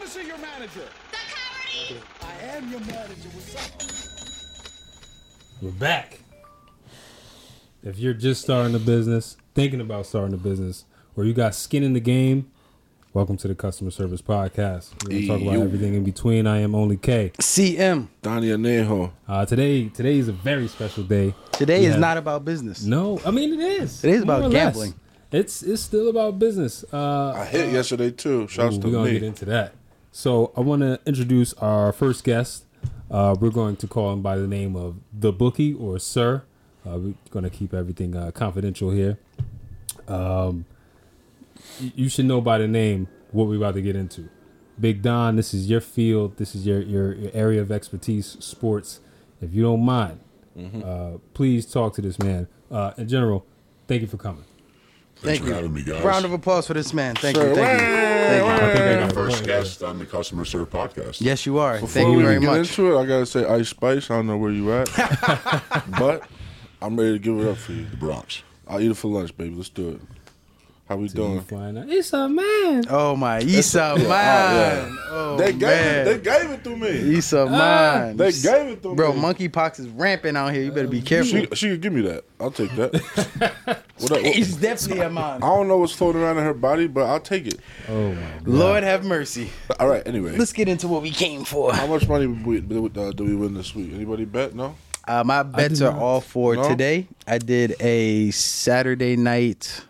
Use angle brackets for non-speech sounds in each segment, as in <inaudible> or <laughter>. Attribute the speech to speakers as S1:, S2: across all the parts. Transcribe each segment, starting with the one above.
S1: This is your manager.
S2: The comedy.
S1: I am your manager. What's up?
S3: We're back. If you're just starting a business, thinking about starting a business, or you got skin in the game, welcome to the Customer Service Podcast. We're going to talk about
S4: Hey, yo.
S3: everything in between. I am only K.
S4: CM. Donnie Anejo.
S3: Uh, today, today is a very special day.
S4: Today
S3: Yeah.
S4: is not about business.
S3: No, I mean it is.
S4: It is
S3: more
S4: about
S3: or less.
S4: gambling.
S3: It's it's still about business. Uh,
S4: I hit yesterday too. Shouts
S3: we're gonna get into that. So I want to introduce our first guest. Uh, we're going to call him by the name of the bookie or sir. Uh, we're gonna keep everything uh, confidential here. Um, y- you should know by the name what we're about to get into. Big Don, this is your field. This is your your, your area of expertise, sports. If you don't mind, uh, please talk to this man. Uh, in general, thank you for coming.
S4: Thanks
S5: for having me, guys.
S4: Round of applause for this man. Thank
S5: Sir,
S4: you. Thank you. Thank you.
S3: I think I got the
S5: First
S3: point.
S5: guest on the Customer Serve podcast.
S4: Yes, you are.
S5: Before
S4: Thank you
S5: we
S4: very
S5: get
S4: much.
S6: into it, I gotta say Ice Spice. I don't know where you
S4: <laughs>
S6: at, but I'm ready to give it up for you.
S5: The Bronx.
S6: I'll eat it for lunch, baby. Let's do it. How we
S3: You
S6: doing?
S3: flying out. It's a man.
S4: Oh my, Issa mine.
S6: yeah.
S4: Oh
S6: They gave
S4: man,
S6: it. They gave it to me.
S4: Issa mine.
S6: They gave it to
S4: Bro,
S6: me.
S4: monkeypox is rampant out here. You better be careful.
S6: She she could give me that. I'll take that. what up?
S4: <laughs> it's definitely a mine.
S6: I don't know what's floating around in her body, but I'll take it.
S3: Oh my god.
S4: Lord have mercy.
S6: All right. Anyway,
S4: Let's get into what we came for.
S6: how much money we, uh, do we win this week? Anybody bet? No.
S4: Uh, my bets
S3: do
S4: are
S3: not-
S4: all for
S6: No?
S4: today. I did a Saturday night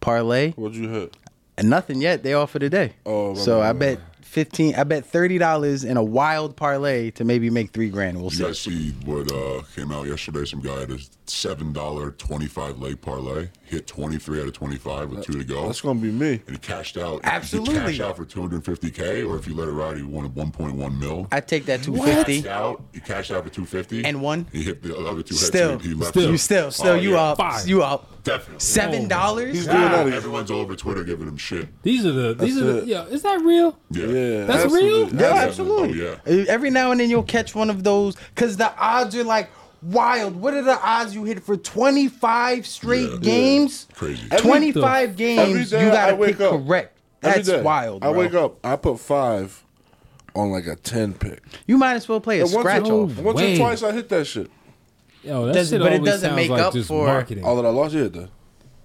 S4: parlay.
S6: What'd you hit?
S4: And nothing yet. They offer today.
S6: Oh, my
S4: so
S6: bad,
S4: I
S6: my
S4: bet fifteen. I bet thirty dollars in a wild parlay to maybe make three grand. We'll
S5: You guys
S4: see.
S5: see what uh, came out yesterday? Some guy had a seven dollar twenty five leg parlay, hit twenty three out of twenty five with two to go,
S6: That's gonna be me.
S5: and he cashed out.
S4: Absolutely.
S5: he cashed out for two hundred fifty k, or if you let it ride, he won one point one mil.
S4: I take that two fifty.
S5: Cashed out, he cashed out for two fifty
S4: And won?
S5: He hit the other two. hits,
S4: Still,
S5: and he left
S3: still,
S5: it.
S4: You still, still,
S5: Oh,
S4: you
S5: yeah.
S4: up?
S3: Fire.
S4: You up?
S5: Definitely.
S4: Seven dollars?
S6: He's doing that. again.
S5: Everyone's all over Twitter giving him shit.
S3: These are the these are the
S6: it.
S3: yeah. Is that real?
S5: Yeah.
S6: Yeah.
S3: That's real?
S4: Yeah,
S5: Oh, yeah.
S4: Uh, Every now and then you'll catch one of those because the odds are like wild. What are the odds you hit for twenty five straight
S5: Yeah.
S4: games?
S5: Crazy.
S4: Twenty five
S6: Every
S4: games.
S6: day
S4: You
S6: I
S4: gotta
S6: wake
S4: pick
S6: up.
S4: correct.
S6: Every
S4: That's
S6: day.
S4: wild.
S6: I
S4: bro.
S6: wake up. I put five on like a ten pick.
S4: You might as well play a
S6: And once
S4: scratch
S6: or,
S4: off.
S6: once
S3: Wait.
S6: or twice, I hit that shit.
S3: Yo, that
S4: Does-
S3: shit
S4: but it
S3: always
S4: doesn't
S3: sounds
S4: make
S3: like
S4: up
S3: just
S4: for-
S3: marketing.
S6: All Oh, that I lost, yeah, though.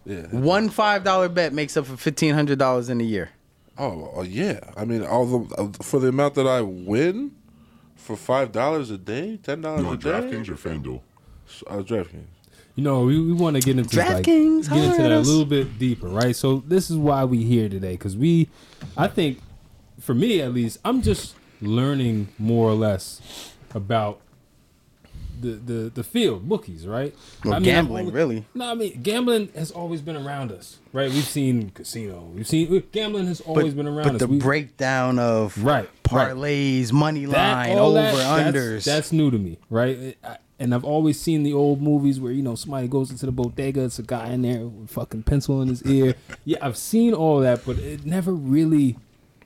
S6: Yeah.
S4: One five dollar bet makes up for fifteen hundred dollars in a year.
S6: Oh, oh, yeah. I mean, all the uh, for the amount that I win for five dollars a day, ten dollars
S5: You
S6: a
S5: want
S6: day.
S5: DraftKings or FanDuel?
S6: I was DraftKings.
S3: You know, we, we want to get into like, get
S4: DraftKings, holler
S3: into
S4: at
S3: that a
S4: us.
S3: little bit deeper, right? So this is why we here today, because we, I think, for me at least, I'm just learning more or less about the the the field bookies, right?
S4: Well,
S3: I've
S4: gambling,
S3: always-
S4: really.
S3: No, I mean gambling has always been around us, right? We've seen casino, we've seen gambling has always been around
S4: but
S3: us.
S4: the
S3: We-
S4: breakdown of
S3: Right, right.
S4: parlays, money line,
S3: all
S4: over
S3: that,
S4: unders.
S3: That's, that's new to me, right? I- And I've always seen the old movies where you know somebody goes into the bodega, it's a guy in there with a fucking pencil in his
S4: <laughs>
S3: ear. yeah, I've seen all that, but it never really,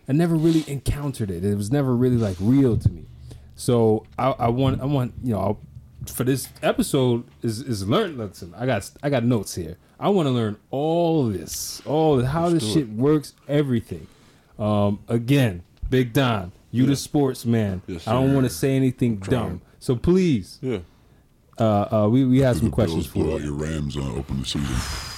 S3: I never really encountered it. It was never really like real to me. So I, I want, I want, you know, I'll, for this episode is is learn. Listen, I got I got notes here. I want to learn all this, all the- how this shit works, everything. Um, again, Big Don, you the sportsman.
S6: Yes,
S3: I don't
S6: sir.
S3: want to say anything dumb, so please,
S6: Yeah.
S3: uh, uh, we we have some
S5: The
S3: questions
S5: Bills blew
S3: for
S5: out
S3: you.
S5: your Rams on open the season.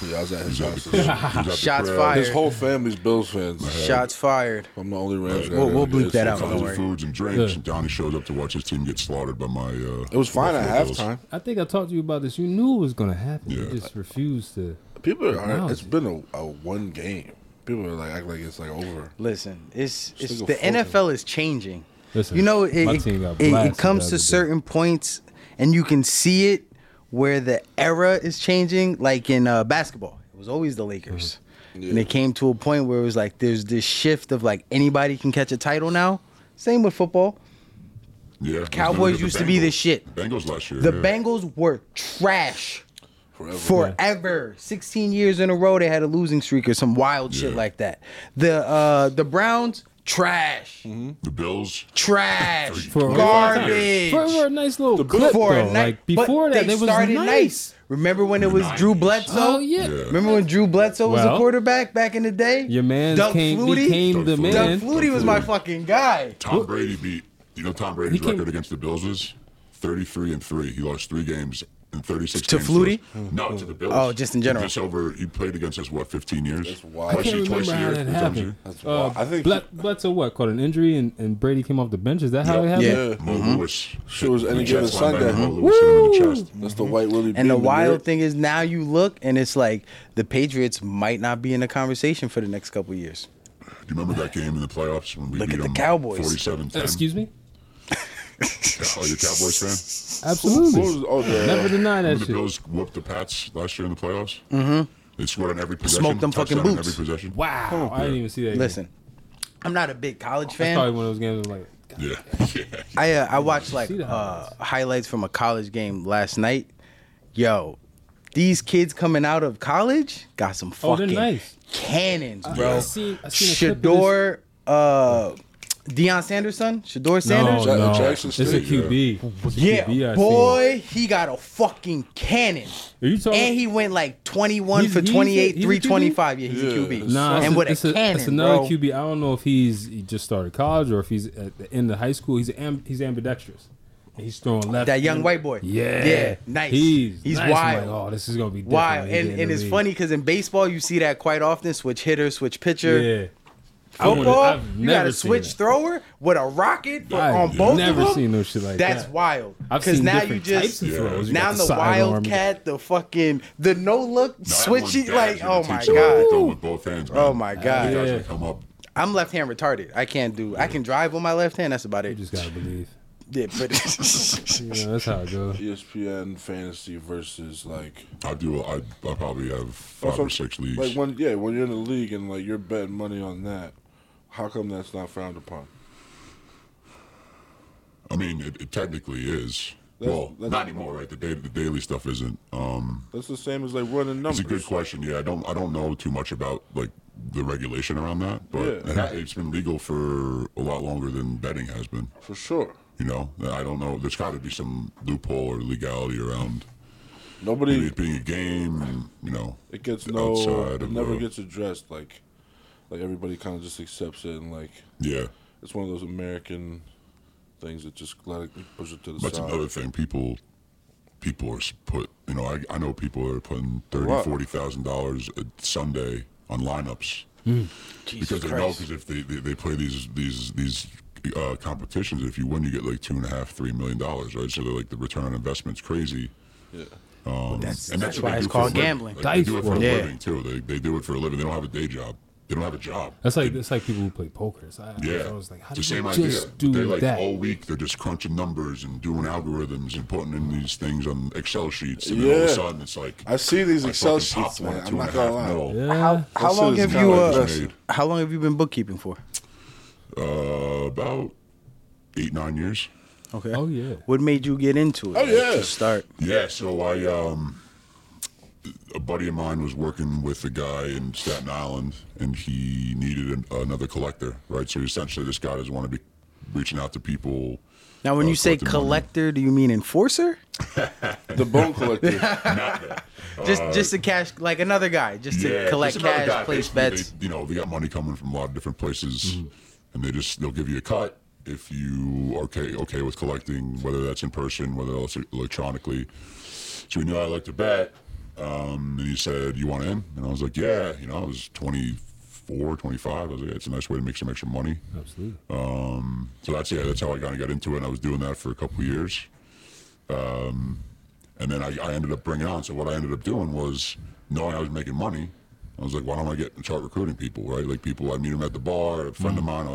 S6: Yeah, I was at his
S4: <laughs>
S5: He's at
S6: house.
S5: the crib. He's at the
S4: Shots
S5: crib.
S4: fired.
S6: His whole family's Bills fans.
S4: Shots fired.
S6: I'm the only Rams guy.
S5: We'll-
S6: there.
S4: we'll bleep
S6: Yes.
S4: that out.
S5: Tons
S4: Don't
S5: of
S4: worry.
S5: foods and drinks.
S3: Yeah.
S5: And Donnie shows up to watch his team get slaughtered by my. Uh,
S6: It was fine at
S5: Buffalo Bills.
S6: halftime.
S3: I think I talked to you about this. You knew it was gonna happen. You
S5: Yeah.
S3: just refused to.
S6: People are.
S3: Technology.
S6: It's been a, a one game. People are like act like it's like over.
S4: Listen, it's it's
S6: Single
S4: the
S6: focus.
S4: NFL is changing.
S3: Listen,
S4: you know, it,
S3: my
S4: it,
S3: team got
S4: it- it
S3: blasted the
S4: comes
S3: other
S4: to
S3: day.
S4: certain points, and you can see it where the era is changing. Like in uh, basketball, it was always the Lakers,
S3: Mm-hmm.
S4: and it came to a point where it was like there's this shift of like anybody can catch a title now. Same with football.
S5: Yeah.
S4: Cowboys used to be the
S5: this
S4: shit.
S5: Bengals last year.
S4: The
S5: yeah.
S4: Bengals were trash
S6: Forever.
S4: forever. 16 years in a row they had a losing streak or some wild shit like that. The uh the Browns Trash.
S5: The Bills.
S4: Trash.
S3: For a-
S4: garbage.
S3: For, for a nice little clip,
S4: Before
S3: though.
S4: a night,
S3: like before
S4: but
S3: that,
S4: they
S3: it was
S4: started
S3: nice.
S4: Remember when it was Drew Bledsoe?
S3: Oh yeah.
S4: Remember when Drew Bledsoe was
S3: Well,
S4: a quarterback back in the day?
S3: Your man
S4: Doug
S3: came,
S4: Flutie?
S3: became the
S5: Doug Flutie.
S4: Doug
S3: man.
S4: Flutie was my fucking guy.
S5: Tom Brady beat. You know Tom
S3: He
S5: Brady's
S3: came-
S5: record against the Bills is 33 and three. He lost three games in 36
S4: To
S5: games.
S4: Flutie?
S5: No, to the Bills.
S4: Oh, just in general.
S5: Just over. He played against us what 15 years. That's
S6: wild.
S3: I can't remember how that happened. Uh,
S6: wild. I think-
S3: Ble- Bledsoe what caught an injury and, and Brady came off the bench. Is that how it happened?
S4: Yeah.
S6: Yeah.
S5: Mo Lewis.
S6: Sure was any
S5: The
S6: given
S5: Jets linebacker,
S6: Sunday.
S5: Mo Lewis hit him in the chest.
S6: That's the white Willie.
S4: Mm-hmm. And the
S6: Beeman,
S4: wild
S6: right?
S4: thing is now you look and it's like the Patriots might not be in the conversation for the next couple of years.
S5: Do you remember that game in the playoffs when we
S4: Look
S5: beat
S4: at the
S5: them
S4: Cowboys.
S5: 47
S3: Uh, excuse me.
S5: Are you oh, a Cowboys fan?
S6: What
S3: Absolutely.
S6: was- oh, yeah.
S3: Never deny that
S5: Remember the
S3: shit.
S5: Bills whooped the Pats last year in the playoffs? Mm-hmm. They scored on every possession.
S4: Smoked them fucking
S5: touchdown on
S4: boots.
S5: Every possession.
S3: Wow. I didn't even see that. game.
S4: Listen, I'm not a big college
S3: That's
S4: fan.
S3: probably one of those games. I was like,
S5: Yeah. <laughs> yeah.
S4: I uh, I watched like
S3: see the
S4: uh, highlights from a college game last night. Yo, these kids coming out of college got some
S3: Oh, they're
S4: fucking
S3: nice.
S4: cannons,
S3: I,
S4: bro.
S3: seen, I seen a clip of this-
S4: Shador, uh, Deion Sanders' son, Shador Sanders.
S3: No, no.
S6: Jackson
S3: It's a
S6: State, yeah.
S3: QB. It's a QB I
S4: Yeah,
S3: seen.
S4: boy, he got a fucking cannon.
S3: Are you talking?
S4: And he went like 21
S3: He's-
S4: for
S3: he's a- he's
S4: 28,
S3: a
S4: 325. Yeah, he's
S6: Yeah.
S4: a QB.
S6: Nah,
S3: it's
S4: and with
S3: it's
S4: a, cannon,
S3: it's another
S4: bro.
S3: QB. I don't know if he's he just started college or if he's at the end of high school. He's am, he's ambidextrous. And he's throwing left.
S4: That young
S3: and-
S4: white boy.
S3: Yeah,
S4: Yeah, nice.
S3: He's
S4: He's
S3: nice. I'm
S4: wild.
S3: Like, oh, this is gonna be different
S4: Wow,
S3: when he
S4: and,
S3: get in
S4: and
S3: the
S4: it's
S3: league.
S4: funny because in baseball you see that quite often: switch hitter, switch pitcher.
S3: Yeah, I wouldn't-
S4: Football,
S3: I've
S4: you got
S3: never
S4: a
S3: seen
S4: switch
S3: that.
S4: thrower with a rocket for,
S3: I've
S4: on both
S3: never
S4: of them.
S3: seen no shit like
S4: That's
S3: that.
S4: wild.
S3: I've
S4: Because
S3: seen
S4: now you
S3: different types
S4: just
S3: of throws. You
S4: now
S3: got
S4: the,
S3: sidearm, you got-
S4: wildcat, the fucking the no look
S5: No, that
S4: switchy,
S5: one's
S4: like
S5: bad.
S4: oh
S5: It
S4: my
S5: takes a lot to
S4: god,
S5: throw with both hands, man.
S4: oh my god.
S5: Guys
S3: Yeah.
S5: that come up.
S4: I'm left hand retarded. I can't do. I can drive with my left hand. That's about
S3: You
S4: it.
S3: just gotta believe.
S4: yeah, <laughs> but
S3: You know, that's how it
S6: uh,
S3: goes.
S6: E ESPN fantasy versus like
S5: I do. I, I probably have
S6: That's
S5: five
S6: what
S5: or
S6: I'm-
S5: Oh, six leagues.
S6: Like when yeah, when you're in the league and like you're betting money on that, how come that's not frowned upon?
S5: I mean, it, it technically is.
S6: That's-
S5: well,
S6: that's-
S5: not anymore, right? The, da- the daily stuff isn't. Um,
S6: That's the same as like running numbers.
S5: It's a good question. Yeah, I don't I don't know too much about like the regulation around that, but
S6: Yeah.
S5: it ha- it's been legal for a lot longer than betting has been.
S6: for sure.
S5: You know, I don't know. There's got to be some loophole or legality around maybe
S6: Nobody
S5: it being a game, and you know,
S6: it gets no
S5: outside
S6: it
S5: of
S6: never
S5: the-
S6: gets addressed like like everybody kind of just accepts it and like
S5: yeah.
S6: it's one of those American things that just let it push it to the
S5: That's
S6: side.
S5: another thing. People, people are s- put. You know, I, I know people that are putting thirty,
S6: lot.
S5: forty thousand dollars a Sunday on lineups because they know because if they, they, they play these these these uh, competitions, if you win, you get like two and a half, three million dollars, right? So they're like the return on investment's crazy. Um,
S4: that's-
S5: and
S4: that's
S5: what
S4: why
S5: they
S4: it's
S5: do for a
S4: called
S5: living.
S4: gambling.
S5: Like, they do
S3: Dice
S5: it for a
S3: world.
S4: Yeah.
S5: living too. They, they do it for a living. They don't have a day job. They don't have a job.
S3: That's like that's like people who play poker. It's- I,
S5: Yeah,
S3: I was like, how do
S5: it's the
S3: you
S5: same
S3: just
S5: idea. But
S3: do
S5: they're like oh,
S3: that?
S5: all week they're just crunching numbers and doing algorithms and putting in these things on Excel sheets, and then all of
S6: Yeah.
S5: a sudden it's like
S6: I see these
S5: I
S6: Excel
S5: fucking popped
S6: sheets, man.
S5: one,
S6: I'm
S5: two
S6: not
S5: and a half
S6: gonna lie.
S5: mil.
S3: Yeah.
S4: how, how
S6: That
S4: long
S6: shit is
S4: have
S6: not
S4: you
S6: like
S4: uh,
S6: this.
S4: how long have you been bookkeeping for?
S5: Uh, about eight nine years.
S4: Okay.
S3: Oh yeah.
S4: What made you get into it?
S6: Oh,
S4: like,
S6: yeah.
S4: to start.
S5: Yeah, so I um a buddy of mine was working with a guy in Staten Island and he needed an, another collector, right? So essentially this guy doesn't want to be reaching out to people.
S4: Now, when
S5: uh,
S4: you say
S5: collecting money.
S4: collector, do you mean enforcer?
S6: The bone collector.
S4: just just to cash like another guy, just to
S5: Uh, Yeah,
S4: collect
S5: just another
S4: cash,
S5: guy,
S4: place
S5: basically,
S4: bets. Mm-hmm.
S5: They, you know, they got money coming from a lot of different places, and they just they'll give you a cut if you are okay okay with collecting, whether that's in person, whether that's electronically. So we knew I liked to bet, um, and he said, "You want in?" And I was like, "Yeah." You know, I was 24, 25. I was like, "It's a nice way to make some extra money."
S3: Absolutely.
S5: Uh, So that's yeah, that's how I kind of got into it. And I was doing that for a couple years, um, and then I, I ended up bringing on. So what I ended up doing was knowing I was making money. I was like, why don't I get and start recruiting people, right? Like people, I meet them at the bar, a friend of mine,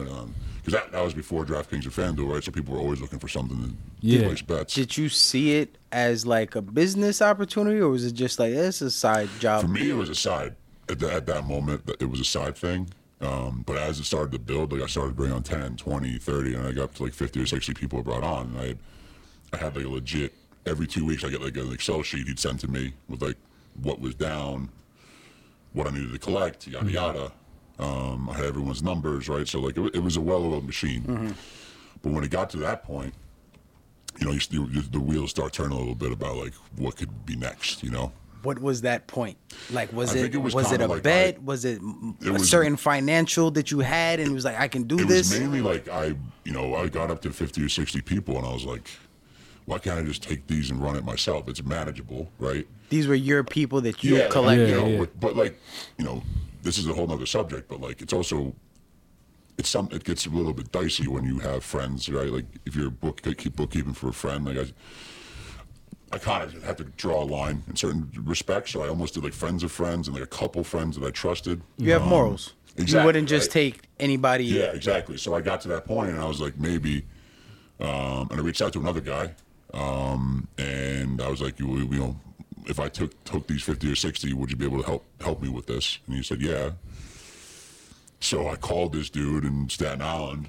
S5: because that, that was before DraftKings and FanDuel, right? So people were always looking for something to
S3: Yeah.
S5: place bets.
S4: Did you see it as like a business opportunity, or was it just like it's a side
S5: For
S4: job?
S5: me, it was a side at, the, at that moment. It was a side thing. Um, but as it started to build, like I started to bring on 10, 20, 30, and I got up to like 50 or 60 people I brought on. And I had, I had like a legit, every two weeks, I get like an Excel sheet he'd send to me with like what was down, what I needed to collect, yada, yada. Um, I had everyone's numbers, right? So like it, wa- it was a well-oiled machine. But when it got to that point, you know, you, s- you, you- the wheels start turning a little bit about like what could be next. You know,
S4: What was that point? Like, was
S5: I
S4: it
S5: think it was
S4: was, it
S5: kinda
S4: a
S5: like
S4: bet?
S5: I-
S4: was it, m-
S5: It
S4: a
S5: was-
S4: certain financial that you had and it was like, I can do
S5: it
S4: this?
S5: was mainly like I, you know, I got up to 50 or 60 people and I was like, why can't I just take these and run it myself? It's manageable, right?
S4: These were your people that you
S5: yeah,
S4: collected.
S5: you know,
S3: yeah.
S5: But, but like, you know, this is a whole nother subject, but like, it's also, it's some, it gets a little bit dicey when you have friends, right? Like if you're book, keep bookkeeping for a friend, like I, I kind of have to draw a line in certain respects. So I almost did like friends of friends and like a couple friends that I trusted.
S4: You have morals. you
S5: exactly,
S4: wouldn't just
S5: right.
S4: take anybody.
S5: Yeah, exactly. So I got to that point, and I was like, maybe. Um, and I reached out to another guy, um, and I was like, you, you know, if I took took these fifty or sixty, would you be able to help help me with this? And he said, yeah. So I called this dude in Staten Island,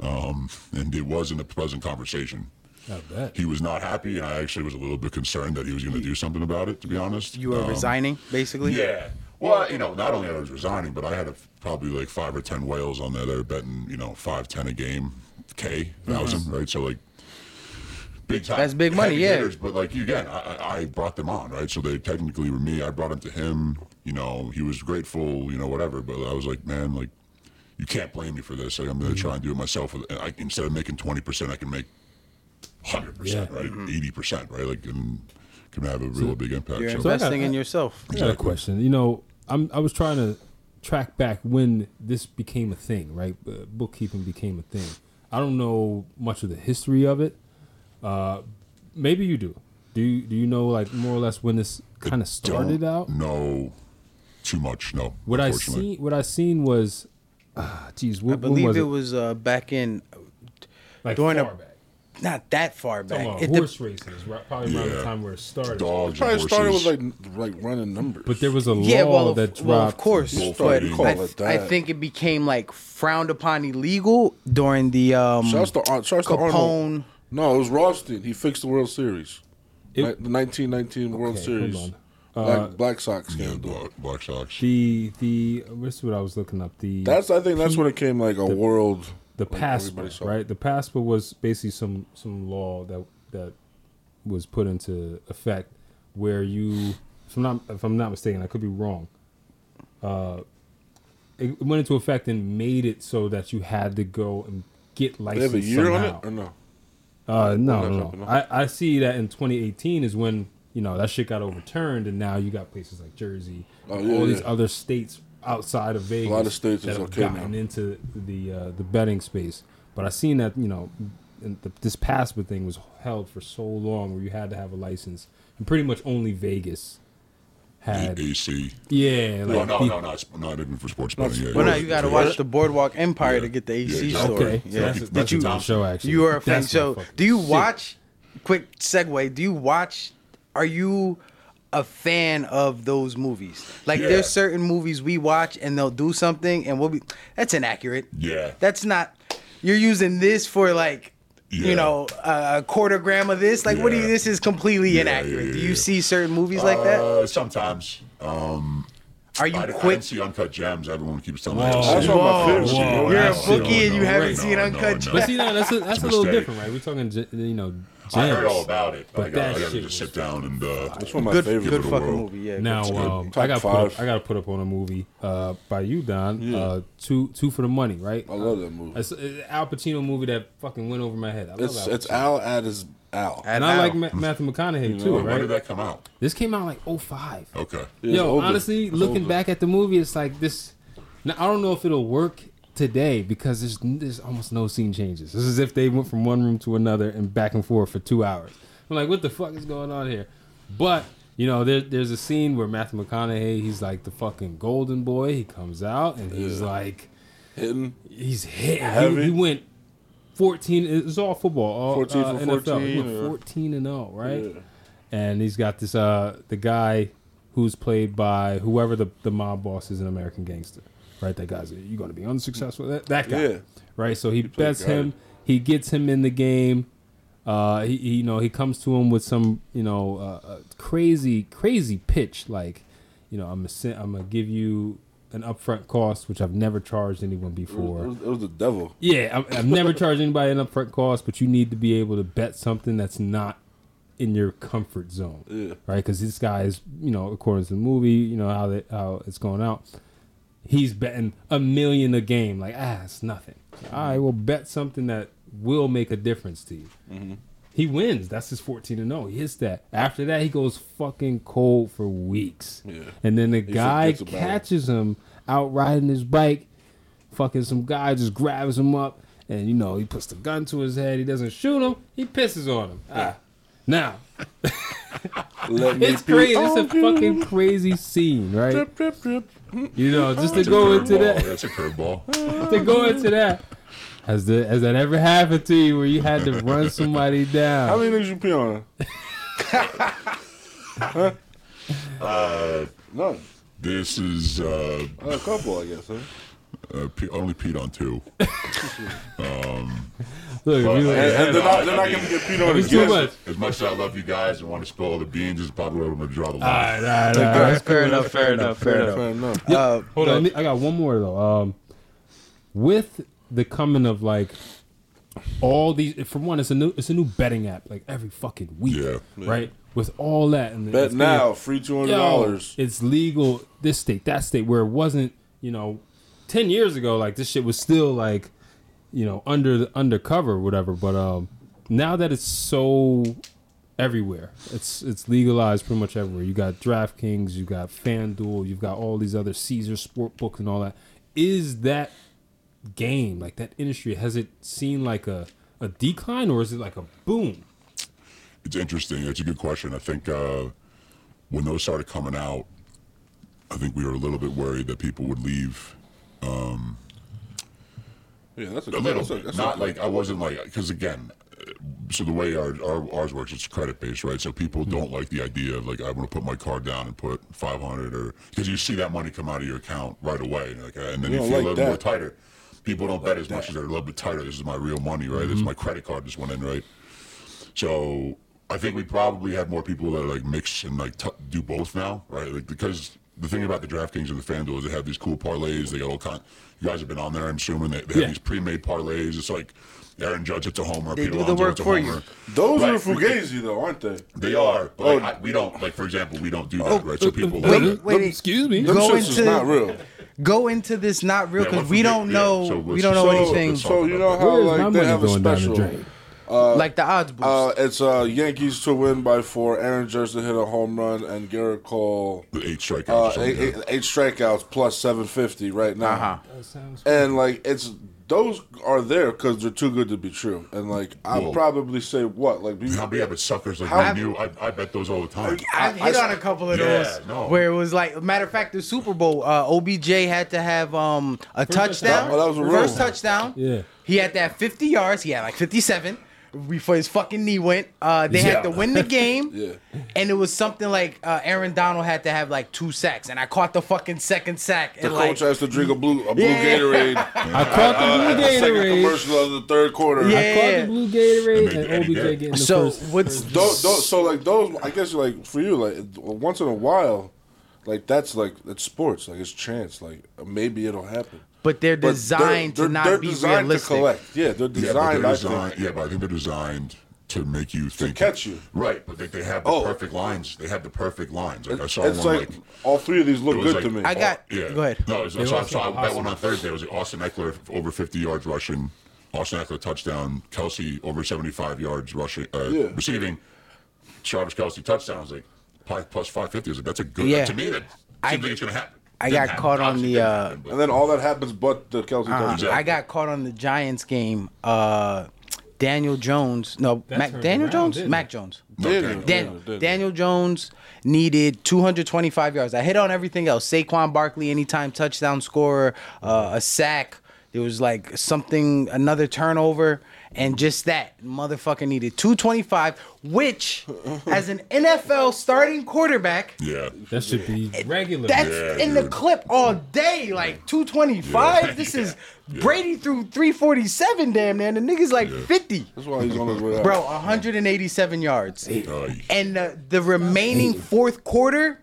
S5: um, and it wasn't a pleasant conversation.
S3: I bet.
S5: He was not happy, and I actually was a little bit concerned that he was going to do something about it. To be honest,
S4: You were
S5: Um,
S4: resigning, basically.
S5: yeah. Well, you know, not only I was resigning, but I had a, probably like five or ten whales on there. They were betting, you know, five, ten a game, K, 1000 right? So, like, big time.
S4: Mm-hmm. That's big money,
S5: heavy
S4: yeah.
S5: hitters, but, like, you- again, I, I- I brought them on, right? So they technically were me. I brought them to him. You know, he was grateful, you know, whatever. But I was like, man, like, you can't blame me for this. Like, I'm
S4: Mm-hmm.
S5: going to try and do it myself. And I, instead of making 20%, I can make 100%,
S3: Yeah.
S5: right? 80%, right? Like, and can have a real big impact.
S4: Mm-hmm. You're
S5: So-
S4: investing in yourself.
S3: I got a question. You know, I'm I was trying to track back when this became a thing, right? Uh, bookkeeping became a thing. I don't know much of the history of it. Uh, maybe you do. Do you, do you know like more or less when this kind of started
S5: don't
S3: out?
S5: know too much. No.
S3: What I
S5: unfortunately.
S3: seen what I seen was, ah, geez, what,
S4: I believe
S3: when was
S4: it
S3: it,
S4: was uh, back in,
S3: like
S4: during a-
S3: far back.
S4: not that far back.
S3: Come on,
S4: It de-
S3: horse races, right, probably around the
S5: Yeah.
S3: time where it started.
S5: Dogs and
S6: Probably
S5: horses.
S6: started with like n- like running numbers.
S3: But there was a
S4: yeah,
S3: law
S4: well, of-
S3: that dropped.
S4: well, of course, but
S5: Bullfighting.
S4: I,
S6: Call it
S4: I
S6: that.
S4: think it became like frowned upon illegal during the um,
S6: Shouts to, Ar- shouts to Arnold.
S4: Capone.
S6: No, it was Ralston. He fixed the World Series.
S3: It-
S6: Ni- the 1919 World
S3: Okay,
S6: Series.
S3: hold Uh,
S6: Black, Black Sox
S5: yeah,
S6: scandal.
S5: Black, Black Sox.
S3: The the what's what I was looking up. The
S6: That's I think that's when it came like a world.
S3: the
S6: like, everybody
S3: PASPA,
S6: saw.
S3: right? The PASPA was basically some some law that that was put into effect where you, if I'm not if I'm not mistaken, I could be wrong. Uh, it went into effect and made it so that you had to go and get
S6: They have
S3: licensed
S6: a year
S3: somehow.
S6: on it or no?
S3: Uh, no,
S6: Or
S3: no,
S6: something,
S3: no.
S6: no?
S3: I, I see that in 2018 is when you know that shit got overturned, and now you got places like Jersey,
S6: Oh,
S3: and
S6: yeah,
S3: all these
S6: yeah.
S3: other states outside of Vegas.
S6: lot of states
S3: that
S6: is
S3: have
S6: okay now.
S3: gotten into the uh, the betting space. But I seen that you know in the, this PASPA thing was held for so long where you had to have a license, and pretty much only Vegas had.
S5: AC.
S3: Yeah,
S5: No,
S3: like
S5: no,
S3: the-
S5: no, not, sp- not even for sports betting. Yeah,
S4: Well,
S5: yeah.
S4: now you got to watch the Boardwalk Empire to get the AC
S5: Yeah,
S4: story.
S3: okay. So
S4: Yeah.
S3: that's, a,
S5: Did
S3: that's
S5: you-
S3: a dope show actually.
S4: You are a fan.
S3: That's my
S4: So,
S3: fucking
S4: do you
S3: shit.
S4: watch? Quick segue. Do you watch? Are you a fan of those movies? Like,
S5: Yeah.
S4: there's certain movies we watch and they'll do something and we'll be. That's inaccurate.
S5: Yeah.
S4: That's not. You're using this for like.
S5: Yeah.
S4: You know, a quarter gram of this. Like, what do you?
S5: Yeah.
S4: This is completely
S5: Yeah,
S4: inaccurate.
S5: yeah,
S4: Do
S5: yeah,
S4: you
S5: yeah.
S4: see certain movies like that?
S5: Uh, sometimes. Um,
S4: Are
S5: I,
S4: you
S5: I
S4: quick?
S5: didn't see Uncut Gems. Everyone keeps telling me.
S3: Whoa.
S5: I haven't
S6: That's
S5: seen
S6: one of my
S4: Whoa,
S6: favorites.
S5: whoa.
S6: Yeah.
S5: You're
S4: You're a
S5: Absolutely.
S4: bookie and you
S5: No,
S4: haven't
S5: no,
S4: seen
S5: no,
S4: Uncut
S5: no.
S3: But
S4: Gems.
S3: see, no, that's a, that's a little
S5: mistake.
S3: different, right? We're talking, ge- you know, gems.
S5: I heard all about it.
S3: But
S5: I got,
S3: that
S5: I
S3: shit
S5: got to just
S3: was-
S5: sit down and. Uh,
S6: That's one of my
S4: Good,
S6: favorites.
S4: good
S5: it a
S4: fucking
S5: whirl.
S4: movie. Yeah. good
S3: Now
S4: shit.
S3: um,
S6: Top
S3: I got put up,
S6: five.
S3: I got to put up on a movie uh, by you, Don. Uh, two two for the money, right?
S6: I love that movie.
S3: It's an Al Pacino movie that fucking went over my head. I love
S6: It's
S3: Al
S6: it's
S3: Pacino.
S6: Al at his Al.
S3: and I like Ma- Matthew McConaughey too,
S5: When
S3: right?
S5: did that come out?
S3: this came out like 05.
S5: Okay.
S6: It's
S3: Yo,
S6: older.
S3: honestly,
S6: It's
S3: looking
S6: older.
S3: back at the movie, it's like this. Now I don't know if it'll work today because there's there's almost no scene changes. This is if they went from one room to another and back and forth for two hours. I'm like, what the fuck is going on here? But you know, there, there's a scene where Matthew McConaughey, he's like the fucking golden boy. He comes out and he's like,
S6: Hitting.
S3: he's hit. He,
S6: Heavy.
S3: he went 14. It was all football. All,
S6: 14 for
S3: uh, NFL. He
S6: 14
S3: went
S6: or-
S3: 14 and 0, right?
S6: Yeah.
S3: and he's got this uh the guy who's played by whoever the, the mob boss is in American Gangster, right? That guy's you're gonna be unsuccessful. That, that guy,
S6: Yeah.
S3: right? So he, bets
S6: guy.
S3: him. He gets him in the game. Uh, he, he you know he comes to him with some you know uh, uh, crazy crazy pitch like, you know I'm gonna sen- I'm gonna give you an upfront cost, which I've never charged anyone before.
S6: It was, it was the devil.
S3: Yeah, I've, I've never charged anybody an upfront cost, but you need to be able to bet something that's not in your comfort zone,
S6: Yeah.
S3: right? Because this guy is, you know, according to the movie, you know how that how it's going out. He's betting a million a game, like ah, it's nothing. I will bet something that will make a difference to you.
S6: Mm-hmm.
S3: He wins. That's his fourteen and zero. He hits that. After that, he goes fucking cold for weeks.
S6: Yeah.
S3: And then the guy
S6: forgets about it.
S3: catches him out riding his bike fucking some guy just grabs him up and you know he puts the gun to his head he doesn't shoot him he pisses on him ah. now
S6: Let me
S3: <laughs> it's crazy
S6: pee
S3: it's a
S6: on you.
S3: fucking crazy scene right
S6: Drip, drip, drip.
S3: you know just to
S5: It's a
S3: go into
S5: curveball.
S3: that
S5: That's a curveball.
S3: to go into that has, the, has that ever happened to you where you had to run somebody down
S6: How many niggas you pee on? Huh? None.
S5: This is uh,
S6: Uh, A couple, I guess. Huh?
S5: uh, pe- I only peed on two.
S3: look if you
S5: Well,
S3: don't-
S6: And, and they're
S5: I-
S6: not, they're not gonna get peed on
S3: it's too
S6: again.
S3: much
S5: As much as I love you guys and want to spill all the beans, it's probably where I'm gonna draw the
S3: all
S5: line.
S3: right, all right, all right.
S4: fair enough, fair enough, fair enough.
S6: Fair enough.
S4: Uh,
S3: Hold on. I, got one more though. Um, with the coming of like all these, for one, it's a new it's a new betting app like every fucking week,
S5: Yeah.
S3: right? With all that and
S6: Bet
S3: it's gonna-
S6: now, free two hundred
S3: Yo,
S6: dollars.
S3: It's legal this state, that state, where it wasn't. You know, ten years ago, like this shit was still like, you know, under the undercover, or whatever. But um, now that it's so everywhere, it's it's legalized pretty much everywhere. You got DraftKings, you got FanDuel, you've got all these other Caesar Sportbook and all that. Is that game like that industry? Has it seen like a a decline or is it like a boom?
S5: It's interesting. It's a good question. I think uh, when those started coming out, I think we were a little bit worried that people would leave
S6: Yeah, that's a,
S5: a little
S6: that's a,
S5: bit.
S6: that's
S5: not
S6: a,
S5: like I wasn't like because again, uh, so the way our, our ours works, it's credit based, right? So people
S6: Hmm.
S5: don't like the idea of like I want to put my card down and put five hundred or because you see that money come out of your account right away, and, like, uh, and then
S6: We
S5: you
S6: don't
S5: feel a
S6: like
S5: little bit more
S6: that.
S5: tighter. People don't bet as much as they're a little bit tighter. This is my real money, right?
S6: Mm-hmm.
S5: This is my credit card just went in, right? So I think we probably have more people that like mix and like t- do both now, right? Like because the thing about the DraftKings and the FanDuel is they have these cool parlays. They got all kind. You guys have been on there, I'm assuming. They, they have
S3: Yeah.
S5: these pre-made parlays. It's like Aaron Judge hits a homer,
S4: They
S5: Peter
S4: do the
S5: Alonso
S4: work
S5: hits a
S4: for you.
S5: homer.
S6: those
S5: Right,
S6: are
S5: we can-
S6: fugazi though, aren't they?
S5: They are, but like,
S6: Oh.
S5: I- we don't like. For example, we don't do that, right? So people
S4: wait,
S5: like that.
S4: wait,
S3: Excuse me.
S6: Them
S4: Go
S6: shits is
S4: into-
S6: not real.
S4: go into this not real
S5: Yeah,
S4: because
S5: we're
S4: we
S5: forget-
S4: don't
S5: yeah,
S4: know,
S5: so let's
S4: we don't know
S5: just-
S6: So,
S4: anything.
S5: so-
S6: so you know how
S3: Where is my
S6: like they
S3: money
S6: have a
S3: going down the
S6: special.
S3: drain?
S4: like the odds boost.
S6: Uh, it's uh, Yankees to win by four. Aaron Judge to hit a home run and Garrett Cole
S5: The eight strikeouts.
S6: uh,
S5: or something,
S6: eight, eight,
S5: yeah.
S6: eight strikeouts plus seven fifty right now.
S4: uh-huh.
S6: And like it's those are there because they're too good to be true. And like I
S5: Whoa.
S6: would probably say what like
S5: How
S6: people,
S5: many of it suckers like
S6: How-
S5: me and you? I, I bet those all the time.
S4: I've
S6: I-
S4: hit
S6: I-
S4: on a couple of
S5: Yeah,
S4: those
S5: no.
S4: where it was like, matter of fact, the Super Bowl, uh, OBJ had to have um, a touchdown,
S6: touchdown. Oh, that was a
S4: reverse
S6: rule.
S4: touchdown.
S3: Yeah.
S4: he had that 50 yards. He had like 57 before his fucking knee went. Uh, they had to
S5: <laughs>
S4: win the game,
S6: Yeah.
S4: and it was something like uh, Aaron Donald had to have like two sacks, and I caught the fucking second sack.
S6: the
S4: And like,
S6: coach has to drink a blue a blue
S4: Yeah. <laughs>
S6: Gatorade
S3: I caught the blue
S6: at uh, the second
S3: Gatorade.
S6: commercial of the third quarter.
S4: Yeah.
S3: I caught the blue Gatorade
S5: And they-
S3: and
S5: and they
S3: OBJ
S5: did.
S3: getting the
S4: so
S3: first.
S4: what's
S6: Those, those, so like those, I guess like for you, like once in a while, like that's like it's sports, like it's chance, like maybe it'll happen.
S4: but they're
S6: But
S4: designed
S6: they're-
S4: to not
S6: they're
S4: be
S6: designed
S4: realistic.
S6: To collect. Yeah, they're
S5: Yeah, but
S6: designed.
S5: they're
S6: I
S5: designed.
S6: think.
S5: Yeah, but I think they're designed to make you think
S6: catch you.
S5: Right, but they, they have the
S6: Oh.
S5: perfect lines. They have the perfect lines. Like I saw
S6: It's
S5: one
S6: like, all three of these look
S5: it
S6: good
S5: was
S6: to
S5: like- Oh,
S6: me.
S4: I got-
S5: yeah.
S4: Go ahead.
S5: No, it was, so,
S3: were
S5: I- so I
S3: awesome.
S5: bet one on Thursday. It was Austin Eckler over 50 yards rushing, Austin Eckler touchdown, Kelsey over 75 yards rushing, uh,
S6: Yeah.
S5: receiving, Travis Kelsey touchdown. I was like pi- plus 550. I was like, that's a good.
S4: Yeah.
S5: To me, that seems
S4: I-
S5: like it's gonna happen.
S4: I
S5: Didn't
S4: got
S5: happen.
S4: caught on
S5: Obviously
S4: the,
S5: didn't
S4: uh,
S5: happen, but-
S6: and then all that happens, but the Kelsey
S4: Uh,
S6: touchdown.
S5: Exactly.
S4: I got caught on the Giants game. Uh, Daniel Jones, no,
S3: That
S4: Mac,
S3: turned
S4: Daniel
S3: around,
S4: Jones,
S3: didn't
S4: Mac
S3: it?
S4: Jones.
S6: Daniel,
S4: Daniel,
S6: Daniel, Daniel.
S4: Daniel Jones needed 225 yards. I hit on everything else. Saquon Barkley, anytime touchdown scorer, uh, a sack. There was like something, another turnover, and just that motherfucker needed 225, which, as an NFL starting quarterback,
S5: Yeah.
S3: That should be regular.
S4: that's
S5: Yeah,
S4: in the
S5: dude.
S4: clip all day, like 225.
S5: Yeah.
S4: This
S5: Yeah.
S3: <laughs>
S4: is Brady threw 347, damn man. The nigga's like 50.
S6: That's why he's on his way out.
S4: Bro, 187 yards.
S5: Uh,
S4: And the, the remaining fourth quarter,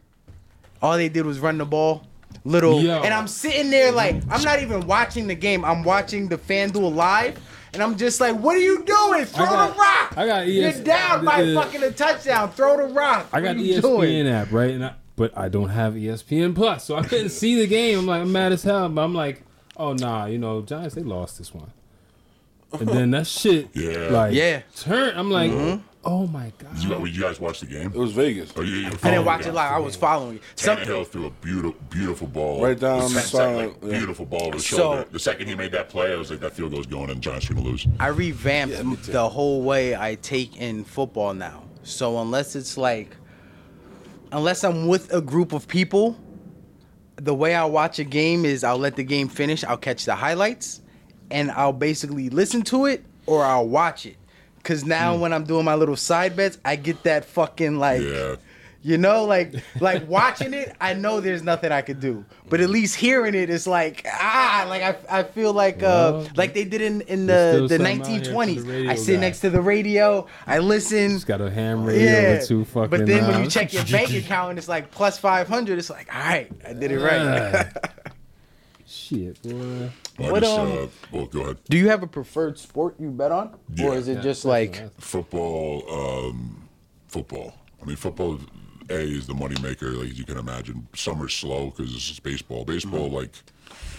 S4: all they did was run the ball. little.
S3: Yo.
S4: And I'm sitting there like I'm not even watching the game. I'm watching the FanDuel live, and I'm just like, what are you doing? Throw
S3: got-
S4: the rock.
S3: I got ES
S4: You're down by
S3: uh,
S4: fucking a touchdown. Throw the rock.
S3: I got
S4: what are
S3: the E
S4: you
S3: ESPN
S4: doing?
S3: app, right? And I, but I don't have E ESPN Plus, so I couldn't see the game. I'm like, I'm mad as hell. But I'm like, oh nah, you know, Giants they lost this one. And then that shit,
S5: Yeah.
S3: like,
S4: Yeah.
S3: turn. I'm like, oh my god.
S5: You, got- you guys watch the game?
S6: It was Vegas.
S5: Oh, you, you
S4: I didn't watch it live. I was following. Some,
S5: Tannehill threw a beautiful, beautiful ball.
S6: Right down
S5: With
S6: the
S5: Sack, like,
S6: sideline, yeah.
S5: Beautiful ball to the
S4: So-
S5: shoulder. The second he made that play, I was like, that field goal's going and Giants are going to lose.
S4: I revamped the whole way I take in football now. So unless it's like, unless I'm with a group of people, the way I watch a game is I'll let the game finish, I'll catch the highlights, and I'll basically listen to it or I'll watch it. Cause now when I'm doing my little side bets, I get that fucking like.
S5: Yeah.
S4: You know, like like watching it, I know there's nothing I could do. But at least hearing it, it's like ah, like I, I feel like uh
S3: Well,
S4: like they did in in
S3: there's
S4: the the
S3: still something out here for the
S4: 1920s.
S3: radio
S4: I sit
S3: guy.
S4: next to the radio, I listen.
S3: Just got a ham radio
S4: Yeah,
S3: with two fucking.
S4: but then when
S3: uh,
S4: you check your
S3: <laughs>
S4: bank account and it's like plus 500, it's like all right, I did it right.
S3: shit, boy.
S5: Well, I
S4: What,
S5: just,
S4: um,
S5: uh, well, go ahead.
S4: <laughs> Do you have a preferred sport you bet on,
S5: Yeah.
S4: or is it just like
S5: Football, um, football. I mean, football, A, is the moneymaker, like you can imagine. Summer's slow because it's baseball. Baseball,
S4: Mm-hmm.
S5: like,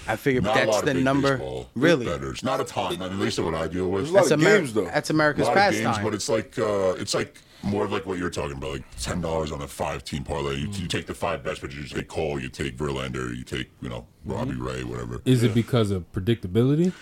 S4: I figured
S5: not a
S4: that's
S5: lot
S4: the
S5: of big
S4: number?
S5: baseball
S4: Really,
S5: bettors. Not a ton, at least what I deal with.
S6: There's a lot
S4: that's
S6: of
S4: Ameri-
S6: games, though.
S4: That's
S5: a
S4: America's
S5: lot of games,
S4: pastime.
S5: but it's like uh, it's like more of like what you're talking about, like ten dollars on a five team parlay. You, you take the five best pitchers, you take Cole, you take Verlander, you take you know Robbie
S4: Mm-hmm.
S5: Ray, whatever.
S3: Is it because of predictability?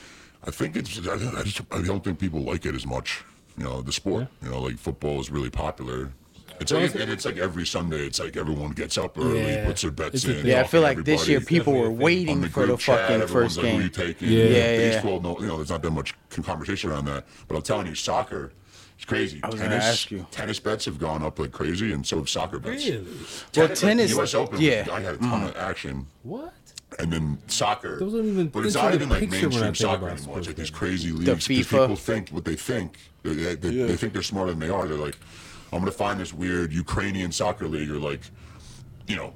S5: I think it's I, I just, I don't think people like it as much. You know the sport. You know like football is really popular. It's like, and it's like every Sunday. It's like everyone gets up early,
S3: Yeah.
S5: puts their bets
S3: It's a
S5: in.
S3: thing.
S4: yeah, I
S5: talking
S4: feel
S5: to
S4: like this year
S5: everybody.
S4: people were
S3: Definitely a thing.
S5: On
S4: waiting
S5: the
S4: for the
S5: group chat,
S4: fucking
S5: everyone's
S4: first
S5: like, "Who you
S4: game.
S5: taking?"
S3: Yeah.
S4: Yeah, yeah.
S5: Baseball, no, you know, there's not that much con- conversation around that. But I'm telling you, soccer, it's crazy. I
S4: was gonna ask you.
S5: Tennis bets have gone up like crazy, and so have soccer bets.
S4: Well,
S5: like,
S4: tennis-
S5: U.S. Open,
S4: yeah. Mm.
S5: I had a ton of action.
S3: What?
S5: And then soccer,
S3: Those don't even
S5: but it's
S3: enter
S5: not
S3: the
S5: even like
S3: picture when I
S5: mainstream
S3: think
S5: soccer
S3: about
S5: anymore.
S3: sports
S5: It's like these
S3: betting.
S5: crazy leagues. 'cause
S4: FIFA.
S5: people think what they think. They, they, they, they think they're smarter than they are. They're like, I'm gonna find this weird Ukrainian soccer league, or like, you know,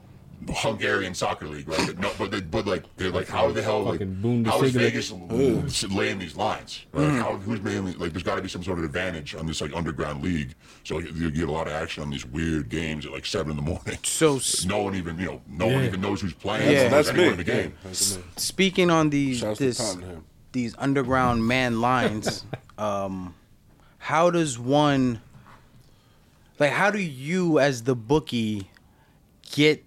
S5: Hungarian soccer league, right? But no, but they, but like they're like, how the hell like
S3: Fucking
S5: how is
S3: Bundesliga. Mm-hmm.
S5: Vegas l- laying these lines? Right? Like, how, who's mainly like? There's got to be some sort of advantage on this like underground league. So like, you get a lot of action on these weird games at like seven in
S3: <laughs>
S5: the morning.
S4: So s-
S5: no one even you know no one
S3: Yeah.
S5: even knows who's playing.
S4: Yeah.
S5: Yeah,
S6: That's
S5: that's
S6: me.
S5: in the game.
S6: That's me.
S4: speaking on these
S6: Shouts to
S4: this,
S6: Tottenham.
S4: these underground
S6: <laughs>
S4: man lines, um, how does one like how do you as the bookie get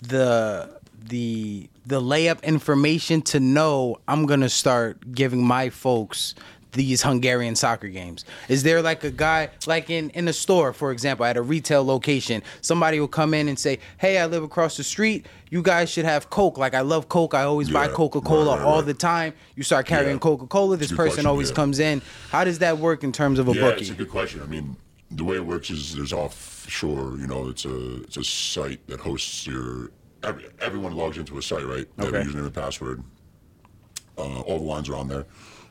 S4: the the the layup information to know I'm gonna start giving my folks these Hungarian soccer games. Is there like a guy like in in a store, for example, at a retail location, somebody will come in and say, "Hey, I live across the street. You guys should have Coke. Like I love Coke. I always buy
S5: Yeah,
S4: Coca Cola
S5: right, right,
S4: all
S5: right.
S4: the time. You start carrying
S5: Yeah.
S4: Coca Cola. This
S5: Good
S4: person
S5: question,
S4: always
S5: yeah.
S4: comes in. How does that work in terms of a
S5: Yeah,
S4: bookie?
S5: it's a good question. I mean, the way it works is there's offshore. You know, it's a it's a site that hosts your. Every, everyone logs into a site, right? They have a
S4: Okay.
S5: username and password. Uh, all the lines are on there.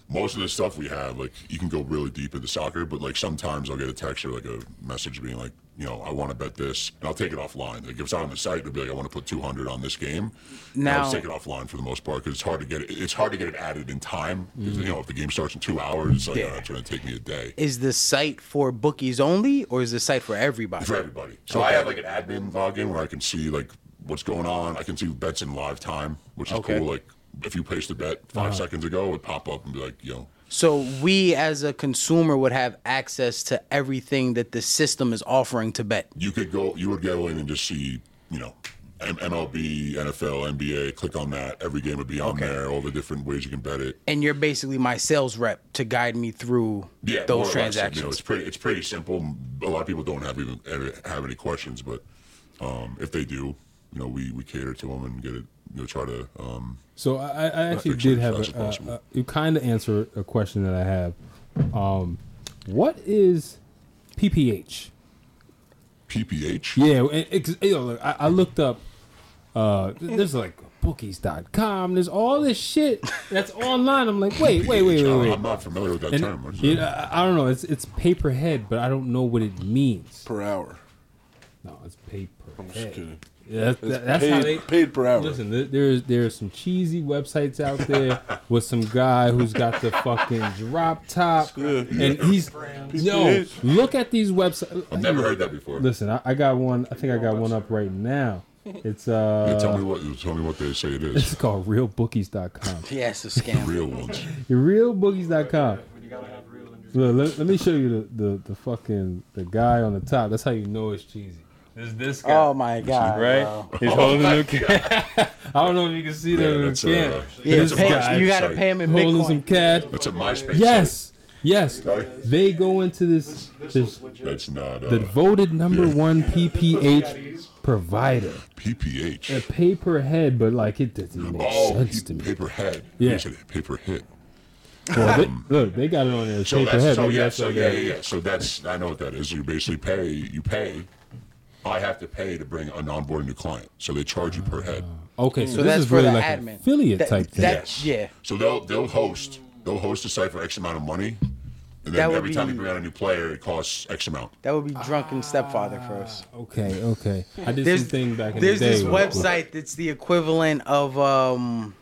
S5: Most of the stuff we have, like you can go really deep into soccer, but like sometimes I'll get a text or like a message being like, you know, I want to bet this, and I'll take it offline. Like if it's on the site, it'll be like, I want to put 200 on this game. and I'll
S4: Now-
S5: just take it offline for the most part because it's hard to get it. It's hard to get it added in time. 'cause, You know, if the game starts in two hours, it's like
S4: Yeah.
S5: oh, that's going to take me a day.
S4: is the site for bookies only or is the site for everybody?
S5: for everybody. So I have like an admin login where I can see like what's going on. I can see bets in live time, which is
S4: Okay. Uh-huh.
S5: cool. Like if you placed a bet 5 seconds ago, it would pop up and be like, yo,
S4: So we as a consumer would have access to everything that the system is offering to bet.
S5: you could go, you would go in and just see, you know, M- MLB, NFL, NBA. Click on that. Every game would be on there. All the different ways you can bet it.
S4: And you're basically my sales rep to guide me through
S5: Yeah, more or
S4: those
S5: less, You know,
S4: transactions.
S5: it's pretty, it's pretty simple. A lot of people don't have even have any questions, but um, if they do, you know, we, we cater to them and get it. You know, try to um,
S3: So I, I I actually
S5: picture
S3: did
S5: as
S3: have
S5: fast as
S3: a, a,
S5: possible.
S3: a you kind of answer a question that I have. Um, what is PPH?
S5: PPH.
S3: Yeah, and ex- you know, look, I, I looked up. Uh, there's like bookies.com. There's all this shit that's online. I'm like, wait, wait, wait,
S5: I'm-
S6: <laughs>
S3: wait, wait.
S5: I'm not familiar with that
S3: And,
S5: term. What is
S3: you
S5: that?
S3: know, I, I don't know. It's it's paper head, but I don't know what it means.
S6: Per hour.
S3: No, it's paper
S6: I'm just
S3: head.
S6: kidding.
S3: Yeah, that,
S6: It's
S3: that- that's
S6: paid,
S3: how they
S6: paid per hour.
S3: Listen, th- there's there's some cheesy websites out
S5: <laughs>
S3: there with some guy who's got the fucking drop top, and he's yo. Look at these websites.
S5: I've never heard that before.
S3: Listen, I, I got one. I think I got one up right now. It's
S5: Yeah, tell me
S3: uh, <laughs>
S5: what tell me what they say it
S3: it's <laughs>
S5: is.
S3: called realbookies.com.
S5: <laughs>
S4: Yes, it's a scam.
S5: Real ones.
S3: Realbookies.com. Look, let, let me show you the, the the fucking the guy on the top. That's how you know it's cheesy. There's this guy.
S4: Oh my god.
S3: right?
S4: bro.
S3: He's holding a new ca- <laughs> I don't know if you can see that
S5: Yeah,
S3: in the
S5: that's,
S3: can.
S5: uh,
S4: Yeah,
S3: this
S5: that's a
S4: pay-
S3: guy
S4: you gotta
S5: website.
S4: pay him in
S3: holding
S4: Bitcoin.
S3: some cash.
S5: That's a MySpace. site.
S3: Yes, yes.
S5: Sorry.
S3: They go into this, this
S5: That's not uh,
S3: the voted number
S5: Yeah.
S3: one PPH provider. A
S5: PPH.
S3: pay per head, but like it doesn't make
S5: Oh,
S3: sense to
S5: he-
S3: me.
S5: paper head.
S3: Yeah.
S5: He said paper hit.
S3: Well, they- look, they got it on there. as
S5: So
S3: pay per
S5: that's
S3: head.
S5: so
S3: Maybe
S5: yeah,
S3: that's
S5: so
S3: what
S5: yeah,
S3: they-
S5: yeah, yeah. So that's I know what that is. You basically pay you pay. I have to pay to bring an onboard new client. So they charge you per head.
S3: Okay, so,
S4: So
S3: this
S4: that's
S3: is
S4: for
S3: really
S4: the
S3: like an
S4: admin.
S3: affiliate
S4: That-
S3: type thing.
S4: that- yeah.
S5: So they'll they'll host they'll host a site for X amount of money. And
S4: That
S5: then
S4: would
S5: every time
S4: be-
S5: you bring out a new player, it costs X amount.
S4: That would be drunken stepfather for us.
S3: Okay, okay. I did
S4: There's,
S3: some thing back in
S4: there's
S3: the day.
S4: this
S3: where-
S4: website that's the equivalent of um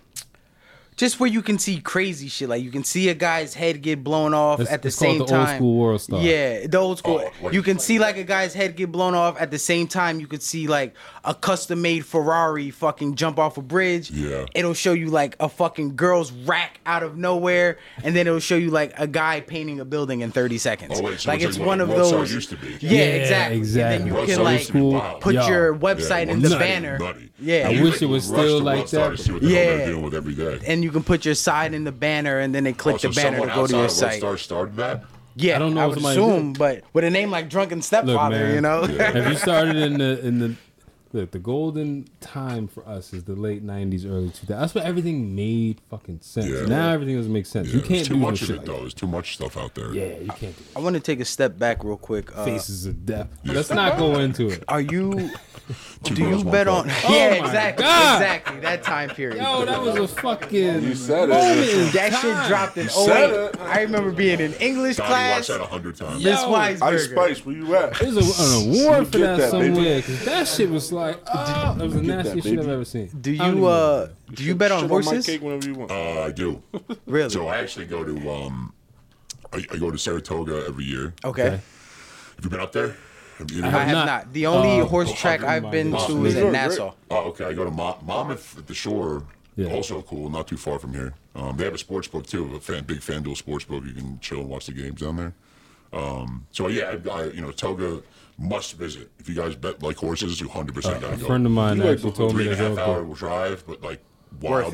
S4: just where you can see crazy shit. Like you can see a guy's head get blown off
S3: It's-
S4: at the
S3: it's called
S4: same
S3: the old
S4: time.
S3: school World Star.
S4: Yeah, the old school.
S5: Oh, like-
S4: you can see like a guy's head get blown off at the same time. You could see like a custom made Ferrari fucking jump off a bridge.
S5: Yeah.
S4: It'll show you like a fucking girl's rack out of nowhere, and then it'll show you like a guy painting a building in 30 seconds.
S5: Oh, wait, so
S4: like
S5: it's
S4: it's
S5: like what
S4: one of
S5: World Star
S4: those.
S5: used to be.
S4: Yeah,
S3: Yeah,
S4: exactly. And then
S3: exactly.
S4: you
S5: World
S4: can
S5: Star
S4: like
S5: used to be wild.
S4: put
S3: Yo.
S4: your
S5: Yeah,
S4: website
S5: well,
S4: in the
S5: nutty,
S4: banner.
S5: nutty.
S4: Yeah.
S5: You
S3: I wish
S5: could
S3: it was
S5: rush to
S3: still like
S5: World Star
S3: that.
S5: to see what the hell
S4: Yeah.
S5: they're dealing with every day.
S4: and you can put your sign in the banner, and then they click
S5: Oh, so
S4: the banner to
S5: someone
S4: go to your
S5: outside of World
S4: site.
S5: Star started that.
S4: Yeah,
S3: I
S4: I
S3: don't
S4: don't
S3: know
S4: I
S3: if
S4: would
S3: somebody
S4: assume, but with a name like Drunken Stepfather,
S3: man.
S4: you know,
S3: Have you started in the in the look? The golden time for us is the late '90s, early 2000s. That's when everything made fucking sense.
S5: Yeah.
S3: Now everything doesn't make sense.
S5: Yeah,
S3: you
S5: there's
S3: can't
S5: too
S3: do no
S5: much of
S3: shit
S5: it
S3: like
S5: though. There's too much stuff out there.
S3: that. Yeah, you can't do
S4: I want to take a step back real quick. Uh,
S3: faces of death. Let's not go into it.
S4: Are you?
S5: Two
S4: Do
S5: girls,
S4: you
S5: one
S4: bet
S5: cup.
S4: on? <laughs> yeah,
S3: my
S4: exactly,
S3: God.
S4: exactly that time period.
S3: Yo, that was a fucking.
S6: You said it.
S3: moment in
S4: that
S3: time.
S4: shit dropped in
S6: said
S4: 08.
S6: it.
S4: I remember being in English
S5: Donnie
S4: class.
S5: watched that a hundred times.
S4: Miss
S3: Yo.
S6: Ice
S4: Weisberger.
S6: Spice, where you at?
S3: There's a, an award for
S6: get
S3: that,
S6: that, baby.
S3: somewhere. 'cause that shit was like, ah, that was the
S6: get that,
S3: nastiest shit I've
S6: baby.
S3: ever seen.
S4: Do
S3: I don't even
S4: you uh? Do you bet on
S6: Shit my
S4: horses?
S6: cake whenever you want.
S5: Uh, I do.
S4: Really?
S5: So I actually go to um, I, I go to Saratoga every year.
S4: Okay.
S5: Have you been up there? Have you-
S4: Oh. I have
S3: not. Oh.
S4: not. The only horse track
S3: hundred
S4: I've been
S3: miles.
S4: to is at
S6: Sure,
S4: Nassau.
S5: Oh, okay. I go to Mo- Monmouth at the Shore.
S3: Yeah.
S5: Also cool, not too far from here. Um, they have a sports book too, a fan, big FanDuel sports book. You can chill and watch the games down there. Um, so yeah, I, I, you know, Toga must visit. If you guys bet like horses, you hundred percent gotta
S3: Uh, A
S5: go.
S3: friend of mine
S6: You like
S3: actually
S6: the
S3: told me
S5: Three and
S3: to
S5: a half
S3: go.
S5: hour drive, but like wild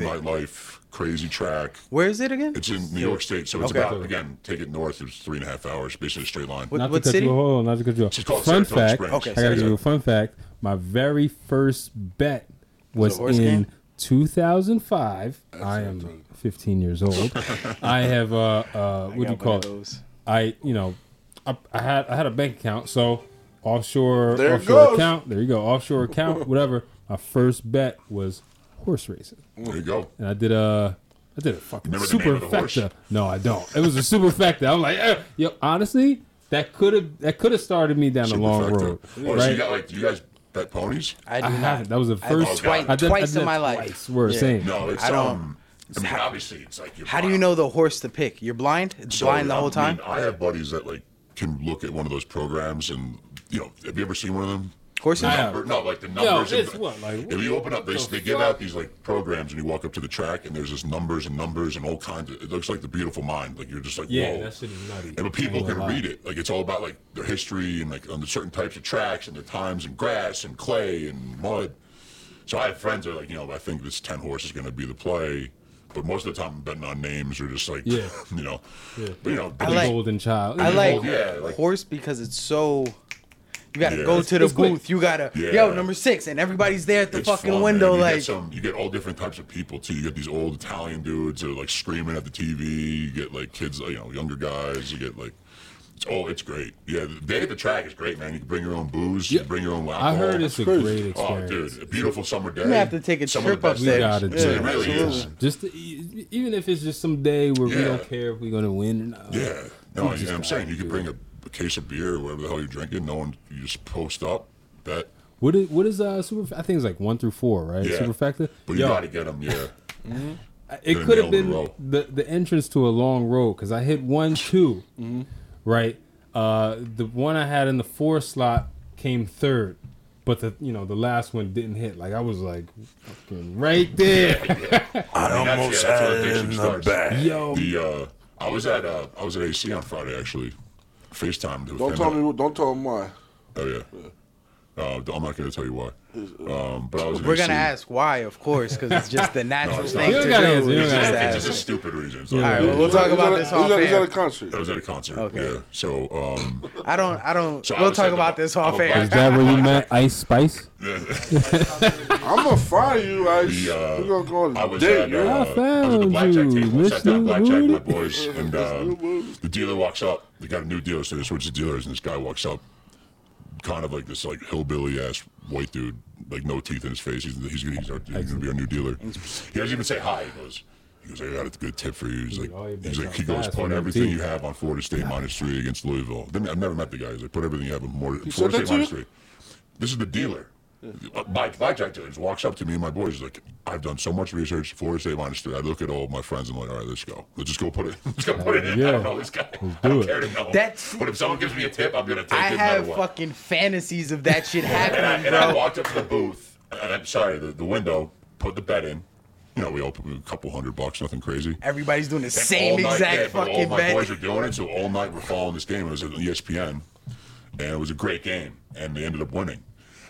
S4: Worth it.
S5: nightlife, crazy track.
S4: Where is it again?
S5: It's in New York State, so it's
S4: Okay.
S5: about again take it north. It's three and a half hours, basically a straight line.
S4: What-
S3: Not to
S4: what
S3: cut
S4: city?
S3: you off. Hold on, not to cut you
S5: She's
S3: off.
S5: called
S3: Fun
S5: Saratoga
S3: fact.
S5: Springs.
S4: Okay,
S3: I gotta
S4: sorry.
S3: give you a fun fact. My very first bet was
S4: it a horse
S3: in
S4: game?
S3: 2005. I am 15 years
S4: <laughs>
S3: old. I have uh, uh what do you
S4: got one
S3: call
S4: of
S3: it?
S4: those.
S3: I you know, I, I had I had a bank account, so offshore
S6: There it
S3: offshore
S6: goes.
S3: account. There you go, offshore
S4: <laughs>
S3: account, whatever. My first bet was horse racing
S5: There you go.
S3: and I did a, I did a fucking
S5: Remember the name of the
S3: superfecta.
S5: horse?
S3: No, I don't. It was a superfecta. I'm like, eh. yo, honestly, that could have that could have started me down the long
S5: Perfecto.
S3: road,
S5: Oh, so you
S3: right?
S5: got like, do you guys bet ponies?
S4: I do
S3: I haven't.
S4: not.
S3: That was the first
S5: twi-
S3: I did- I
S4: twice
S3: did
S4: in
S3: it
S4: my life.
S3: Twice, we're
S4: Yeah.
S3: saying.
S5: No, it's
S4: I don't-
S5: um. I mean, obviously, it's like you're
S4: How do you
S5: blind.
S4: know the horse to pick? You're blind. It's
S5: So,
S4: blind the
S5: I
S4: whole
S5: mean,
S4: time.
S5: I have buddies that like can look at one of those programs, and you know, have you ever seen one of them?
S4: Horses.
S5: The number- no, like the numbers.
S3: it's
S5: and-
S3: what, like,
S5: if you open up, they,
S3: what the
S5: they give
S3: fuck?
S5: out these like programs, and you walk up to the track, and there's just numbers and numbers and all kinds. of It looks like the Beautiful Mind. Like you're just like,
S3: Yeah,
S5: whoa.
S3: that shit is nutty.
S5: And but
S3: I
S5: people
S3: ain't
S5: can
S3: gonna lie.
S5: read it. Like it's all about like their history and like on the certain types of tracks and their times and grass and clay and mud. So I have friends that are like, you know, I think this ten horse is gonna be the play. But most of the time I'm betting on names or just like
S3: Yeah.
S5: <laughs> you know. But you know,
S4: I
S5: big
S4: like-
S3: Golden child.
S4: I like,
S5: yeah, like-
S4: horse because it's so. You gotta
S5: Yeah.
S4: go
S5: It's-
S4: to the
S3: it's quick.
S4: booth. You gotta
S5: Yeah.
S4: yo number six, and everybody's there at the
S5: It's
S4: fucking
S5: fun, man.
S4: window.
S5: You
S4: Like
S5: get some, you get all different types of people too. You get these old Italian dudes that are like screaming at the TV. You get like kids, you know, younger guys. You get like, it's oh, it's great. Yeah, the day at the track is great, man. You can bring your own booze. You can bring your own alcohol.
S3: I heard it's a
S6: crazy.
S3: great
S5: oh,
S3: experience.
S5: dude, a beautiful summer day.
S4: you have to take a
S5: Some of
S4: trip
S5: the
S4: up
S5: best
S4: there.
S5: days.
S3: gotta do
S5: So
S3: it.
S5: it really is.
S3: Just to, e- even if it's just some day where we
S5: Yeah.
S3: don't care if we're gonna win or not.
S5: Yeah, no, I, I'm saying you could bring a, a case of beer, or whatever the hell you're drinking. No one, you just post up, bet.
S3: What is what is uh super? I think it's like one through four, right?
S5: Yeah.
S3: Super factor.
S5: But you
S3: Yo,
S5: gotta get them, yeah.
S3: it
S5: Gonna
S3: could have
S5: nail the
S3: been
S5: row.
S3: the, the entrance to a long road because I hit one 2
S5: Mm-hmm.
S3: right? Uh, the one I had in the four slot came third, but the you know the last one didn't hit. Like I was like, fucking right
S5: <laughs>
S3: there.
S6: I
S5: that's-
S6: almost
S5: yeah, that's where
S6: had it in
S5: addiction
S6: the
S5: starts.
S6: back.
S3: Yo,
S5: The uh, I was at uh, I was at AC on Friday actually. FaceTimed. with
S6: Don't
S5: him.
S6: tell me. Don't tell him why.
S5: Oh yeah. Uh, I'm not gonna tell you why. Um, but I was. in
S4: We're
S5: AC.
S4: gonna ask why, of course, because it's just
S5: <laughs>
S4: the natural
S5: it's
S4: thing
S5: not.
S4: to
S5: You
S4: do.
S5: don't
S3: gotta answer, you
S4: is
S3: don't
S4: just
S3: gotta
S4: to
S5: It's
S4: ask
S5: just a
S4: it.
S5: stupid reason. It's
S4: All
S5: like-
S4: right, well, we'll talk
S6: He's at
S4: about
S6: a-
S4: this
S6: he's
S4: off
S6: at- He's at a
S4: air.
S6: concert.
S5: I was at a concert.
S4: Okay.
S5: Yeah. So um,
S4: I don't. I don't.
S5: So I
S4: we'll
S5: was
S4: talk
S5: at the-
S4: about this off
S5: I
S3: is
S5: was
S4: air.
S3: that where you met Ice Spice?
S6: I'm gonna fire you. I.
S5: The, uh,
S6: We're gonna go on
S5: I
S6: a
S5: was
S6: date.
S5: at,
S6: yo.
S5: uh, I was at the
S3: found
S5: blackjack
S3: you,
S5: table. I
S3: Miss
S5: sat down
S3: New
S5: blackjack with my
S3: Booty.
S5: boys,
S6: <laughs>
S5: and uh, the dealer walks up. They got a new dealer, so they switch the dealers, and this guy walks up, kind of like this like hillbilly ass white dude, like no teeth in his face. He's he's gonna, he's, our, he's gonna be our new dealer. He doesn't even say hi. He goes. He goes, I got a good tip for you. He's like,
S3: Oh, you
S5: he's
S3: bet
S5: like, he
S3: you got
S5: goes,
S3: fast
S5: put
S3: on them
S5: everything
S3: teeth."
S5: you have on Florida State minus three against Louisville. Then I've never met the guy. He's like, put everything you have on Florida
S6: said
S5: Florida
S6: that
S5: State
S6: to you?
S5: minus three. This is the dealer. Uh, My blackjack dealer just walks up to me and my boys. He's like, I've done so much research. Florida State minus three. I look at all my friends. and I'm like, all right, let's go. Let's just go put it. <laughs> Let's go put it in. I
S3: yeah.
S5: don't know this guy.
S3: Let's
S5: I
S3: do
S5: don't
S3: it.
S5: care to know.
S4: That's-
S5: But if someone gives me a tip, I'm gonna take
S4: I
S5: it. no
S4: have
S5: matter what.
S4: fucking fantasies of that shit
S5: And I,
S4: happening,
S5: and I <laughs>
S4: bro.
S5: walked up to the booth. And I'm sorry, the, the window. Put the bet in. You know, we all put a couple hundred bucks, nothing crazy.
S4: Everybody's doing the
S5: And
S4: same
S5: all night,
S4: exact
S5: yeah, but
S4: fucking
S5: all my boys
S4: bet.
S5: were doing it, so all night we're following this game. It was E on ESPN, and it was a great game, and they ended up winning.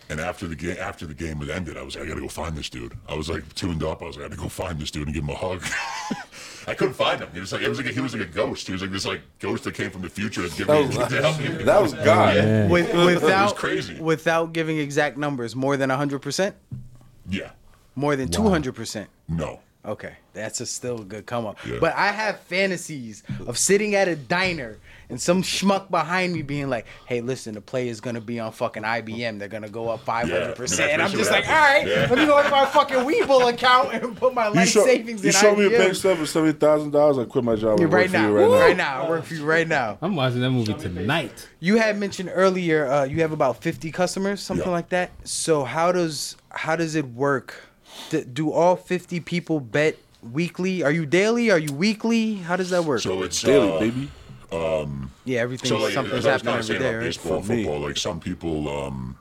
S5: And after the game, after the game was ended, I was like, I gotta go find this dude. I was like tuned up. I was like, I gotta go find this dude and give him a hug. <laughs> I couldn't find him. He was like, it was like he was like a ghost. He was like this like ghost that came from the future to give me
S6: That was-
S5: <laughs> to help me.
S6: That was God.
S4: With, without
S5: crazy.
S4: without giving exact numbers, more than hundred percent,
S5: yeah.
S4: more than two hundred percent.
S5: No.
S4: Okay, that's a still good come up.
S5: Yeah.
S4: But I have fantasies of sitting at a diner and some schmuck behind me being like, "Hey, listen, the play is gonna be on fucking IBM. They're gonna go up five hundred percent."
S5: Yeah,
S4: And I'm
S5: that's
S4: just like,
S5: basically
S4: "All
S5: what
S4: right,
S5: happened.
S4: let me go to my fucking Weeble account and put my
S6: You
S4: life
S6: show,
S4: savings
S6: you
S4: in
S6: show
S4: IBM."
S6: me a bank stuff for seventy thousand dollars. I quit my job. and work
S4: right
S6: for
S4: now,
S6: you
S4: right,
S6: right now.
S4: now, I work for you right now.
S3: I'm watching that movie tonight.
S4: You had mentioned earlier uh, you have about fifty customers, something
S5: Yeah.
S4: like that. So how does how does it work? D- do all fifty people bet weekly? Are you daily? Are you weekly? How does that work?
S5: So it's
S6: Daily,
S5: uh,
S6: baby.
S4: Yeah, everything.
S5: So like,
S4: something's
S5: as I was
S4: happening
S5: kind of
S4: every
S5: saying
S4: day,
S5: about
S4: right?
S5: baseball,
S6: For me.
S5: football, like some people, um,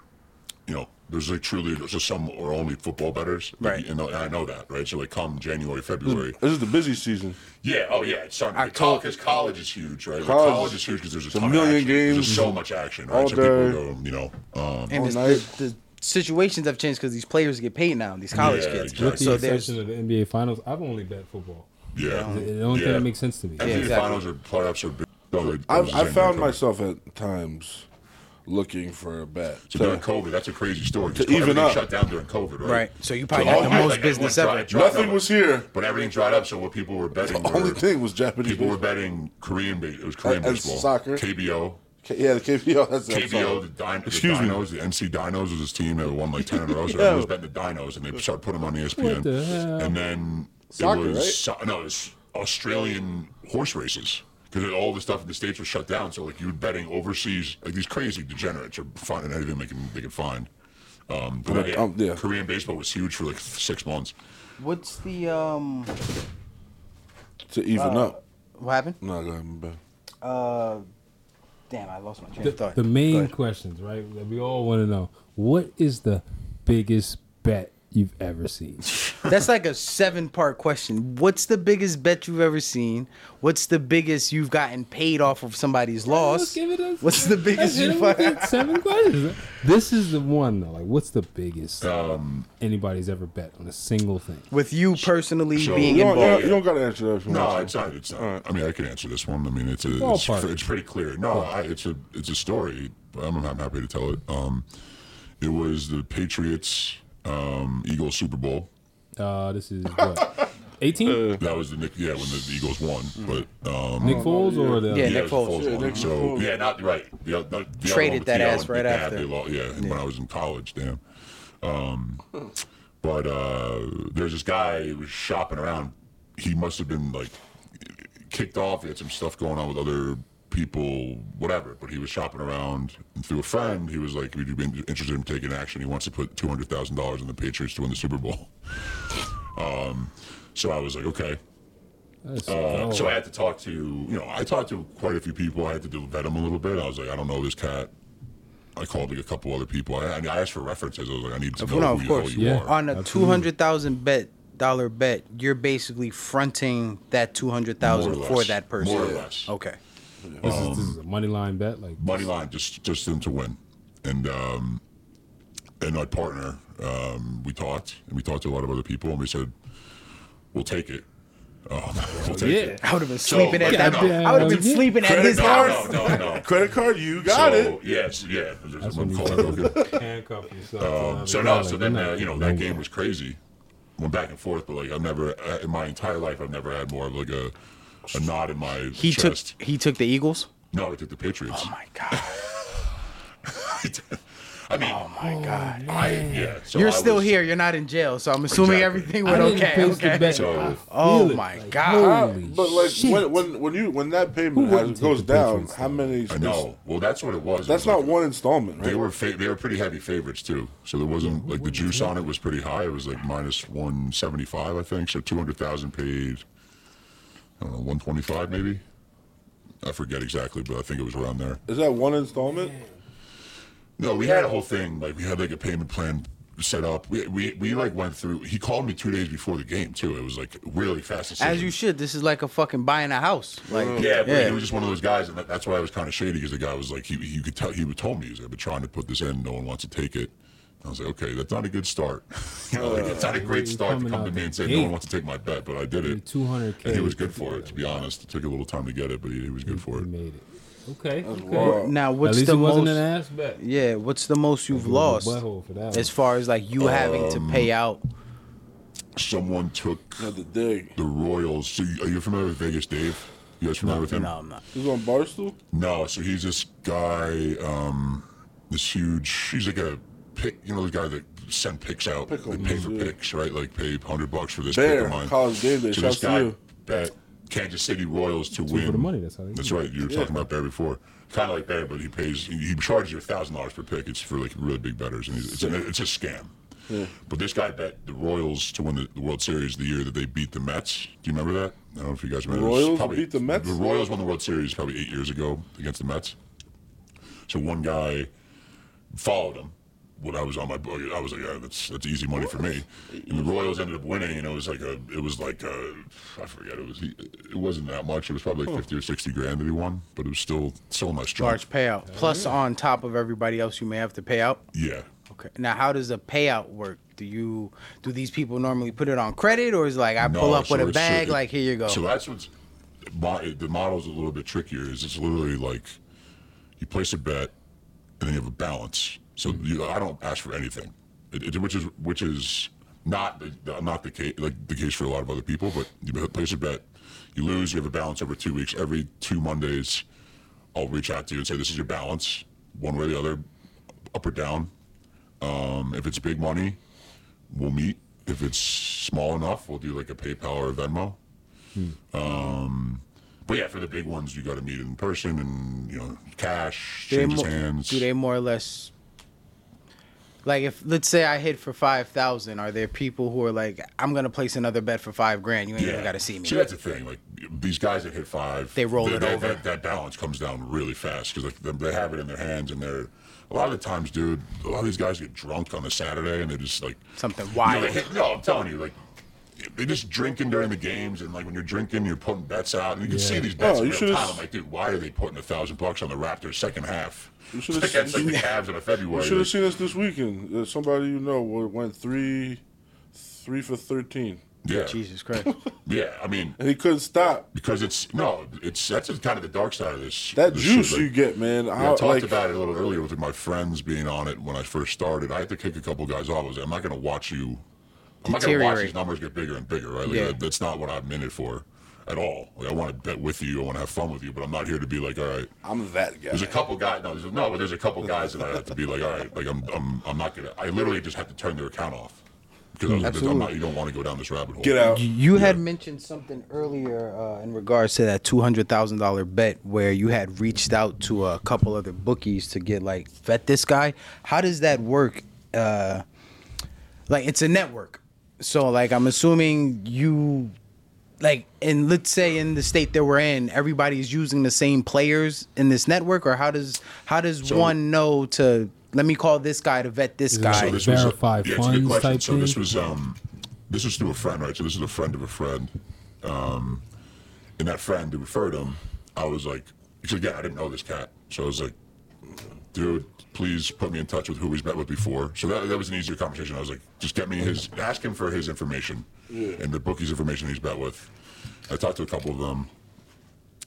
S5: you know, there's like truly just some or only football betters, like,
S4: Right.
S5: And I know that, right? So like, come January, February,
S6: This is the busy season.
S5: yeah, oh yeah, it's starting.
S4: October.
S5: Because college is huge, right? Like,
S6: College-
S5: college, is huge because there's a
S6: a
S5: ton
S6: million
S5: of action. There's
S6: games
S5: just so much action, right?
S6: all
S5: so
S6: day.
S5: people go, you know, um,
S4: And it's-
S6: All night.
S4: the, the situations have changed because these players get paid now. These college
S5: Yeah,
S4: kids.
S5: exactly.
S3: With the
S4: So there's
S3: exception of the NBA Finals, I've only bet football.
S5: yeah,
S3: The only
S5: yeah.
S3: thing that makes sense to me.
S5: NBA
S4: exactly.
S5: finals or playoffs or big. So like, it was
S6: I've,
S5: the
S6: I
S5: same
S6: found
S5: thing.
S6: myself at times looking for a bet.
S5: So during COVID, that's a crazy story. 'cause
S6: To even
S5: everything
S6: up.
S5: shut down during COVID, right?
S4: Right. So you probably
S5: all
S4: had the
S5: night,
S4: most
S5: like,
S4: business
S5: everyone
S4: ever.
S5: dried- dried
S6: Nothing
S5: up.
S6: was here.
S5: But everything dried up, so what people were betting
S6: The only
S5: were-
S6: thing was Japanese.
S5: People were betting Korean. ba- It was Korean
S6: And- and
S5: baseball,
S6: soccer.
S5: KBO,
S6: K- yeah, the KBO. That's that's all.
S5: KBO, the, Dino, the
S6: Excuse me.
S5: Dinos, the NC Dinos was his team that won like ten in a
S6: <laughs>
S5: row. So everyone was betting the Dinos, and they started putting them on E ESPN.
S3: What the hell?
S5: And then
S6: Soccer,
S5: it was
S6: right?
S5: so- no, it was Australian horse races because all the stuff in the states was shut down. So like you were betting overseas, like these crazy degenerates are finding anything they can they could find. Um, but then, yeah,
S6: um, yeah.
S5: Korean baseball was huge for like six months.
S4: What's the um?
S6: To
S3: Uh,
S6: even up.
S4: What happened?
S6: No, go ahead. my bad.
S4: Uh, damn, I lost my train
S3: The,
S4: of thought.
S3: the
S4: Go
S3: main
S4: ahead.
S3: questions, right? That we all want to know. What is the biggest bet you've ever seen?
S4: That's like a seven part question. What's the biggest bet you've ever seen? What's the biggest you've gotten paid off of somebody's
S3: Let's
S4: loss?
S3: give it a-
S4: What's the
S3: <laughs> let's
S4: biggest
S3: hit
S4: you
S3: him
S4: <laughs>
S3: with
S4: fucking-
S3: it. Seven questions. This is the one though. Like, what's the biggest
S5: Um,
S3: anybody's ever bet on a single thing?
S4: With you personally
S5: So-
S4: being
S6: You don't, you
S4: involved.
S6: don't- you don't gotta answer that. if you
S5: No,
S6: want
S5: it's
S6: to.
S5: not. It's not. I mean, I can answer this one. I mean, it's a, it's,
S3: Ballpark.
S5: it's pretty clear. No, I, it's a it's a story. but I'm, I'm happy to tell it. Um, it was the Patriots um, Eagles Super Bowl.
S3: Uh, this is what eighteen.
S5: That was the Nick. Yeah, when the Eagles won. But um,
S3: Nick Foles or the
S4: Yeah,
S5: yeah,
S4: Nick
S5: it was
S4: Foles.
S5: the
S4: Yeah,
S5: one.
S6: Nick
S5: so
S6: Foles.
S5: yeah, not right. The, oth- the, the other
S4: Traded
S5: one with
S4: that
S5: T.O.
S4: ass
S5: and
S4: right
S5: Big Dad,
S4: after.
S5: they lo- yeah, when I was in college, damn. Um, but uh, there's this guy who was shopping around. He must have been like kicked off. He had some stuff going on with other people, whatever. But he was shopping around, and through a friend, he was like, "Would you be interested in taking action? He wants to put two hundred thousand dollars in the Patriots to win the Super Bowl." <laughs> Um, so I was like, "Okay."
S3: That's-
S5: Uh,
S3: oh,
S5: So I had to talk to, you know, I talked to quite a few people. I had to do vet them a little bit. I was like, I don't know this cat. I called like a couple other people. I, I asked for references. I was like, I need to know
S4: no, of
S5: who
S4: course.
S5: you,
S3: Yeah.
S5: who you are.
S4: on a two hundred thousand bet dollar bet, you're basically fronting that two hundred thousand
S5: More or
S4: for
S5: less.
S4: that person.
S5: More or less.
S4: Okay.
S3: this, is, this is a money line bet. Like
S5: um, Money line, just just them to win. And um, and my partner, um, we talked and we talked to a lot of other people and we said, we'll take it. Um, <laughs>
S4: Oh,
S5: we'll take it.
S4: I would have been
S5: So,
S4: sleeping at
S5: like,
S4: that.
S3: Goddamn.
S4: I would have been
S3: Yeah.
S4: sleeping at
S5: Credit-
S4: his
S5: no,
S4: house.
S5: No, no,
S4: <laughs>
S5: no.
S6: Credit card, you got
S5: so,
S6: it.
S5: Yes, yeah. There's a-
S3: when you
S5: call it
S3: tell
S5: broken. <laughs>
S3: handcuff yourself. to another
S5: Um, so
S3: guy,
S5: no,
S3: like,
S5: so
S3: you're
S5: then
S3: not-
S5: uh, you know that game was crazy. Went back and forth, but like I've never uh, in my entire life I've never had more of like a a knot in my
S4: He
S5: chest.
S4: took he took the Eagles.
S5: no, I took the Patriots.
S4: Oh my god.
S5: <laughs> I mean,
S4: Oh
S3: Oh,
S4: My god.
S5: I, yeah. So
S4: You're
S5: I
S4: still
S5: was-
S4: here. You're not in jail, so I'm assuming
S5: Exactly.
S4: everything
S3: I
S4: went
S3: didn't
S4: okay.
S3: place the
S4: Okay.
S3: bet.
S5: So-
S3: I feel
S4: Oh
S3: it.
S4: my
S3: Like,
S4: god.
S6: How-
S3: Holy
S6: but like
S3: shit.
S6: when when when you when that payment
S3: wouldn't
S6: has,
S3: take
S6: goes
S3: the
S6: down,
S3: Patriots,
S6: how many?
S5: I know. Well, that's what it was. It
S6: That's
S5: was like-
S6: not one installment,
S5: They
S6: right?
S5: were fa- they were pretty heavy favorites too. So there wasn't like the juice on it was pretty high. It was like minus one seventy five, I think. So two hundred thousand paid. I don't know, one twenty five maybe. I forget exactly, but I think it was around there.
S6: Is that one installment?
S5: No, we had a whole thing. Like we had like a payment plan set up. We we, we like went through. He called me two days before the game too. It was like really fast.
S4: As you
S5: decision.
S4: should. This is like a fucking buying a house. Like
S5: Mm. Yeah, but he was just one of those guys, and that, that's why I was kind of shady because the guy was like, he you could tell he would told me he's like, I've been trying to put this in, no one wants to take it. I was like, okay, that's not a good start. <laughs> you know, like, it's not a great
S3: you
S5: start to
S3: coming
S5: come to
S3: out
S5: me
S3: the
S5: and say no one
S3: gate.
S5: wants to take my bet, but I did it.
S3: 200K.
S5: and he was good for it. To be honest, it took a little time to get it, but he, he was good
S3: You
S5: for it.
S3: made it. Okay. okay.
S6: wild.
S4: Now
S3: At
S4: what's
S3: least
S4: the
S3: it wasn't
S4: most?
S3: an ass bet.
S4: Yeah, what's the most you've lost
S3: Butthole for that
S4: as far as like you having
S5: Um,
S4: to pay out?
S5: Someone took
S6: Not the dig.
S5: the Royals. So you, are you familiar with Vegas Dave? You guys familiar with him?
S4: No, I'm not.
S6: He's on Barstool.
S5: No, so he's this guy, um, this huge. He's like a pick, you know, the guy that sent picks out.
S6: Pickle
S5: they pay
S6: man,
S5: for
S6: yeah.
S5: picks, right? Like pay hundred bucks for this pick
S6: Bear
S5: of mine.
S6: college game day.
S5: so
S6: Shouts
S5: this
S6: to
S5: guy
S6: you.
S5: bet Kansas City Royals to
S3: for
S5: win
S3: the money. That's how they
S5: That's
S3: do it.
S5: right. You were talking about Bear before. Kind of like Bear, but he pays. He, he charges you thousand dollars per pick. It's for like really big betters, and he's, it's, a, it's a scam. But this guy bet the Royals to win the, the World Series the year that they beat the Mets. Do you remember that? I don't know if you guys remember. It was
S6: Royals beat the Mets?
S5: The Royals won the World Series probably eight years ago against the Mets. So one guy followed him. When I was on my book, I was like, yeah, that's that's easy money for me. And the Royals ended up winning, and it was like a, it was like a, I forget, it was it wasn't that much. It was probably like fifty or sixty grand that he won, but it was still still nice chunk.
S4: Large payout. Plus on top of everybody else you may have to pay out.
S5: Yeah,
S4: Okay. Now how does the payout work? Do you do these people normally put it on credit or is it like I pull
S5: No,
S4: up
S5: so
S4: with a
S5: it's-
S4: bag
S5: it-
S4: like here you go.
S5: So that's what's my, the model's a little bit trickier. Is it's literally like you place a bet and then you have a balance. So
S4: Hmm.
S5: you, I don't ask for anything, It- it- which is which is not the, the- not the case like the case for a lot of other people. But you place a bet, you lose, you have a balance over two weeks. Every two Mondays, I'll reach out to you and say this is your balance, one way or the other, up or down. Um, if it's big money, we'll meet. If it's small enough, we'll do like a PayPal or a Venmo. Um,
S4: Hmm.
S5: but yeah, for the big ones, you got to meet in person and you know cash,
S4: do, they
S5: changes
S4: mo-
S5: hands.
S4: do they more or less like if let's say I hit for five thousand, are there people who are like, I'm gonna place another bet for five grand, you ain't even gotta see me.
S5: See, that's the thing. Like these guys that hit five,
S4: They roll it
S5: that-
S4: over.
S5: That, that balance comes down really fast because like them- they have it in their hands and they're. A lot of the times, dude, a lot of these guys get drunk on a Saturday and they're just like
S4: Something
S5: You know,
S4: wild.
S5: they hit- <laughs> no, I'm telling you, like they're just drinking during the games and like when you're drinking, you're putting bets out and you can see these bets
S6: Oh,
S5: in
S6: you
S5: real
S6: should've
S5: time.
S6: s-
S5: I'm like, dude, why are they putting a thousand bucks on the Raptors second half?
S6: You should've
S5: Against like
S6: seen-
S5: the Cavs in a February.
S6: You should have
S5: Like,
S6: seen us this weekend. Uh, somebody you know wa- went three, three for thirteen,
S5: yeah,
S4: Jesus Christ.
S5: yeah. I mean,
S6: and he couldn't stop.
S5: because it's no, it's that's just kind of the dark side of this.
S6: That
S5: this
S6: juice
S5: shit, like-
S6: you get, man.
S5: Yeah, I
S6: How,
S5: talked
S6: like,
S5: about it a little earlier with my friends being on it when I first started. I had to kick a couple guys off. I was like, I'm not going to watch you. I'm not going to watch
S4: Deteriorate.
S5: these numbers get bigger and bigger, right? Like,
S4: Yeah.
S5: that- that's not what I'm in it for at all. Like, I want to bet with you. I want to have fun with you, but I'm not here to be like, all right.
S6: I'm that guy.
S5: There's a couple guys. No, there's, no, but there's a couple guys that I have to be like, all right, like I'm, I'm, I'm not gonna. I literally just have to turn their account off. because I was like, I'm
S4: Absolutely.
S5: not, you don't want to go down this rabbit hole.
S6: Get out.
S4: You had mentioned something earlier uh, in regards to that two hundred thousand dollar bet where you had reached out to a couple other bookies to get like vet this guy. How does that work? Uh, like it's a network, so like I'm assuming you, like in let's say in the state that we're in, everybody's using the same players in this network, or how does how does one know to let me call this guy to vet this guy?
S5: So this
S3: Verify
S5: was a, yeah, it's a
S3: funds
S5: good question.
S3: type
S5: so this
S3: thing?
S5: was um, this was through a friend, right? So this is a friend of a friend, um, and that friend who referred him, I was like, because again, I didn't know this cat, so I was like, dude, please put me in touch with who he's met with before. So that, that was an easier conversation. I was like, just get me his, ask him for his information and the bookie's information he's met with. I talked to a couple of them.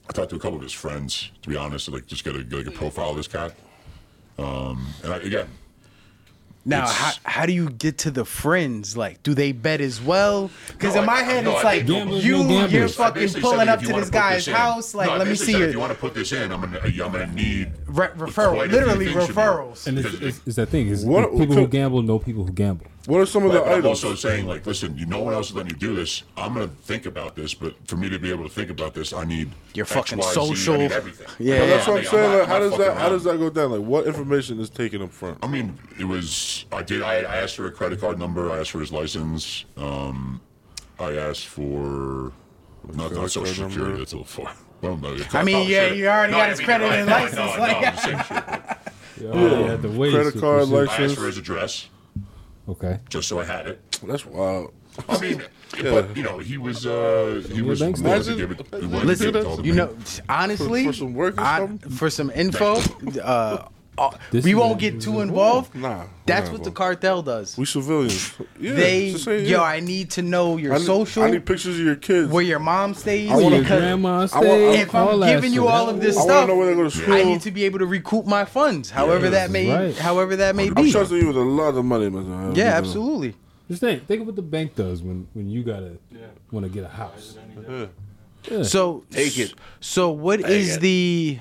S5: I talked to a couple of his friends, to be honest, to like just get a, get like a profile of this cat. Um, and I, again,
S4: Now,
S5: It's-
S4: how, how do you get to the friends? Like, do they bet as well? Because
S5: No,
S4: in
S5: I-
S4: my
S5: I-
S4: head,
S5: no,
S4: it's
S5: I
S4: like
S5: didn't know
S3: Gamblers,
S4: you
S3: no gamblers.
S4: you're
S3: I
S5: I
S4: fucking
S5: basically said,
S4: pulling
S5: like,
S4: up
S5: if you
S4: to
S5: wanna
S4: this
S5: put
S4: guy's
S5: in-
S4: house. Like,
S5: No, I
S4: let me
S5: basically
S4: see
S5: said,
S4: your
S5: If you want to put this in, I'm gonna, I'm gonna need
S4: Re- referral-
S5: quite a few
S4: literally
S5: things from you.
S4: referrals.
S3: And it's, it's, it's that thing is
S6: What-
S3: if people who gamble know people who gamble.
S6: What are some of
S5: Right,
S6: the
S5: but I'm
S6: items?
S5: also saying, like, listen, you, no one else is letting you do this. I'm gonna think about this, but for me to be able to think about this, I need
S4: Your
S5: X,
S4: fucking
S5: Y, Z, I
S4: social-
S5: need everything.
S4: Yeah,
S5: Like,
S4: yeah.
S6: That's what I'm
S5: not-
S6: saying.
S5: not-
S6: like, how
S5: not
S6: does
S5: fucking
S6: that? How
S5: around.
S6: does that go down? Like, what information is taken up front? <clears throat>
S5: I mean, it was. I did. I, I asked for a credit card number. I asked for his license. Um, I asked for not, not
S6: credit
S5: social
S6: card
S5: security.
S6: number?
S5: That's a little far. <laughs> Well, no, yeah,
S4: I mean,
S5: probably
S4: yeah,
S5: should.
S4: you already got
S5: I
S4: his
S5: mean,
S4: credit
S5: right,
S4: and
S5: no, I-
S4: license,
S5: no, I- no,
S4: like-
S5: I'm saying shit.
S3: Yeah, I had to wait,
S6: Credit
S3: so-
S6: card,
S3: so-
S5: I asked for his
S6: license.
S5: address
S3: Okay.
S5: just so I had it.
S6: That's wild.
S5: I mean, but you know, he was uh, he was
S3: thanks,
S5: willing to
S6: man.
S5: give it. he
S6: Imagine-
S5: wanted to
S4: Listen,
S5: give it all to
S4: you
S5: me.
S4: know, honestly,
S6: For- for some work or
S4: I-
S6: something?
S4: for some info, uh, uh,
S3: This
S4: we
S3: is
S4: won't
S3: a-
S4: get too involved.
S6: Nah, we're
S4: That's
S6: not
S4: what the
S6: involved.
S4: cartel does.
S6: We civilians. Yeah,
S4: they,
S6: it's the same,
S4: yo,
S6: yeah.
S4: I need to know your
S6: I need-
S4: social,
S6: I need pictures of your kids.
S4: where your mom stays.
S6: wanna-
S3: Your
S4: because
S3: grandma
S6: I want-
S3: stayed,
S4: if I'm
S3: all that
S4: giving you
S3: shit.
S4: all of this
S6: I want to
S4: stuff,
S6: know where they go to school.
S4: I need to be able to recoup my funds, however
S5: Yeah,
S4: that may,
S3: right.
S4: however that may
S6: I'm
S4: be.
S6: trusting you with a lot of money, man.
S4: Yeah, absolutely.
S3: Just think, think of what the bank does when, when you gotta want to get a house.
S4: So
S6: Take it.
S4: So what is
S6: it.
S4: the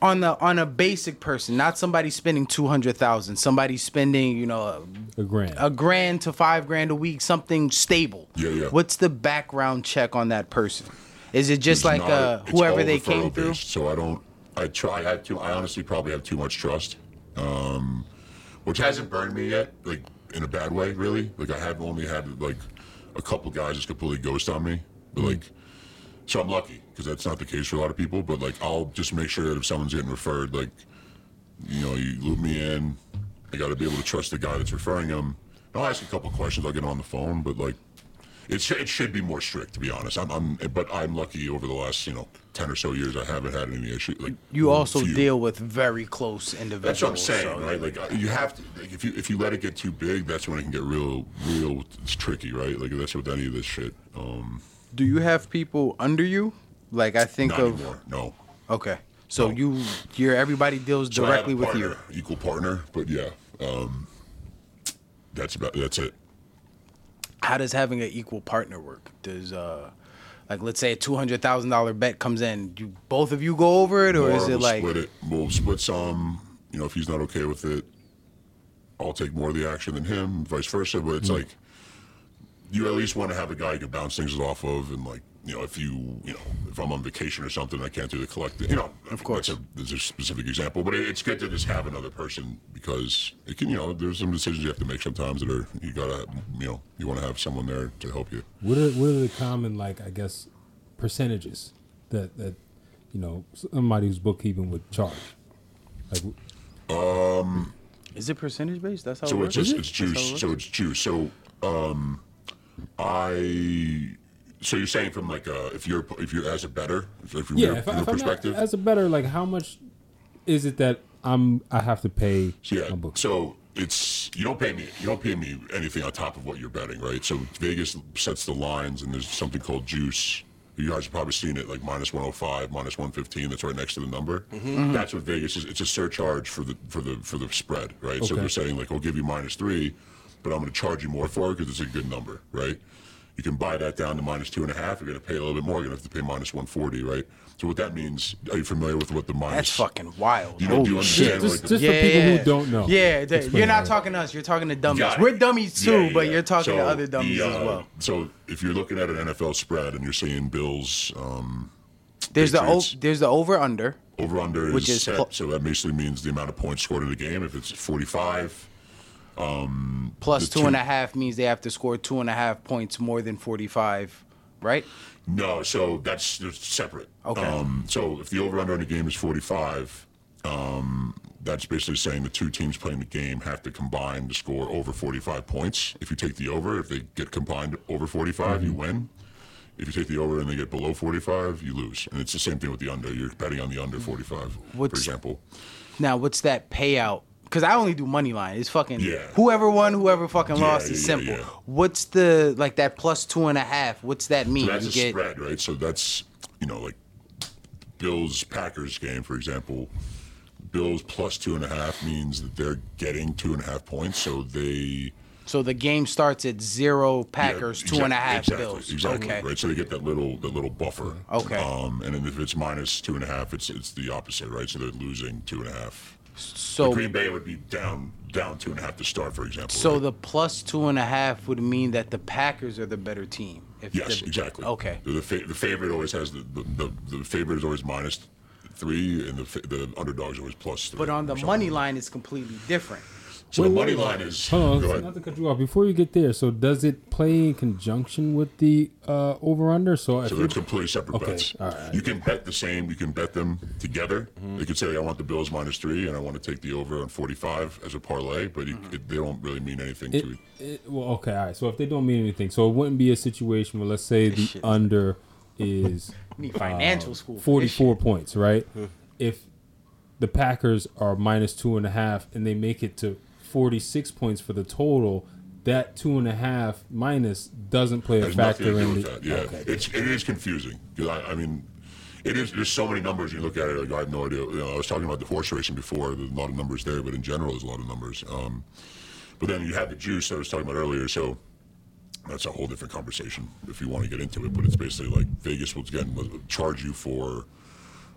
S4: on the on a basic person, not somebody spending two hundred thousand, somebody spending you know
S3: A grand.
S4: a, a grand to five grand a week, something stable.
S5: Yeah, yeah.
S4: What's the background check on that person? Is it just
S5: It's
S4: like
S5: not-
S4: uh,
S5: it's
S4: whoever
S5: all
S4: they came
S5: referral
S4: through?
S5: based, so I don't. I try. I have too. I honestly probably have too much trust, um, which hasn't burned me yet, like in a bad way, really. Like I have only had like a couple guys just completely ghost on me,
S4: Mm.
S5: but like. So I'm lucky because that's not the case for a lot of people. But like, I'll just make sure that if someone's getting referred, like, you know, you loop me in. I got to be able to trust the guy that's referring them. And I'll ask a couple questions. I'll get on the phone, but like, it should it should be more strict, to be honest. I'm, I'm but I'm lucky over the last you know ten or so years, I haven't had any issues. Like
S4: You also
S5: Mm, few.
S4: deal with very close individuals.
S5: That's what I'm saying,
S4: so-
S5: right? Like uh, you have to. Like, if you if you let it get too big, that's when it can get real real. It's tricky, right? Like that's with any of this shit. Um,
S4: Do you have people under you? Like I think
S5: not
S4: of
S5: anymore. No.
S4: okay. So you, you're everybody deals
S5: So I have
S4: directly
S5: a
S4: with you.
S5: partner, Equal partner, but yeah, um, that's about that's it.
S4: how does having an equal partner work? Does uh like let's say a two hundred thousand dollar bet comes in, do both of you go over it, or
S5: Or
S4: is it
S5: we'll
S4: like
S5: split it? We'll split some. You know, if he's not okay with it, I'll take more of the action than him, vice versa. But
S4: Hmm.
S5: it's like you at least want to have a guy you can bounce things off of, and like you know, if you you know, if I'm on vacation or something, I can't do the collecting. You know, of
S4: course.
S5: that's a, that's a specific example. But it, it's good to just have another person because it can you know, there's some decisions you have to make sometimes that are you gotta you know, you want to have someone there to help you.
S3: What are what are the common like I guess percentages that that you know somebody who's bookkeeping would charge? Like
S4: is it percentage based? That's how it
S5: So
S4: works.
S5: it's it's, it's juice. So it's juice. So um, I. So you're saying from like uh, if you're if you're as a better if if from
S3: yeah,
S5: your,
S3: if,
S5: from
S3: I,
S5: your
S3: if I'm not,
S5: perspective.
S3: as a better like how much is it that I'm I have to pay
S5: yeah.
S3: my book?
S5: So it's you don't pay me you don't pay me anything on top of what you're betting, right? So Vegas sets the lines, and there's something called juice. You guys have probably seen it, like minus 105, minus 115. That's right next to the number. That's what Vegas is. It's a surcharge for the for the for the spread, right? So
S3: Okay.
S5: they're saying like, I'll give you minus three, but I'm going to charge you more for it because it's a good number, right? You can buy that down to minus two and a half. You're going to pay a little bit more. You're going to have to pay minus 140, right? So what that means, are you familiar with what the minus?
S4: That's fucking wild.
S5: You know, do you
S4: Holy
S5: understand?
S3: Just-
S5: like,
S3: just- for people who don't know.
S4: Yeah, they-
S3: Explain
S4: you're not
S3: that.
S4: talking to us. You're talking to dummies.
S5: Got it.
S4: We're dummies too,
S5: Yeah,
S4: but
S5: yeah.
S4: you're talking to
S5: So
S4: other dummies
S5: the,
S4: as
S5: uh,
S4: well.
S5: So if you're looking at an NFL spread and you're seeing Bills um,
S4: There's the o-
S5: Patriots.
S4: there's the over under.
S5: over under
S4: Which
S5: is,
S4: is
S5: set,
S4: pl-
S5: so that basically means the amount of points scored in the game. If it's 45,
S4: Plus
S5: The
S4: two
S5: two-
S4: and a half means they have to score two and a half points more than 45, right?
S5: No, so that's they're separate.
S4: Okay.
S5: Um, so if the over under in the game is 45, um, that's basically saying the two teams playing the game have to combine to score over 45 points. If you take the over, if they get combined over 45, you
S4: Mm-hmm.
S5: win. If you take the over and they get below 45, you lose. And it's the same thing with the under. You're betting on the under 45, for
S4: What's-
S5: example.
S4: Now, what's that payout? Because I only do money line. It's fucking
S5: Yeah.
S4: whoever won, whoever fucking
S5: Yeah,
S4: lost
S5: yeah,
S4: is
S5: yeah,
S4: simple.
S5: yeah.
S4: What's the like that plus two and a half? What's that mean?
S5: So that's
S4: You
S5: a spread, right? So that's you know like Bills Packers game, for example. Bills plus two and a half means that they're getting two and a half points, so they
S4: So the game starts at zero Packers,
S5: Yeah,
S4: two and a
S5: exact-
S4: half
S5: exactly,
S4: Bills.
S5: Exactly.
S4: okay.
S5: Right. So they get that little that little buffer.
S4: Okay.
S5: Um, and then if it's minus two and a half, it's it's the opposite, right? So they're losing two and a half.
S4: So
S5: Green Bay would be down down two and a half to start, for example.
S4: so
S5: right?
S4: the plus two and a half would mean that the Packers are the better team. If
S5: Yes,
S4: the-
S5: exactly.
S4: Okay.
S5: The, the, fa- the favorite always has the the, the the favorite is always minus three, and the fa- the underdog is always plus three.
S4: But on the
S5: or something.
S4: money line, it's completely different.
S5: so the
S3: Wait,
S5: money
S3: wait,
S5: line is.
S3: Hold
S5: go
S3: on,
S5: ahead.
S3: not to cut you off. Before you get there, so does it play in conjunction with the uh, over under? So, if
S5: So
S3: you're-
S5: they're completely separate
S3: Okay,
S5: bets.
S3: all right. Mm-hmm.
S5: You can bet the same. You can bet them together. You can say, "I want the Bills minus three, and I want to take the over on 45 as a parlay," but you, it, they don't really mean anything
S3: Mm-hmm. it,
S5: to you.
S3: it, well, okay, all right. So if they don't mean anything, so it wouldn't be a situation where let's say the
S4: shit.
S3: under
S4: <laughs>
S3: is
S4: I
S5: Uh,
S4: need financial school. for this
S3: forty-four points, right? If the Packers are minus two and a half and they make it to forty-six points for the total, that two and a half minus doesn't play a
S5: There's nothing
S3: factor
S5: to do
S3: in
S5: with
S3: the.
S5: that. Yeah, it's it is confusing. 'Cause I, I mean, it is. There's so many numbers. You look at it, like I have no idea. You know, I was talking about the horse racing before. There's a lot of numbers there, but in general, there's a lot of numbers. Um, but then you have the juice that I was talking about earlier. So that's a whole different conversation if you want to get into it. But it's basically like Vegas will again will charge you for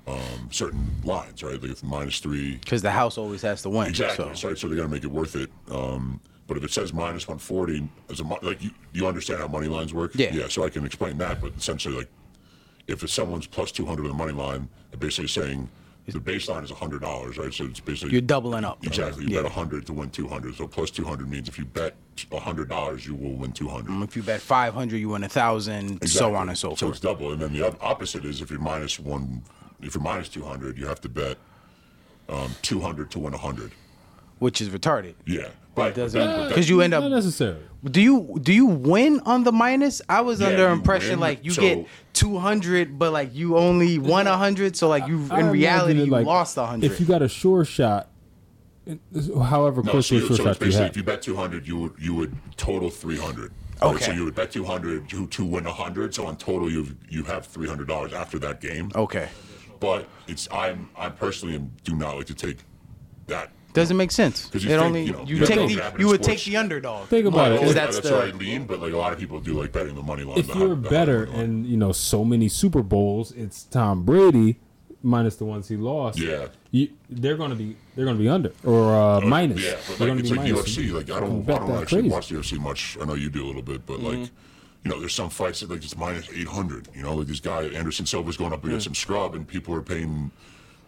S5: um, certain lines, right? Like if minus three,
S4: Because the house always has to win.
S5: Exactly.
S4: So.
S5: So, so they got to make it worth it. Um, but if it says minus 140, as a mo- like you, you understand how money lines work.
S4: Yeah.
S5: Yeah. So I can explain that, but essentially, like, if it's someone's plus 200 on the money line, they're basically saying the baseline is $100, right? So it's basically
S4: You're doubling up.
S5: Exactly. You
S4: Yeah.
S5: bet 100 to win 200. So plus 200 means if you bet $100, you will win 200.
S4: If you bet 500, you win a 1,000, Mm, so
S5: Exactly.
S4: on and so
S5: So it's
S4: forth.
S5: double. And then the op- opposite is if you're minus one, if you're minus 200, you have to bet um, 200 to win 100.
S4: Which is retarded.
S5: Yeah. But
S4: doesn't-
S5: but that-
S4: Because you end
S3: not
S4: up.
S3: necessarily.
S4: Do you do you win on the minus? I was
S5: Yeah,
S4: under
S5: you
S4: impression
S5: win,
S4: like you
S5: so-
S4: get 200, but like you only won 100. So like you,
S3: I
S4: in
S3: imagine
S4: reality,
S3: it
S4: you
S3: like,
S4: lost 100.
S3: If you got a sure shot, however
S5: No,
S3: close
S5: so,
S3: to a
S5: you,
S3: sure
S5: so it's
S3: shot you
S5: basically
S3: have.
S5: if you bet 200, you would you would total 300. right?
S4: Okay.
S5: So you would bet 200 you to win 100. So in total, you you have 300 dollars after that game.
S4: okay,
S5: But it's I'm I personally am, do not like to take that.
S4: doesn't make sense.
S5: 'Cause
S4: It
S5: you think,
S4: only
S5: you know,
S4: you
S5: you
S4: take
S5: don't
S4: the
S5: grab it
S4: you
S5: in
S4: would take
S5: sports.
S4: the underdog.
S3: Think about it.
S5: Like,
S4: Because Oh, that's
S5: that's where I
S4: the
S5: lean, but like a lot of people do like betting the money line.
S3: if
S5: the
S3: you're
S5: high- the high
S3: better
S5: money line.
S3: and you know so many Super Bowls, it's Tom Brady minus the ones he lost.
S5: Yeah. Oh,
S3: you, they're gonna be they're gonna be under or uh, minus.
S5: Yeah,
S3: they're
S5: but like
S3: gonna
S5: it's
S3: be
S5: like
S3: minus.
S5: UFC. Like I don't, I
S3: bet
S5: don't
S3: that
S5: actually
S3: crazy.
S5: watch the UFC much. I know you do a little bit, but like,
S4: Mm-hmm.
S5: you know, there's some fights that like it's minus 800. You know, like this guy Anderson Silva's going up
S4: Mm.
S5: against some scrub, and people are paying,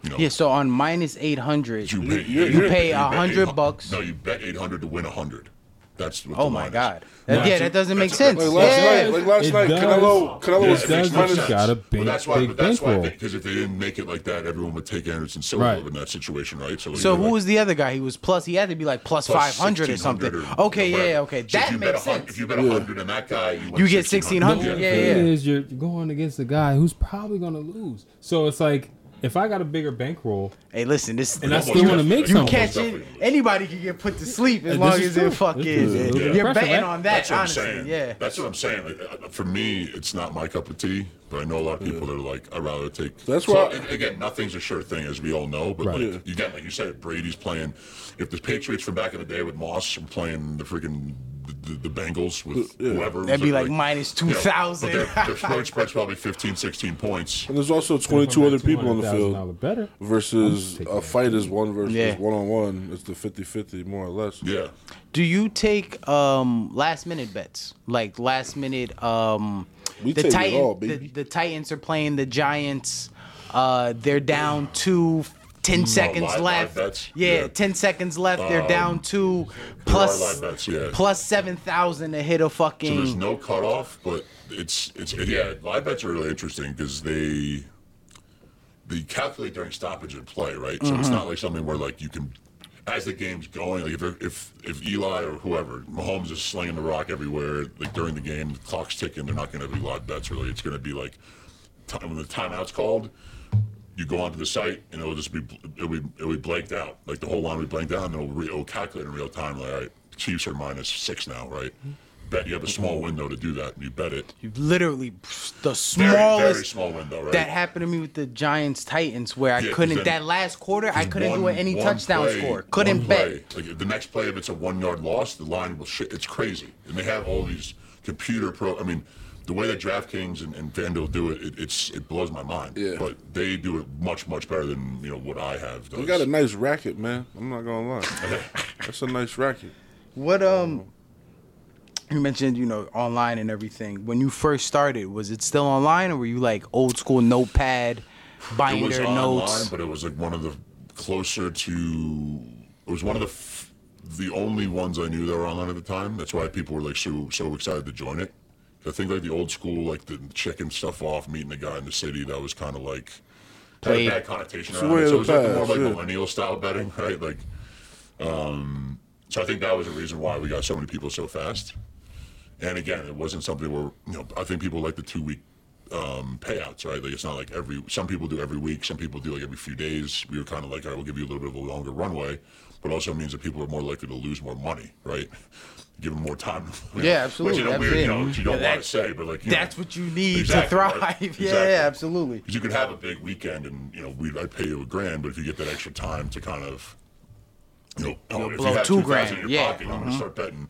S5: you know,
S4: yeah. So on minus 800,
S5: you pay,
S6: you-
S4: you pay
S5: bet
S4: 100
S5: 800
S4: bucks.
S5: No, you bet 800 to win 100. That's what
S4: Oh
S5: the
S4: my
S5: line
S4: God.
S5: Is.
S4: That- yeah, that doesn't make sense.
S6: Like last
S4: Yeah.
S6: night, like last
S3: It
S6: night,
S3: does.
S6: Canelo, Canelo
S3: It
S6: was
S3: does
S6: six
S3: make
S6: minutes.
S3: sense. got a big-
S5: but that's why,
S3: big
S5: but that's why,
S3: bankroll.
S5: because if they didn't make it like that, everyone would take Anderson Silva
S3: Right.
S5: in that situation, right? So, like,
S4: So
S5: you're
S4: who
S5: like,
S4: was the other guy? He was plus. He had to be like plus,
S5: plus
S4: 500 or something.
S5: 1600 or
S4: okay, yeah,
S5: whatever.
S4: yeah, okay.
S5: So if
S4: that
S5: you bet
S4: makes
S5: 100
S4: sense.
S5: If you bet 100 on that guy, you, win
S4: You get
S5: 1600.
S4: 1600.
S3: The
S4: Yeah,
S3: thing
S4: yeah.
S3: is you're going against a guy who's probably gonna lose. So it's like if I got a bigger bankroll,
S4: Hey, listen, this
S3: And I
S5: Almost
S3: still wanna
S5: definitely.
S3: make
S5: You
S3: something.
S5: can't
S4: catch it.
S5: definitely.
S4: Anybody can get put to sleep as
S3: This
S4: long
S3: is
S4: as
S3: true.
S4: it fucking
S3: This is a little bit of
S4: You're
S3: pressure,
S4: betting
S3: right?
S4: on that,
S5: That's what I'm saying.
S4: honestly. Yeah.
S5: That's what I'm saying. Like, uh, for me, it's not my cup of tea, but I know a lot of people that are like, I'd rather take.
S6: That's
S5: So,
S6: why-
S5: and again, nothing's a sure thing, as we all know. But
S3: Right.
S5: like, you get like you said, Brady's playing. If the Patriots from back in the day with Moss were playing the freaking the, the Bengals with whoever.
S4: That'd be like minus
S5: Yeah, but
S4: 2,000.
S5: their- <laughs> Their third spread's probably 15, 16 points.
S6: And there's also 22 other people on the
S3: $200,000
S6: field
S3: Better.
S6: versus a fight is one versus
S4: Yeah.
S6: one on one. It's the 50-50 more or less.
S5: Yeah.
S4: Do you take um, last minute bets? Like last minute um
S6: We
S4: the
S6: take it
S4: Titan-
S6: all,
S4: the,
S6: baby.
S4: the Titans are playing the Giants. Uh they're down two 10 seconds
S5: live- live
S4: left.
S5: bets?
S4: yeah,
S5: Yeah. Um,
S4: 10 seconds left. They're down two
S5: live
S4: plus
S5: bets, yeah.
S4: plus 7,000 to hit a
S5: So
S4: fucking
S5: there's no cutoff, but it's it's yeah. Live bets are really interesting because they they calculate during stoppage and play, right? So it's not like something where like you can as the game's going, like if if if Eli or whoever Mahomes is slinging the rock everywhere, like during the game, the clock's ticking, they're not going to be live bets really. It's going to be like time when the timeout's called. You go onto the site and it'll just be it'll be it'll be blanked out, like the whole line will be blanked out, and it'll, re- it'll calculate in real time. Like, all right, Chiefs are minus six now, right? Bet you have a small window to do that, and you bet it.
S4: literally the
S5: Very,
S4: smallest
S5: very small window, right?
S4: That happened to me with the Giants Titans where I
S5: Yeah, 'cause
S4: couldn't
S5: then-
S4: that last quarter I
S5: Just
S4: couldn't do
S5: one-
S4: any
S5: one
S4: touchdown
S5: play-
S4: score.
S5: one
S4: Couldn't bet.
S5: play. Like if the next play, if it's a one yard loss, the line will shit. It's crazy, and they have all these computer pro. I mean, the way that DraftKings and, and FanDuel do it, it, it's it blows my mind.
S6: Yeah.
S5: But they do it much much better than you know what I have. Does.
S6: We got a nice racket, man. I'm not gonna lie. That's a nice racket.
S4: What um you mentioned, you know, online and everything. When you first started, was it still online or were you like old school notepad,
S5: It was
S4: binder
S5: online,
S4: notes?
S5: but it was like one of the closer to. It was one of the f- the only ones I knew that were online at the time. That's why people were like so so excited to join it. I think like the old school, like the checking stuff off, meeting the guy in the city. That was kind of like had a
S4: Played.
S5: bad connotation
S6: It's
S5: around
S6: way
S5: it. So
S6: the
S5: it was like
S6: past,
S5: more like
S6: yeah.
S5: millennial style betting, <laughs> right? Like, um, so I think that was the reason why we got so many people so fast. And again, it wasn't something where you know I think people like the two week um, payouts, right? Like it's not like every some people do every week, some people do like every few days. We were kind of like, all right, we'll give you a little bit of a longer runway, but also means that people are more likely to lose more money, right? Give them more time. you know,
S4: Yeah, absolutely,
S5: <laughs> Which is a
S4: that's
S5: weird,
S4: it.
S5: you know, which you don't want
S4: That's-
S5: to say, but like you
S4: That's
S5: know,
S4: what you need to
S5: Exactly, right.
S4: thrive. <laughs>
S5: Exactly.
S4: yeah, yeah, absolutely.
S5: because you could have a big weekend and you know we'd I'd pay you a grand, but if you get that extra time to kind of you know, oh, if
S4: blow
S5: you have
S4: two
S5: 2000
S4: grand,
S5: in your
S4: yeah. Mm-hmm.
S5: pocket, I'm gonna start betting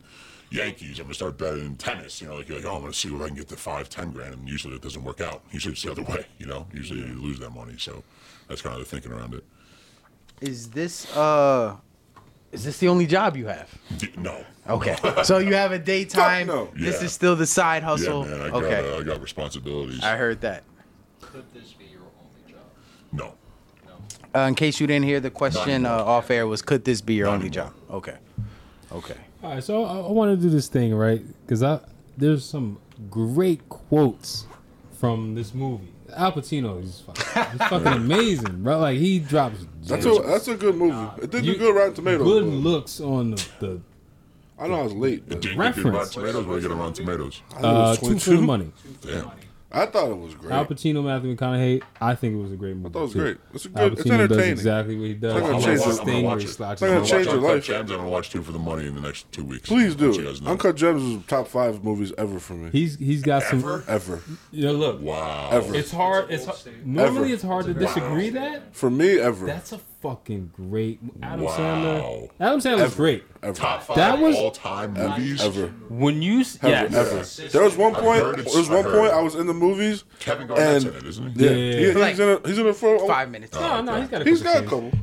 S5: Yankees. I'm gonna start betting tennis. You know, like you're like, oh, I'm gonna see if I can get to five, ten grand, and usually it doesn't work out. Usually it's the other <laughs> way. You know, usually you lose that money. So that's kind of the thinking around it.
S4: Is this uh is this the only job you have?
S5: D- No.
S4: Okay. so you have a daytime.
S6: Fuck no.
S4: This
S5: Yeah.
S4: is still the side
S5: Yeah,
S4: hustle.
S5: man, I got
S4: okay.
S5: uh, I got responsibilities.
S4: I heard that.
S2: Could this be your only job?
S5: no.
S4: Uh, in case you didn't hear the question uh,
S5: anymore.
S4: off air was could this be your only job? Okay. Okay.
S3: All right, so I, I want to do this thing right because I there's some great quotes from this movie. Al Pacino is fucking, he's fucking amazing, bro. Like he drops
S6: That's a that's a good movie. It did do
S3: You-
S6: good Rotten Tomatoes.
S3: good
S6: but
S3: looks on the, the
S6: I know I was late.
S5: It
S6: But
S5: didn't get good Rotten
S3: Reference.
S5: Tomatoes. Where you get on Rotten Tomatoes?
S6: I
S3: uh,
S6: thought it was
S3: two for
S6: 22.
S3: the money.
S5: Damn.
S6: I thought it was great.
S3: Al Pacino, Matthew McConaughey. I think it was a great movie.
S6: thought it was
S3: too.
S6: great. It's a
S3: Al
S6: good- it's
S3: Pacino does
S6: entertaining.
S3: exactly what he does.
S6: It's not gonna
S5: I'm
S3: He
S5: gonna
S6: change
S3: does
S6: it.
S5: watch- I'm
S3: thing
S5: gonna
S3: where
S5: watch
S3: he
S5: it.
S3: slacks
S6: It's not
S5: I'm
S3: his
S5: gonna
S6: change
S5: watch
S6: your
S5: Uncut
S6: life.
S5: Gems. I'm gonna watch Two for the Money in the next two weeks.
S6: Please
S5: I'll let
S6: do
S5: you guys
S6: it.
S5: know.
S6: Uncut Gems is top five movies ever for me.
S3: He's he's got some.
S5: Ever?
S6: ever,
S3: You know, look,
S5: Wow.
S6: ever.
S3: it's hard. It's hard. normally it's hard to disagree that.
S6: for me, ever.
S3: That's a fucking great Adam
S5: Wow.
S3: Sandler. Adam Sandler's great.
S6: ever.
S5: Top five
S3: That was-
S5: all-time movies.
S6: Ever,
S3: When you s-
S6: ever,
S3: yeah,
S6: ever. There was one
S5: I've
S6: point.
S5: heard it's-
S6: There was
S5: I've
S6: one
S5: heard
S6: point
S5: it.
S6: I was in the movies.
S5: Kevin Garnett's
S6: And-
S5: in it, isn't he?
S6: Yeah,
S3: Yeah.
S6: He- he's
S4: Like-
S6: in. A, he's in it for a-
S4: Five minutes.
S3: no, no, he's got a
S6: He's got a
S3: couple.
S6: couple.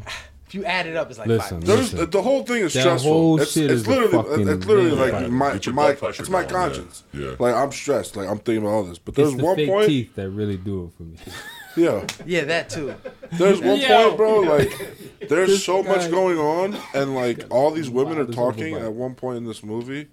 S4: If you add it up, it's like
S3: Listen.
S4: five.
S6: There's,
S3: Listen,
S6: the whole thing is
S3: that
S6: stressful.
S3: whole
S6: it's,
S3: shit
S6: it's
S3: is a
S6: literally,
S3: fucking
S6: it's literally
S3: vampire.
S6: like my,
S5: Get your
S6: my
S5: blood pressure
S6: it's my
S5: going, man.
S6: conscience.
S5: Yeah.
S6: Like I'm stressed. Like I'm thinking about all this. But there's
S3: It's the
S6: one
S3: fake
S6: point.
S3: teeth that really do it for me.
S6: Yeah.
S4: Yeah,
S6: <laughs>
S4: that too.
S3: <laughs>
S6: There's one
S3: Yo.
S6: point, bro. Like
S3: <laughs>
S6: there's so
S3: guy-
S6: much going on, and like all these women are
S3: Wow, this is
S6: talking
S3: overbite.
S6: at one point in this movie,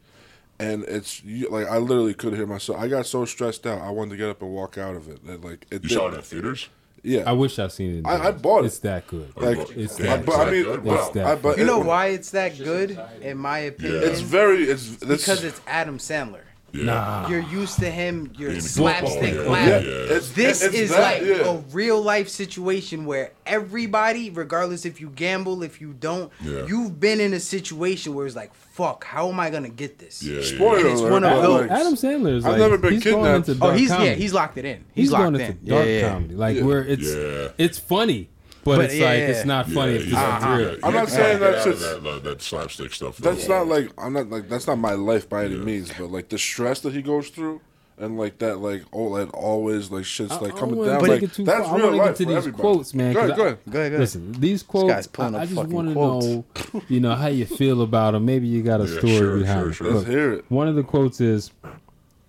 S6: and it's you, like I literally could hear myself. I got so stressed out. I wanted to get up and walk out of it. And, like it.
S5: You saw it in
S6: didn't.
S5: the theaters?
S3: I
S6: Yeah.
S3: wish I seen it. in
S6: I- I
S3: theaters.
S6: bought it.
S3: It's that good.
S6: Like,
S3: It's
S5: Damn,
S6: I,
S3: that.
S6: but I mean,
S5: good?
S6: wow.
S5: It's
S3: that
S6: I, but
S4: You
S6: it-
S4: know why it's that good, in my opinion?
S6: It's very. It's, it's
S4: because it's Adam Sandler.
S5: Yeah.
S4: You're used to him, your
S5: Ah. Being a
S4: slapstick
S5: football, yeah.
S6: yeah.
S4: laugh.
S6: It's, <laughs>
S4: This
S6: it's
S4: is
S6: that,
S4: like
S6: yeah.
S4: a real life situation where everybody, regardless if you gamble, if you don't,
S5: Yeah.
S4: you've been in a situation where it's like, fuck, how am I gonna get this?
S5: Yeah, yeah.
S6: spoiler.
S4: It's one
S6: alert,
S4: of
S6: but,
S4: those-
S6: like,
S3: Adam Sandler is
S6: I've
S3: like
S6: never been
S3: he's going
S6: kidnapped.
S3: into
S4: Oh,
S3: dark
S4: he's
S3: comedy.
S4: yeah, he's locked it in. He's,
S3: he's
S4: locked
S3: going
S4: in.
S3: into dark
S4: yeah, yeah.
S3: comedy, like
S6: Yeah.
S3: where it's
S5: Yeah.
S3: it's funny. but,
S4: But
S3: it's
S4: yeah,
S3: like
S4: yeah.
S3: it's not funny if it's
S5: gotta do
S3: real.
S5: that.
S6: I'm
S5: You
S6: not
S5: gotta
S6: saying
S5: get
S6: that's
S5: out of
S6: just-
S5: that, like, that slapstick stuff. though.
S6: That's not like I'm not like that's not my life by any means, but like the stress that he goes through and like that like oh that always like shit's like coming
S3: wanna
S6: down
S3: Uh, take
S6: like
S3: it too
S6: that's
S3: far. I
S6: real
S3: wanna
S6: life
S3: get to
S6: for
S3: these
S6: everybody.
S3: quotes, man,
S6: Go
S3: 'cause
S6: ahead, go
S3: I-
S6: ahead.
S4: Go ahead, go ahead.
S3: Listen, these quotes.
S4: guy's pulling
S3: I,
S4: up
S3: I just
S4: fucking
S3: want to
S4: quotes.
S3: know, <laughs> you know, how you feel about them. Maybe you got a
S5: Yeah,
S3: story
S5: sure,
S3: behind
S5: sure,
S3: it.
S5: sure.
S6: Let's hear it.
S3: One of the quotes is,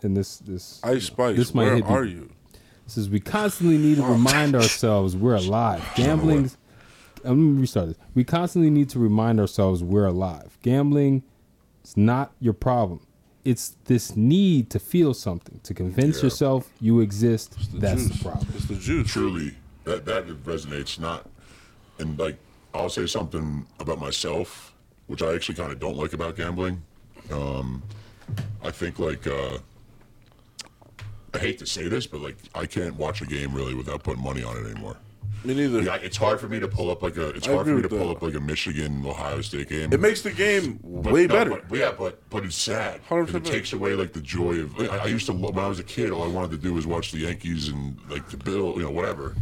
S3: and this this
S6: Ice Spice,
S3: This might
S6: where
S3: hit me.
S6: are you?
S3: This is we constantly need to remind ourselves we're alive. Gambling. I'm gonna restart this. We constantly need to remind ourselves we're alive. Gambling is not your problem. It's this need to feel something, to convince
S5: Yeah.
S3: yourself you exist. That's
S6: Juice.
S3: the problem.
S6: It's the juice.
S5: truly that that resonates not and like i'll say something about myself which i actually kind of don't like about gambling um i think like uh i hate to say this but like i can't watch a game really without putting money on it anymore
S6: Me neither.
S5: like, I- it's hard for me to pull up like a it's
S6: I
S5: hard for
S6: agree
S5: me to
S6: with
S5: pull
S6: that.
S5: up like a michigan ohio state game
S6: It makes the game
S5: but
S6: way
S5: no,
S6: better.
S5: But, yeah, but but it's sad.
S6: 100%
S5: It takes away like the joy of. Like, I, I used to lo- when I was a kid, all I wanted to do was watch the Yankees and like the Bill, you know, whatever.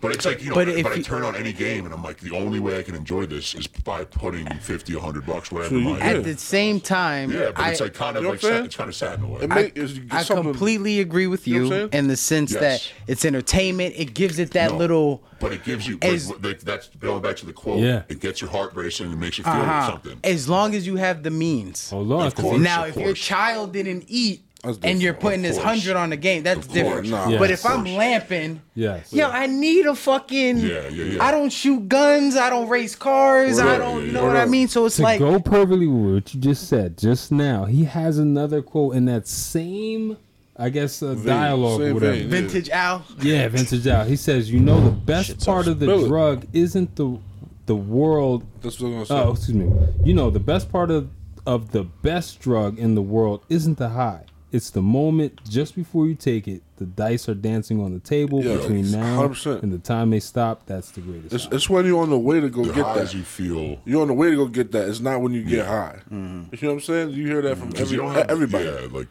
S5: But it's like you know,
S4: But
S5: but,
S4: if
S5: I
S4: you-
S5: turn on any game and I'm like, the only way I can enjoy this is by putting 50, 100 bucks, whatever.
S6: you-
S5: mine
S6: Yeah.
S4: At
S5: is.
S4: the same time,
S5: yeah, but
S4: I,
S5: it's like kind of
S6: You know
S5: like
S6: what I'm
S5: sad,
S6: saying?
S5: it's kind of sad in a way.
S6: It make, it's
S4: I
S6: something-
S4: completely agree with
S6: You know
S4: you,
S6: what I'm saying?
S4: in the sense
S5: Yes.
S4: that it's entertainment. It gives it that
S5: No,
S4: little.
S5: but it gives you.
S4: as-
S5: like, like, that's going back to the quote.
S3: Yeah.
S5: it gets your heart racing and makes you feel
S4: Uh-huh.
S5: something.
S4: As long as you have the means.
S3: Hold on,
S5: Of
S3: 'cause
S5: course.
S3: it's-
S4: now, if your
S5: course.
S4: child didn't eat
S6: That's
S4: and you're
S6: different,
S4: putting
S5: of
S4: this
S5: course.
S4: hundred on the game, that's
S5: Of
S4: different.
S5: course,
S6: nah,
S4: but
S3: of
S4: if I'm
S5: course.
S4: lamping,
S3: Yes.
S4: yo, I need a fucking.
S5: Yeah, yeah, yeah.
S4: I don't shoot guns. I don't race cars. I
S5: Right,
S4: don't.
S5: yeah,
S4: you know
S5: yeah.
S4: what I mean? So it's
S3: to
S4: like.
S3: go perfectly with what you just said just now, he has another quote in that same, I guess, uh, dialogue or
S6: same
S3: whatever.
S6: vein.
S4: Vintage Al.
S3: Yeah, vintage out. He says, "You know, the best part of the
S6: spilling.
S3: drug isn't the the world.
S6: That's what I'm
S3: Oh,
S6: gonna say.
S3: excuse me. You know, the best part of of the best drug in the world isn't the high. It's the moment just before you take it. The dice are dancing on the table
S6: Yeah,
S3: between now
S6: 100%.
S3: and the time they stop. That's the greatest.
S6: It's,
S3: high.
S6: it's when you're on the way to go
S5: The
S6: get
S5: highs
S6: that.
S5: you feel.
S6: You're on the way to go get that. It's not when you get high.
S4: Mm-hmm.
S6: You know what I'm saying? Mm-hmm. You hear that from
S5: 'cause
S6: every,
S5: you don't have-
S6: everybody.
S5: Yeah, like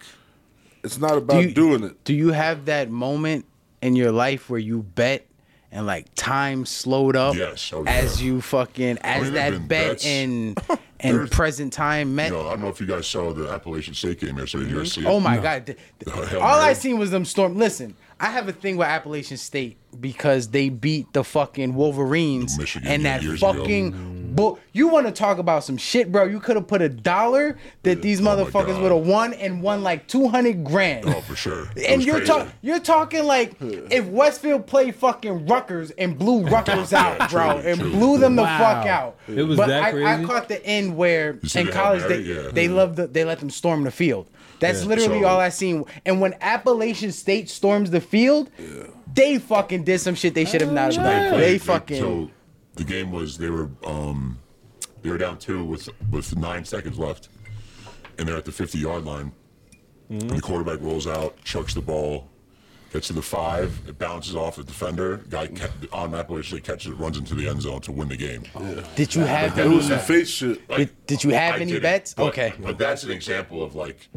S6: It's not about
S4: you-
S6: doing it.
S4: Do you have that moment in your life where you bet and like time slowed up
S5: Yes, oh,
S4: as
S5: yeah. Oh,
S4: you fucking as
S5: there've
S4: that
S5: been
S4: bet
S5: bets. <laughs>
S4: and and
S5: There's-
S4: present time met?
S5: You know, I don't know if you guys saw the Appalachian State game yesterday. Did you guys see it?
S4: oh my god!
S5: <laughs>
S4: Th- th-
S5: The Hail
S4: All I
S5: Mary.
S4: seen was them storm. Listen, I have a thing with Appalachian State because they beat the fucking Wolverines
S5: Michigan
S4: and that
S5: years ago.
S4: fucking. Bull- you want to talk about some shit, bro? You could have put a dollar that these
S5: Oh my
S4: motherfuckers
S5: God.
S4: would have won and won like two hundred grand.
S5: Oh, for sure. It
S4: And
S5: was
S4: you're
S5: crazy.
S4: talking you're talking like if Westfield played fucking Rutgers and
S5: <laughs>
S4: blew Rutgers out, bro,
S5: True,
S4: and
S5: true.
S4: blew them the
S3: Wow.
S4: fuck out.
S3: It was
S4: but
S3: that
S4: I, I
S3: crazy?
S4: caught the end where
S5: see
S4: in
S5: the Hail
S4: college they
S5: Mary? Yeah.
S4: they love the, they let them storm the field. That's literally
S5: So-
S4: all I seen. And when Appalachian State storms the field, they fucking did some shit they should have not
S5: They
S4: done.
S5: played-
S4: They fucking
S5: So the game was they were um they were down two with with nine seconds left, and they're at the fifty yard line.
S4: Mm-hmm.
S5: And the quarterback rolls out, chucks the ball, gets to the five, it bounces off the defender. Guy ca- on Appalachian State catches it, runs into the end zone to win the game.
S4: did you have
S5: Like,
S6: It
S4: any-
S6: was some fake shit.
S4: Did- did you have any
S5: didn't,
S4: bets?
S5: but-
S4: Okay.
S5: But that's an example of like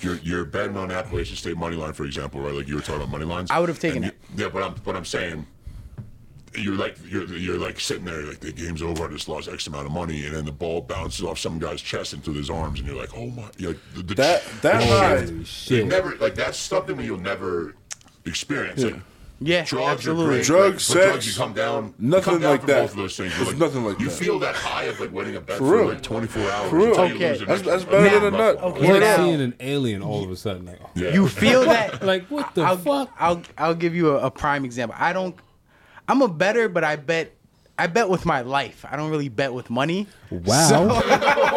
S5: you're you're betting on Appalachian State money line, for example, right? Like you were talking about money lines.
S4: I would have taken
S5: And you- Yeah, but I'm but I'm saying you're like you're you're like sitting there like the game's over. I just lost X amount of money, and then the ball bounces off some guy's chest into his arms, and you're like, oh my, you're like the, the
S6: That that
S5: the
S6: high.
S5: shift.
S3: shit.
S5: You never like that's something that you'll never experience. Like,
S4: Yeah,
S5: drugs
S4: absolutely.
S5: Are great.
S6: Drug
S5: like, but
S6: sex,
S5: drugs, you come down, you
S6: nothing
S5: come down
S6: like
S5: from
S6: that.
S5: Both of those things. but,
S6: There's
S5: like,
S6: nothing like
S5: you
S6: that.
S5: feel that high of like winning a bet for,
S6: real.
S5: like 24 hours.
S6: real.
S5: until you
S4: Okay.
S5: lose the
S6: That's- that's
S5: next one.
S6: better
S5: Nah.
S6: than a nut.
S4: Okay.
S3: It's like
S4: now-
S3: seeing an alien all of a sudden. Like, oh,
S5: <laughs> Yeah.
S4: You feel that
S3: like what the
S4: I'll,
S3: fuck?
S4: I'll I'll give you a, a prime example. I don't. I'm a better, but I bet. I bet with my life. I don't really bet with money.
S3: Wow.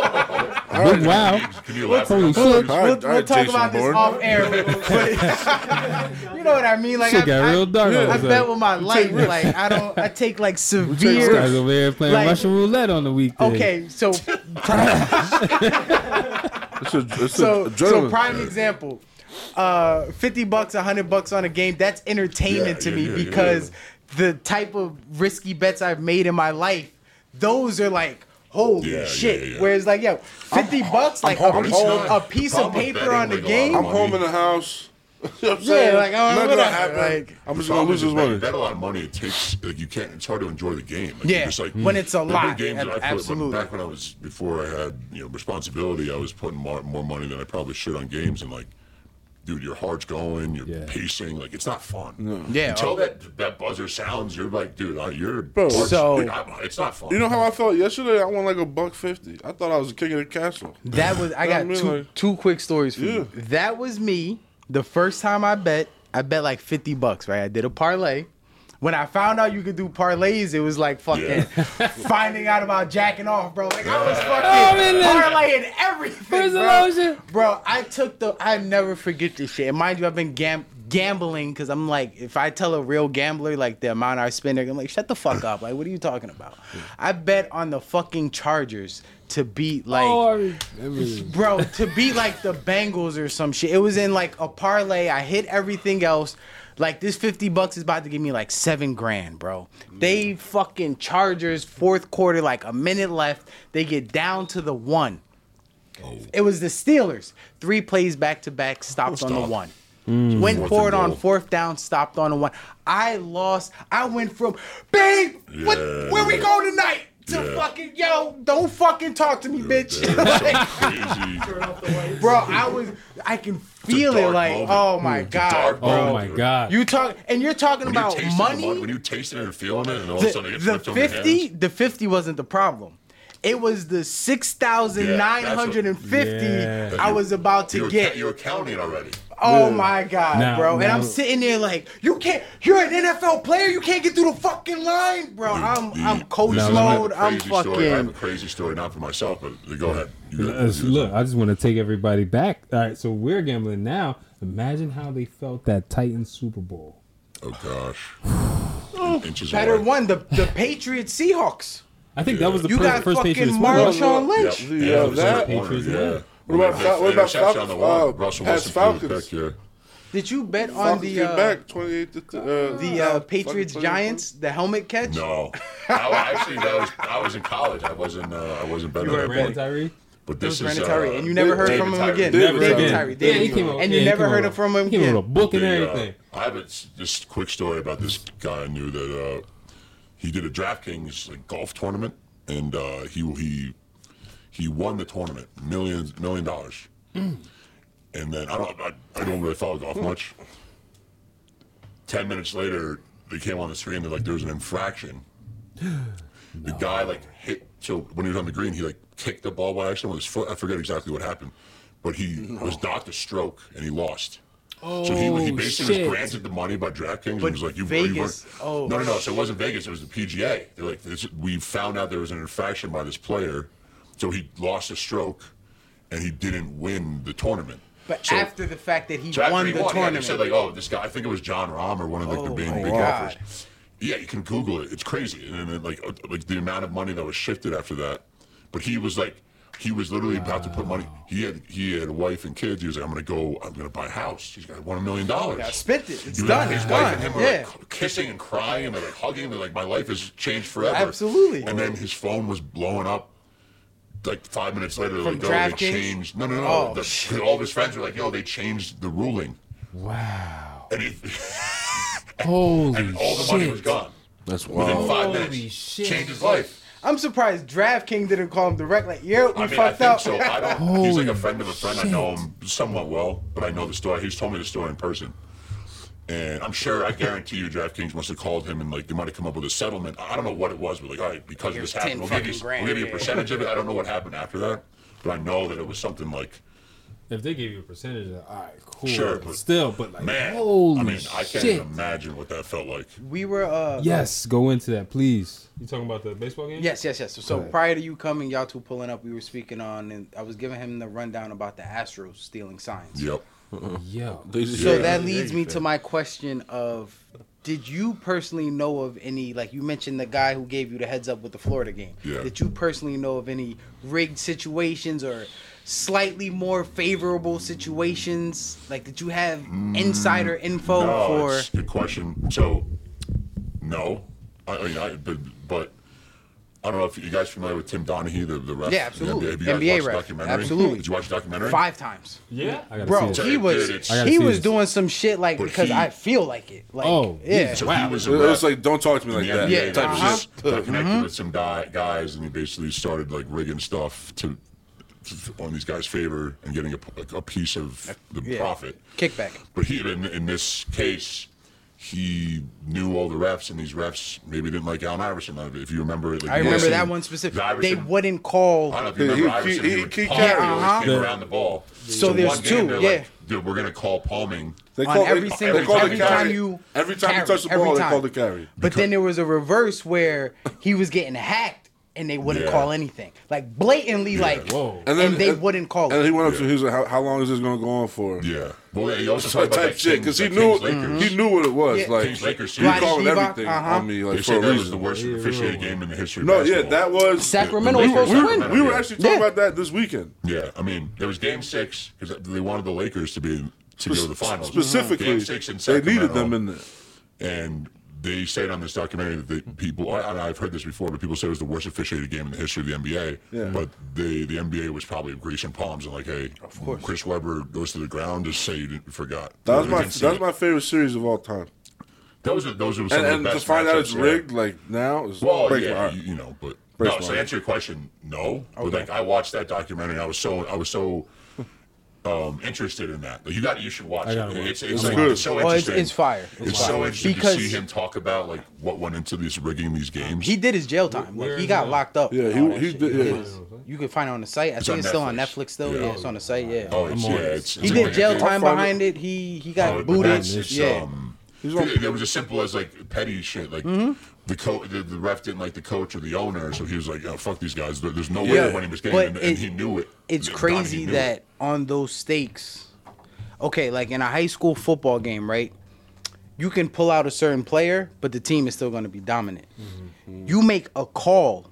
S3: <laughs> Big wow.
S5: Can you elaborate?
S3: Holy shit.
S6: All right,
S4: we'll
S6: all
S4: we'll
S6: right,
S4: talk
S6: Jason
S4: about
S6: Bourne.
S4: this off air, but <laughs> you know what I mean. Like
S3: Shit
S4: I,
S3: got
S4: I-
S3: real dark all of a
S4: I bet
S3: sudden.
S4: with my life.
S6: risks.
S4: Like I don't. I take like
S6: risks.
S4: severe.
S3: Guys over here playing
S4: Like-
S3: Russian roulette on the weekend.
S4: Okay, so
S6: It's a, it's
S4: so
S6: a
S4: so
S6: adrenaline.
S4: prime example uh 50 bucks 100 bucks on a game that's entertainment to
S5: Yeah, yeah,
S4: me
S5: yeah, yeah,
S4: because the type of risky bets i've made in my life those are like holy
S5: Yeah, yeah,
S4: shit
S5: yeah.
S4: whereas like yo 50 bucks like
S6: hard.
S4: a,
S6: It's
S4: a
S5: not-
S4: piece
S5: the
S4: of
S5: problem with
S4: paper on the
S5: betting, like, a lot
S4: game
S5: of
S6: I'm home in the house. <laughs> You know what I'm
S4: Yeah,
S6: saying?
S4: like, I don't
S6: Not
S4: know
S6: gonna
S4: that,
S6: happen.
S4: like-
S6: I'm just
S5: problem
S6: gonna lose
S5: is
S6: this
S5: that-
S6: money.
S5: That a lot of money. It takes like you can't. It's hard to enjoy the game. Like,
S4: Yeah,
S5: you're just like
S4: when it's a
S5: there have
S4: lot,
S5: been Games that I put,
S4: absolutely.
S5: But back when I was before I had you know responsibility, I was putting more, more money than I probably should on games, and like, dude, your heart's going, you're
S3: Yeah.
S5: pacing, like it's not fun.
S4: Yeah.
S5: Until that that buzzer sounds, you're like, dude, I- you're
S6: Bro,
S5: heart's-
S4: so-
S5: like, I- it's not fun.
S6: You know how I felt yesterday? I won like a buck fifty. I thought I was the king of the castle.
S4: That was I
S6: You know
S4: got
S6: what <laughs> I mean?
S4: two
S6: Like-
S4: two quick stories for you.
S6: Yeah.
S4: That was me the first time I bet. I bet like fifty bucks, right? I did a parlay. When I found out you could do parlays, it was like fucking
S5: Yeah.
S4: <laughs> finding out about jacking off, bro. Like I was
S3: Oh,
S4: fucking
S3: man, that's-
S4: parlaying everything,
S3: Where's the
S4: bro.
S3: lotion?
S4: Bro, I took the. I never forget this shit. And mind you, I've been gam- gambling because I'm like, if I tell a real gambler like the amount I spend, they're gonna be like, shut the fuck up. Like, what are you talking about? I bet on the fucking Chargers to beat like
S3: Or
S4: bro, to beat like the Bengals or some shit. It was in like a parlay. I hit everything else. Like this fifty bucks is about to give me like seven grand, bro. They fucking Chargers fourth quarter, like a minute left. They get down to the one.
S5: Oh.
S4: It was the Steelers. Three plays back to back, stopped on the
S5: Stop. Mm.
S4: one. Went
S5: Fourth
S4: for it
S5: and
S4: on
S5: goal.
S4: fourth down, stopped on the one. I lost. I went from, babe, what,
S5: Yeah.
S4: where we go tonight? To
S5: Yeah.
S4: fucking, yo, don't fucking talk to me, bitch. <laughs>
S5: It's
S4: Like,
S5: so crazy.
S4: bro. I was, I can feel it.
S5: dark
S4: Like,
S5: moment.
S4: oh my
S5: It's a dark
S4: god, bro.
S3: oh
S5: moment.
S3: my god.
S4: You talk, and you're talking
S5: When you're
S4: about
S5: tasting the
S4: money.
S5: When you're tasting it and feeling it, and all of a sudden it
S4: The,
S5: gets
S4: the
S5: ripped over your
S4: fifty,
S5: hands.
S4: the fifty wasn't the problem. It was the six thousand nine hundred and fifty
S3: Yeah,
S4: I was about
S5: You
S4: to
S5: were ca-
S4: get.
S5: You were counting it already.
S4: Oh my god,
S3: Now-
S4: bro! And
S3: now-
S4: I'm sitting there like, you can't. You're an NFL player. You can't get through the fucking line, bro. I'm
S5: The-
S4: I'm coach
S5: this is
S4: mode.
S5: a
S4: I'm
S5: crazy Story. I have a
S4: fucking.
S5: crazy story, not for myself, but go ahead. You got-
S3: Let's-
S5: you got-
S3: look, I just want to take everybody back. All right, so we're gambling now. Imagine how they felt that Titans Super Bowl.
S5: Oh gosh. Inches
S4: Better
S5: away.
S4: one, the the Patriots Seahawks.
S3: I think that was the
S4: You
S3: per-
S4: got
S3: first Patriots
S4: fucking
S3: Super Bowl.
S6: Marshall-
S4: Marshawn
S5: Yep.
S4: Lynch.
S5: Yeah,
S6: Yeah,
S5: it was
S6: that-
S5: the Patriots, yeah.
S6: What about Fal- what about
S5: Interception
S6: Fal-
S5: on the one.
S6: uh,
S5: Russell
S6: past
S5: Wilson threw it
S6: Falcons?
S5: back, yeah.
S4: Did you bet on
S6: Falcons
S4: the
S6: came
S4: uh,
S6: back twenty eight to uh,
S4: the
S6: yeah,
S4: uh,
S6: fucking
S4: Patriots
S6: 28.
S4: Giants the helmet catch?
S5: No, I, actually, that was I was in college. I wasn't. Uh, I wasn't better.
S4: You were
S5: at
S3: Brandon
S5: that point.
S3: Tyree.
S5: But
S4: It was
S5: this is
S4: Brandon
S5: uh,
S4: Tyree, and you never heard
S5: David
S4: from him
S5: Tyree.
S4: again.
S6: David
S4: David
S6: Tyree.
S4: Tyree.
S3: Yeah,
S4: There
S3: he
S4: you
S3: came
S4: go.
S3: out-
S4: And
S3: yeah,
S4: you
S3: he
S4: never
S3: came
S4: heard
S3: out-
S4: it from him
S3: He came out
S4: again.
S3: with a book and
S5: The, uh,
S3: everything.
S5: I have a s- this quick story about this guy I knew that uh, he did a DraftKings like golf tournament, and uh, he he he won the tournament, millions million dollars. And then I don't I, I don't really follow golf much. Ten minutes later, they came on the screen. They're like, "There's an infraction." The guy like hit. So when he was on the green, he like kicked the ball by accident with his foot. I forget exactly what happened, but he was docked a stroke and he lost. Oh, so he, he
S3: Oh,
S5: basically
S3: shit.
S5: was granted the money by DraftKings
S4: But
S5: and was like, "You are
S4: Vegas-
S5: You,
S4: oh,
S5: no, no, no. So it wasn't Vegas. It was the PGA. They're like, this, "We found out there was an infraction by this player, so he lost a stroke, and he didn't win the tournament."
S4: But
S5: So-
S4: after the fact that he
S5: so after
S4: won
S5: he
S4: the
S5: won, yeah, they
S4: tournament, Oh,
S5: said like, oh, this guy. I think it was John Rahm or one of like the big,
S4: my
S5: big
S4: God.
S5: golfers. Yeah, you can Google it. It's crazy, and then like uh, like the amount of money that was shifted after that. But he was like, he was literally about to put money. He had he had a wife and kids. He was like, I'm gonna go. I'm gonna buy a house. He's got one million dollars.
S4: I spent it. It's
S5: You
S4: done.
S5: know,
S4: It's
S5: his wife and
S4: done.
S5: him were
S4: Yeah.
S5: like kissing and crying and like hugging. They're like, my life has changed forever.
S4: Absolutely.
S5: And then his phone was blowing up. Like five minutes later,
S4: From
S5: like, oh,
S4: DraftKings?
S5: they changed. No, no, no.
S4: Oh,
S5: The-
S4: shit.
S5: all of his friends were like, yo, they changed the ruling.
S3: Wow.
S5: And, he, <laughs>
S3: Holy
S5: and all the money was
S3: shit.
S5: gone.
S6: That's
S5: Within
S6: wild.
S5: five
S3: Holy
S5: minutes.
S3: shit.
S5: Changed his life.
S4: I'm surprised DraftKings didn't call him direct. Like, yeah, we
S5: I mean, I
S4: fucked
S5: think
S4: up.
S5: so. I don't, he's like a friend of a friend. I know him somewhat well, but I know the story. He's told me the story in person. And I'm sure, I guarantee you, DraftKings must have called him and like they might have come up with a settlement. I don't know what it was, but like, all right, because
S4: Here's
S5: this happened,
S4: 10
S5: we'll give, you,
S4: fucking grand.
S5: we'll give you a percentage of it. I don't know what happened after that, but I know that it was something like,
S3: If they gave you a percentage, all right, cool.
S5: Sure,
S3: but
S5: but-
S3: still, but like,
S5: man,
S3: holy
S5: I mean, I can't
S3: shit.
S5: even imagine what that felt like.
S4: we were. Uh,
S3: Yes, go into that, please. You talking about the baseball game?
S4: Yes, yes, yes. So, so
S3: ahead.
S4: prior to you coming, y'all two pulling up, we were speaking on, and I was giving him the rundown about the Astros stealing signs.
S5: Yep.
S3: Yeah.
S4: So that leads me to my question of did you personally know of any like you mentioned the guy who gave you the heads up with the Florida game?
S5: Yeah.
S4: Did you personally know of any rigged situations or slightly more favorable situations? Like did you have insider info
S5: No, it's
S4: for
S5: a good question. So, no, I, I mean, I, but, but I don't know if you guys familiar with Tim Donaghy, the, the ref.
S4: Yeah,
S5: in the
S4: absolutely.
S5: Have you guys
S4: NBA
S5: watched the
S4: ref.
S5: documentary?
S4: Absolutely.
S5: Did you watch the documentary?
S4: Five times.
S2: Yeah.
S3: I gotta
S4: Bro,
S3: see it.
S4: he was
S5: Dude, it's-
S3: I gotta
S4: he
S3: see
S4: was
S3: this.
S4: doing some shit like
S5: But
S4: because
S5: he-
S4: I feel like it. Like,
S3: Oh,
S4: yeah.
S5: So he was
S6: It
S5: a ref.
S6: was like, don't talk to me like that.
S5: yeah,
S4: Yeah,
S5: type
S4: uh-huh.
S5: of shit. Got connected with some guy, guys, and he basically started like rigging stuff to, to- on these guys' favor and getting a, like, a piece of the
S4: Yeah.
S5: profit.
S4: Kickback.
S5: But he, in, in this case, he knew all the refs, and these refs maybe didn't like Allen Iverson. If you remember it, like,
S4: I remember
S5: Iverson-
S4: that one specific. They
S5: Iverson-
S4: wouldn't call.
S5: I don't know if you
S6: Yeah,
S5: remember
S6: he- he-
S5: Iverson. He,
S6: he uh-huh.
S5: would
S6: kicked
S5: palm,
S6: out.
S5: he always
S4: Yeah,
S5: came around the ball. So,
S4: there's
S5: one game
S4: two,
S5: they're
S4: yeah.
S5: Like, Dude, we're gonna call palming.
S6: They
S4: on
S6: call- they-
S4: every
S6: they
S4: single
S6: call it
S4: every
S6: carry.
S4: time you
S6: Every time you
S4: carry,
S6: touch the
S4: every
S6: ball, they
S4: time.
S6: call it carry.
S4: But then there was a reverse where he was getting hacked and they wouldn't
S5: Yeah.
S4: call anything, like blatantly, like
S3: Whoa.
S4: and, they wouldn't call
S6: And
S4: it.
S6: he went up to his, how, how long is this going to go on for?
S5: Yeah. Well, yeah, he also
S6: Type
S5: talked about that
S6: shit,
S5: Kings-
S6: because he
S5: that
S6: knew Mm-hmm.
S5: Kings Lakers.
S6: he knew what it was.
S4: Yeah.
S6: Like
S5: Kings Lakers
S6: he
S5: series.
S6: calling
S4: Vlade
S6: everything
S4: Shiva, uh-huh.
S6: on me
S5: They
S6: like for
S5: said
S6: a
S5: that was the
S6: reason.
S5: worst officiated game in the history. of
S6: No, yeah,
S5: basketball.
S6: that was
S4: Sacramento
S5: the-
S4: was
S5: the-
S4: supposed
S6: We
S4: to
S5: we-
S6: were,
S4: win.
S6: we were actually talking
S4: Yeah.
S6: about that this weekend.
S5: Yeah, I mean, there was Game Six because they wanted the Lakers to be to go to the finals.
S6: Specifically,
S5: Game Six in
S6: they needed
S5: Sacramento,
S6: them in there.
S5: and they said on this documentary that they, people, I- and I've heard this before, but people said it was the worst officiated game in the history of the NBA.
S6: Yeah.
S5: But the the NBA was probably greasing palms and like, hey, Chris Webber goes to the ground, just say you didn't, forgot.
S6: That was
S5: We
S6: my
S5: didn't see
S6: that was
S5: it.
S6: my favorite series of all time.
S5: Those are those are some
S6: And,
S5: of
S6: and
S5: the
S6: to
S5: best
S6: find out it's
S5: matchups, yeah.
S6: rigged, like now, is
S5: Well,
S6: breaking my
S5: yeah,
S6: heart.
S5: you, you know, but
S6: Breaks my
S5: no. So
S6: heart.
S5: to answer your question, no. But like, I watched that documentary. and I was so I was so um, interested in that. Like, you got you should watch
S3: I
S5: it.
S3: gotta watch
S5: It's, it's,
S6: It's
S5: like,
S6: good.
S5: it's so
S4: Oh, it's-
S5: interesting.
S4: it's fire.
S5: It's,
S4: It's
S5: so
S4: fire.
S5: interesting to
S4: Because-
S5: see him talk about like what went into this rigging these games.
S4: He did his jail time.
S3: Where
S4: Like he
S3: is
S4: got
S3: that?
S4: locked up.
S6: Yeah,
S4: and
S6: he-
S4: all that
S6: he
S4: shit.
S6: did- yeah.
S4: You can find it on the site. I think
S5: on
S4: it's still on
S5: Netflix.
S4: Netflix. Still,
S5: Yeah.
S4: yeah, it's on the site. Yeah.
S5: oh, it's,
S3: I'm
S5: yeah,
S3: on it.
S5: it's,
S4: he
S5: it's
S4: did
S5: like-
S4: jail
S5: it-
S4: time
S6: find it.
S4: behind it. He he
S5: Oh,
S4: got
S5: but
S4: booted.
S5: that's- it's,
S4: Yeah.
S5: um,
S6: He's on-
S5: it, it was as simple as like petty shit. Like
S4: Mm-hmm.
S5: the coach, the, the ref didn't like the coach or the owner, so he was like, "Oh fuck these guys! There- There's no way
S6: Yeah.
S5: they're winning this game,"
S4: But
S5: and, and
S4: it-
S5: he knew it.
S4: it's
S5: Donnie
S4: crazy
S5: knew it.
S4: that on those stakes, okay, like in a high school football game, right? You can pull out a certain player, but the team is still going to be dominant. You make a call,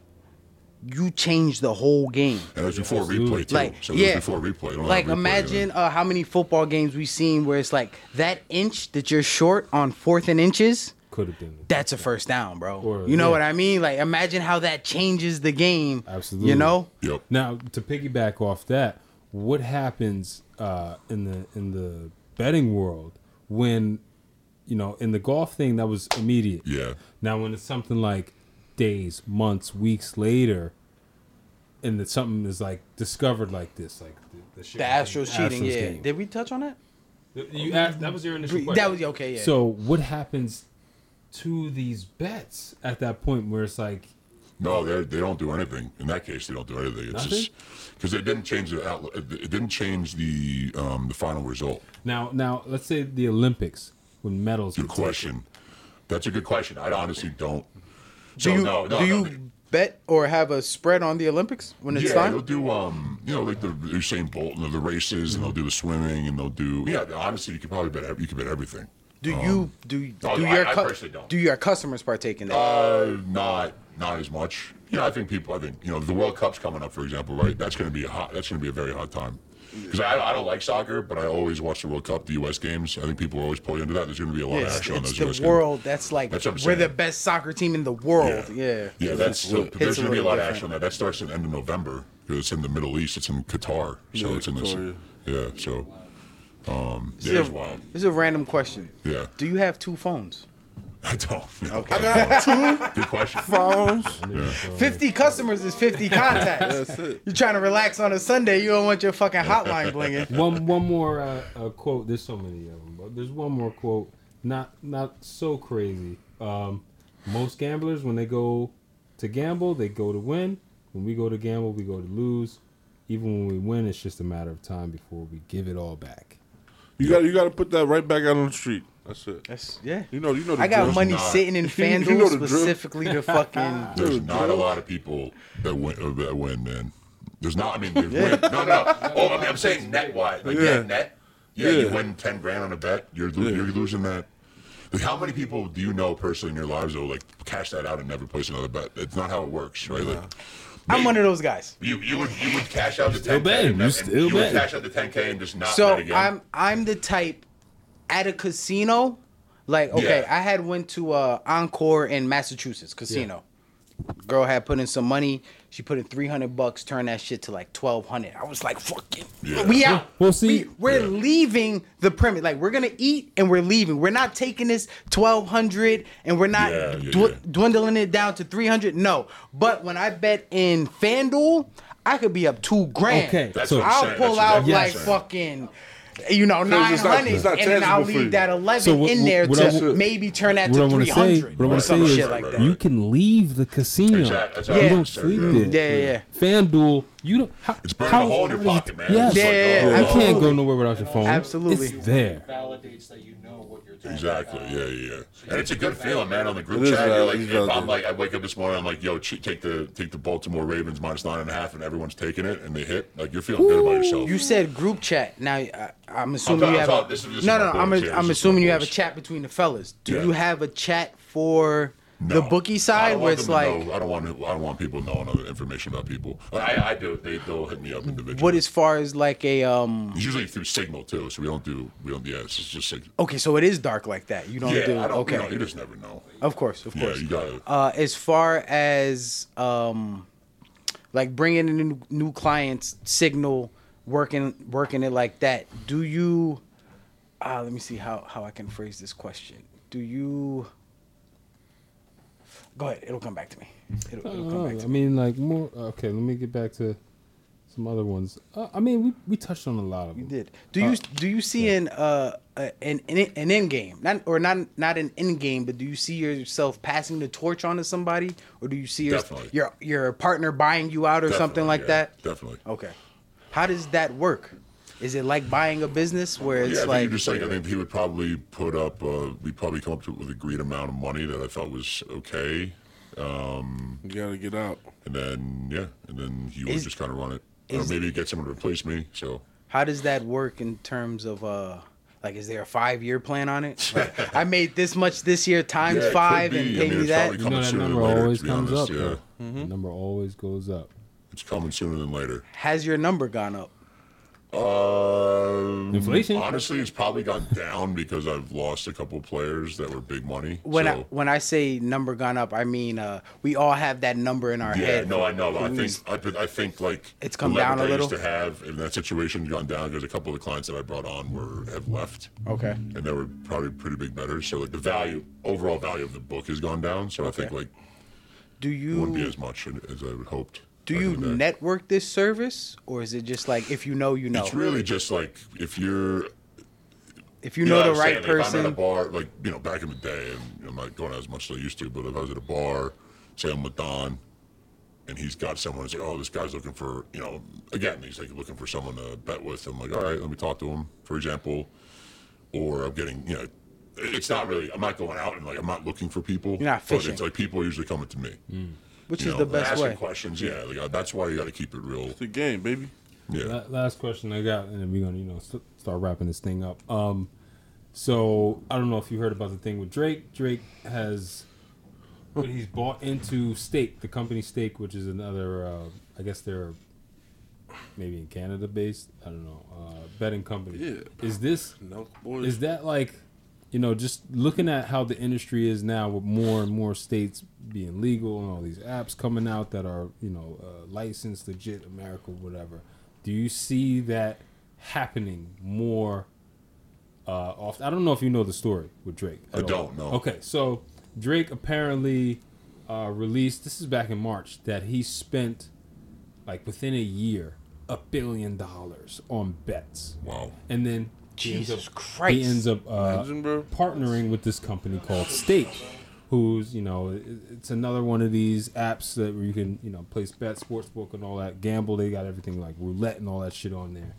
S4: you change the whole game.
S5: And it was before replay too.
S4: Like,
S5: so it
S4: yeah,
S5: was before replay. They don't
S4: like
S5: have replay
S4: imagine
S5: anymore.
S4: uh, how many football games we've seen where it's like that inch that you're short on fourth and inches.
S3: Could have been.
S4: That's a first down, bro.
S3: Or-
S4: you know
S3: yeah.
S4: what I mean? Like, imagine how that changes the game.
S3: Absolutely.
S4: You know?
S5: Yep.
S3: Now to piggyback off that, what happens uh, in the in the betting world when you know in the golf thing that was immediate.
S5: Yeah.
S3: Now when it's something like days, months, weeks later, and that something is like discovered like this, like the, the, shit
S4: The Astros cheating. yeah.
S3: game.
S4: Did we touch on that?
S3: You asked, that was your initial question.
S4: That was okay. Yeah.
S3: So what happens to these bets at that point where it's like
S5: No, they they don't do anything. In that case, they don't do anything. It's
S3: Nothing?
S5: just because it didn't change the outlook. It it didn't change the um, the final result.
S3: now now let's say the Olympics when medals
S5: Good
S3: get taken.
S5: question. That's a good question. I honestly don't.
S4: do
S5: So
S4: you
S5: no, no,
S4: do
S5: no,
S4: you bet or have a spread on the Olympics when it's
S5: yeah, they'll
S4: time?
S5: do um, you know, like the Usain Bolt and the races, and they'll do the swimming, and they'll do yeah. Honestly, you could probably bet ev- you could bet everything.
S4: Do you do
S5: no,
S4: do
S5: Oh, I-
S4: your
S5: I
S4: cu-
S5: personally don't.
S4: do your customers partake in that?
S5: Uh, not not as much. You know, I think people. I think you know the World Cup's coming up, for example, right? That's going to be a hot. That's going to be a very hot time. Because I, I don't like soccer, but I always watch the World Cup, the U.S. games. I think people are always playing into that. There's going to be a lot of
S4: it's
S5: action on
S4: it's
S5: those
S4: the
S5: U.S.
S4: world. That's like
S5: That's what I'm
S4: we're the
S5: saying.
S4: best soccer team in the
S5: games.
S4: world. Yeah.
S5: yeah, that's so,
S6: It's
S5: there's going to be a lot of
S4: different.
S5: action on that. That starts at the end of November 'cause it's in the Middle East. It's in Qatar, so
S6: Yeah,
S5: it's in this.
S6: Qatar,
S5: Yeah, so um,
S4: This,
S5: yeah,
S4: is
S5: it's
S4: a,
S5: wild. <laughs>
S4: this is a random question.
S5: Yeah,
S4: Do you have two phones?
S5: I don't. know. Okay. Good question.
S6: Phones.
S4: Fifty customers is
S5: <laughs>
S4: fifty contacts.
S6: That's it.
S4: You're trying to relax on a Sunday. You don't want your fucking hotline blinging.
S3: one one more uh, uh, quote. There's so many of them, but there's one more quote. Not not so crazy. Um, most gamblers, when they go to gamble, they go to win. When we go to gamble, we go to lose. Even when we win, it's just a matter of time before we give it all back.
S6: You got you got to put that right back out on the street. That's it.
S4: That's
S5: <laughs>
S4: yeah.
S6: You know you know. The
S4: I got
S6: drill.
S4: money
S5: not- <laughs>
S4: sitting in
S6: you know
S4: FanDuel
S6: the drill.
S4: specifically to fucking
S5: There's not a lot of people that win. uh, That win, man. There's not. I mean, there's win. No, no, no.
S3: <laughs>
S5: Oh, I mean, I'm saying net wise, like
S6: Yeah.
S5: net net. Yeah, you
S6: Yeah.
S5: win ten grand on a bet. You're lo-
S6: Yeah.
S5: you're losing that. Like, how many people do you know personally in your lives that will like cash that out and never place another bet? That's not how it works, right? Like,
S4: I'm one of those guys.
S5: you you would you would cash out the
S3: Still
S5: ten k.
S3: betting. You still
S5: you would
S3: betting.
S5: cash out the ten k and just not
S4: So
S5: bet again.
S4: I'm I'm the type at a casino, like okay,
S5: Yeah.
S4: I had went to uh Encore in Massachusetts casino. girl had put in some money. She put in three hundred bucks, turned that shit to like twelve hundred. I was like, "Fucking,
S5: Yeah.
S4: we out.
S3: Well, see-
S4: we, we're leaving the premise. Like, we're gonna eat and we're leaving. We're not taking this twelve hundred and we're not
S5: Yeah, yeah,
S4: dw-
S5: yeah.
S4: dwindling it down to three hundred. No, but when I bet in FanDuel, I could be up two grand.
S3: Okay, That's so-
S4: so
S3: what I'm
S4: I'll
S5: saying.
S4: pull
S5: That's what
S4: out
S5: I'm
S4: like
S5: saying.
S4: fucking. You know,
S6: Because
S4: nine
S6: it's not-
S4: hundred,
S6: it's
S4: and
S6: not
S4: then I'll
S6: tangible for you.
S4: leave that eleven
S3: So what-
S4: in there
S3: what
S4: to
S3: I
S6: wa-
S4: maybe turn that
S3: What I
S4: to
S3: want to
S4: three
S3: say,
S4: hundred
S3: what I want
S4: or
S3: to say
S4: some
S3: is,
S4: shit like that.
S3: you can leave the casino.
S5: Exactly, exactly.
S3: You
S4: Yeah.
S3: don't sleep there.
S4: Yeah, yeah, yeah.
S3: FanDuel, you don't. How,
S5: It's burning
S3: how,
S5: a hole in your pocket, man.
S3: Yes.
S5: It's like,
S4: Yeah,
S5: oh,
S4: yeah,
S3: You
S5: oh,
S3: can't go nowhere without your phone.
S4: Absolutely.
S3: It's there.
S2: Validates that you know what you're talking
S6: uh,
S5: Exactly.
S2: about.
S5: Yeah, yeah. yeah. And it's a good feeling, man. On the
S6: It
S5: group
S6: is
S5: chat, you're
S6: valid,
S5: like,
S6: it's
S5: if
S6: valid.
S5: I'm like, I wake up this morning, I'm like, yo, ch- take the take the Baltimore Ravens minus nine and a half, and everyone's taking it, and they hit. Like you're feeling good about yourself.
S4: You said group chat. Now I, I'm assuming
S5: talking-
S4: you
S5: I'm
S4: have.
S5: talking- this is- this is
S4: no,
S5: my
S4: no,
S5: boys
S4: I'm.
S5: here. This
S4: I'm
S5: is my
S4: assuming you have a
S5: boys.
S4: chat between the fellas. Do
S5: Yeah.
S4: you have a chat for the
S5: No.
S4: bookie
S5: I
S4: side where
S5: don't want
S4: it's
S5: them to
S4: like,
S5: know- I don't want to, I don't want people knowing other information about people. I, I do. They they'll hit me up individually.
S4: what as far as like a um?
S5: It's usually through Signal too, so we don't do we don't. Yeah, it's just like
S4: Okay, so it is dark like that. You don't
S5: yeah.
S4: do.
S5: I don't.
S4: okay,
S5: You, know, you just never know.
S4: of course, of
S5: Yeah,
S4: course.
S5: you gotta.
S4: uh, as far as um, like bringing in new, new clients, signal, working working it like that. Do you? Uh, let me see how how I can phrase this question. Do you? Go ahead. It'll come back to me. It'll, it'll come back
S3: Uh, I
S5: Oh.
S4: to me.
S3: mean, like more. uh, Okay, let me get back to some other ones. Uh, I mean, we, we touched on a lot of them.
S4: You did. Do you
S5: Oh.
S4: do you see an uh a- an an an end game? Not or not not an end game, but do you see yourself passing the torch on to somebody, or do you see your
S5: Definitely.
S4: your your partner buying you out or something
S5: Definitely,
S4: like
S5: yeah,
S4: that?
S5: Definitely.
S4: Okay. How does that work? Is it like buying a business where
S5: yeah,
S4: it's
S5: I think
S4: like,
S5: you just like I think he would probably put up. Uh, we probably come up to, with agreed amount of money that I felt was okay,
S6: You gotta get out.
S5: and then yeah, and then he would
S4: Is-
S5: just kind of run it, or
S4: is-
S5: maybe get someone to replace me. So
S4: how does that work in terms of uh like is there a five year plan on it?
S5: <laughs>
S4: Like, I made this much this year times
S5: Yeah, it could
S4: five and
S5: be. I
S4: pay
S5: mean,
S4: me
S5: it's
S4: that.
S5: probably
S3: You know
S5: Coming
S3: that
S5: sooner
S3: number
S5: than later,
S3: always
S5: to be
S3: comes
S5: honest,
S3: up.
S5: yeah.
S3: though. The number always goes up.
S5: it's coming sooner than later.
S4: Has your number gone up?
S5: Um,
S3: Inflation?
S5: Honestly, it's probably gone down because I've lost a couple players that were big money.
S4: When I
S5: so,
S4: when I say number gone up, I mean uh we all have that number in our
S5: yeah,
S4: head.
S5: no, I know. but I think I, but I think like
S4: It's come
S5: the leverage
S4: down a
S5: I
S4: little?
S5: Used to have in that situation gone down because a couple of the clients that I brought on were have left.
S4: Okay.
S5: and they were probably pretty big betters. So like the value, overall value of the book has gone down. So I think like
S4: Do
S5: it wouldn't be
S4: you
S5: as much as I would hoped.
S4: do
S5: back in
S4: you
S5: the day.
S4: network this service or is it just like if you know you know?
S5: It's really just like if you're
S4: if you know
S5: what
S4: the
S5: I'm
S4: right
S5: saying, like, If I'm at a
S4: person,
S5: bar, like you know, back in the day, and I'm not going out as much as I used to. But if I was at a bar, say I'm with Don, and he's got someone, it's like, oh, this guy's looking for, you know, again, he's like looking for someone to bet with. I'm like, all right, let me talk to him, for example. Or I'm getting, you know, it- it's not really. I'm not going out and like I'm not looking for people.
S4: You're not
S5: But
S4: fishing.
S5: it's like people are usually coming to me.
S4: which
S5: You
S4: is
S5: know,
S4: the best
S5: asking
S4: way.
S5: questions. Yeah, like, uh, that's why you got to keep it real.
S6: It's a game, baby.
S5: Yeah.
S3: La- last question I got, and then we're gonna you know st- start wrapping this thing up. Um, so I don't know if you heard about the thing with Drake. Drake has, but he's bought into Stake, the company Stake, which is another. Uh, I guess they're maybe in Canada based. I don't know uh, betting company.
S6: Yeah.
S3: Is this
S6: No, boys.
S3: is that like you know just looking at how the industry is now with more and more states being legal and all these apps coming out that are you know uh, licensed legit america whatever do you see that happening more uh often i don't know if you know the story with drake
S5: I
S3: at all.
S5: don't know.
S3: okay so drake apparently uh released this is back in march that he spent like within a year a billion dollars on bets
S5: Wow.
S3: and then he ends
S4: Jesus
S3: up-
S4: Christ.
S3: he ends up uh,
S6: Imagine, bro.
S3: partnering with this company called Stake, who's you know it- it's another one of these apps that where you can you know place bet, sportsbook, and all that, gamble. They got everything like roulette and all that shit on there.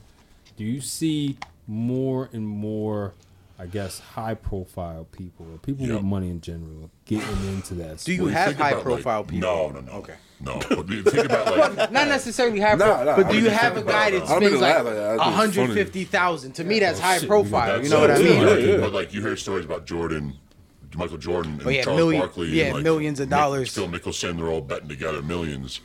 S3: Do you see more and more? I guess high profile people or people
S5: Yep.
S3: with money in general getting into that.
S4: Do you
S3: space?
S4: have
S5: Think about,
S4: high profile
S5: like,
S4: people?
S5: No, no, no.
S4: Okay.
S5: No, but think about
S4: <laughs>
S5: like
S4: Not necessarily high
S6: Nah,
S4: profile,
S6: nah,
S4: but
S6: I
S4: do you
S6: mean,
S4: have a guy that
S6: I don't mean
S4: spends
S6: to laugh
S4: like
S6: like that. I
S4: a
S6: think it's funny.
S4: 150,000? To me, that's high
S3: shit,
S4: profile.
S5: That's
S4: You know what I
S5: so
S6: Yeah,
S4: mean?
S5: true.
S6: yeah, yeah.
S5: But like you hear stories about Jordan, Michael Jordan, and
S4: Oh, yeah,
S5: Charles
S4: million-
S5: Barkley.
S4: yeah,
S5: and, like,
S4: millions of
S5: Nick-
S4: dollars.
S5: Phil Mickelson, they're all betting together millions.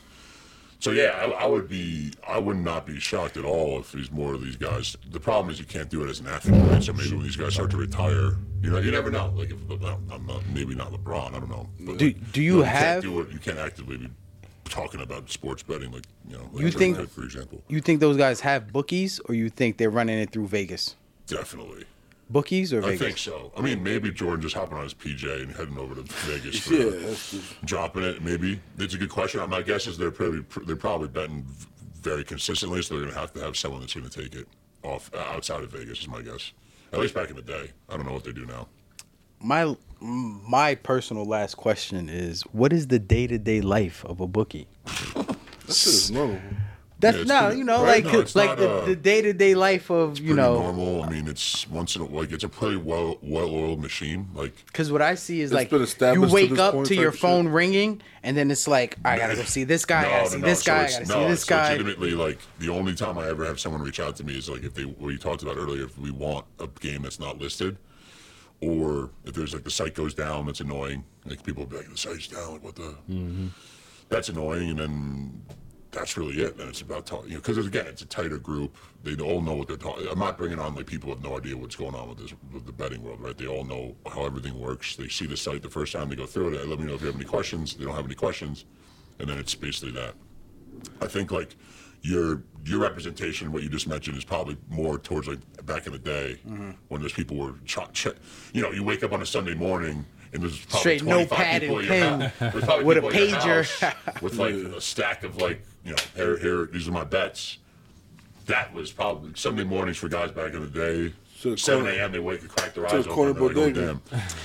S5: So yeah, I, I would be, I would not be shocked at all if there's more of these guys. The problem is you can't do it as an athlete, right? So maybe when these guys start to retire, you know, you never know. Like if Le- I'm not, maybe not LeBron, I don't know. But
S4: Do-
S5: like,
S4: do you
S5: can't
S4: have-
S5: do it- you can't actively be talking about sports betting, like you know, like
S4: You
S5: Joe
S4: think-
S5: Knight, for example,
S4: You think those guys have bookies, or you think they're running it through Vegas?
S5: definitely.
S4: Bookies or
S5: I
S4: Vegas?
S5: think so. I mean, maybe Jordan just hopping on his PJ and heading over to Vegas for
S6: Yeah, that's just-
S5: dropping it. Maybe it's a good question. My guess is they're probably they're probably betting v- very consistently, so they're going to have to have someone that's going to take it off uh, outside of Vegas. Is my guess. At least back in the day. I don't know what they do now.
S4: My my personal last question is: What is the day to day life of a bookie?
S6: That shit is normal.
S4: That's
S5: Yeah, it's
S4: no,
S5: pretty-
S4: you know,
S5: right?
S4: like
S5: No, it's
S4: like
S5: not,
S4: the,
S5: uh,
S4: the day-to-day life of you
S5: Pretty
S4: know.
S5: normal. I mean, it's once in a like it's a pretty well well oiled machine. Like
S4: Because what I see is like
S6: been
S4: you
S6: established to
S4: wake
S6: this
S4: up
S6: point
S4: to your
S6: type shit.
S4: phone ringing, and then it's like I
S5: <laughs>
S4: gotta go see this guy, I gotta see this
S5: So
S4: guy, I
S5: it's-
S4: gotta
S5: no,
S4: see this
S5: it's
S4: guy.
S5: Legitimately, like the only time I ever have someone reach out to me is like if they what you talked about earlier. If we want a game that's not listed, or if there's like the site goes down, that's annoying. Like people be like the site's down. Like what the? That's annoying, and then that's really it. Then it's about talking, you know, because again, it's a tighter group. They all know what they're talking. I'm not bringing on like people who have no idea what's going on with this with the betting world, right? They all know how everything works. They see the site the first time they go through it. "Hey, Let me know if you have any questions. They don't have any questions, and then it's basically that. I think like your your representation, what you just mentioned, is probably more towards like back in the day when those people were ch- ch- you know, you wake up on a Sunday morning and there's probably
S4: Straight
S5: 25
S4: notepad
S5: people
S4: and
S5: at your
S4: pen <laughs>
S5: house. There's probably
S4: with a
S5: people at your
S4: pager. <laughs>
S5: house with like a stack of like you know here here these are my bets. That was probably Sunday mornings for guys back in the day.
S6: To the
S5: 7
S6: corner-
S5: a.m. They wake and crack their
S6: to
S5: eyes
S6: the
S5: open. and
S6: corner
S5: they're Like,
S6: bodega.
S5: oh,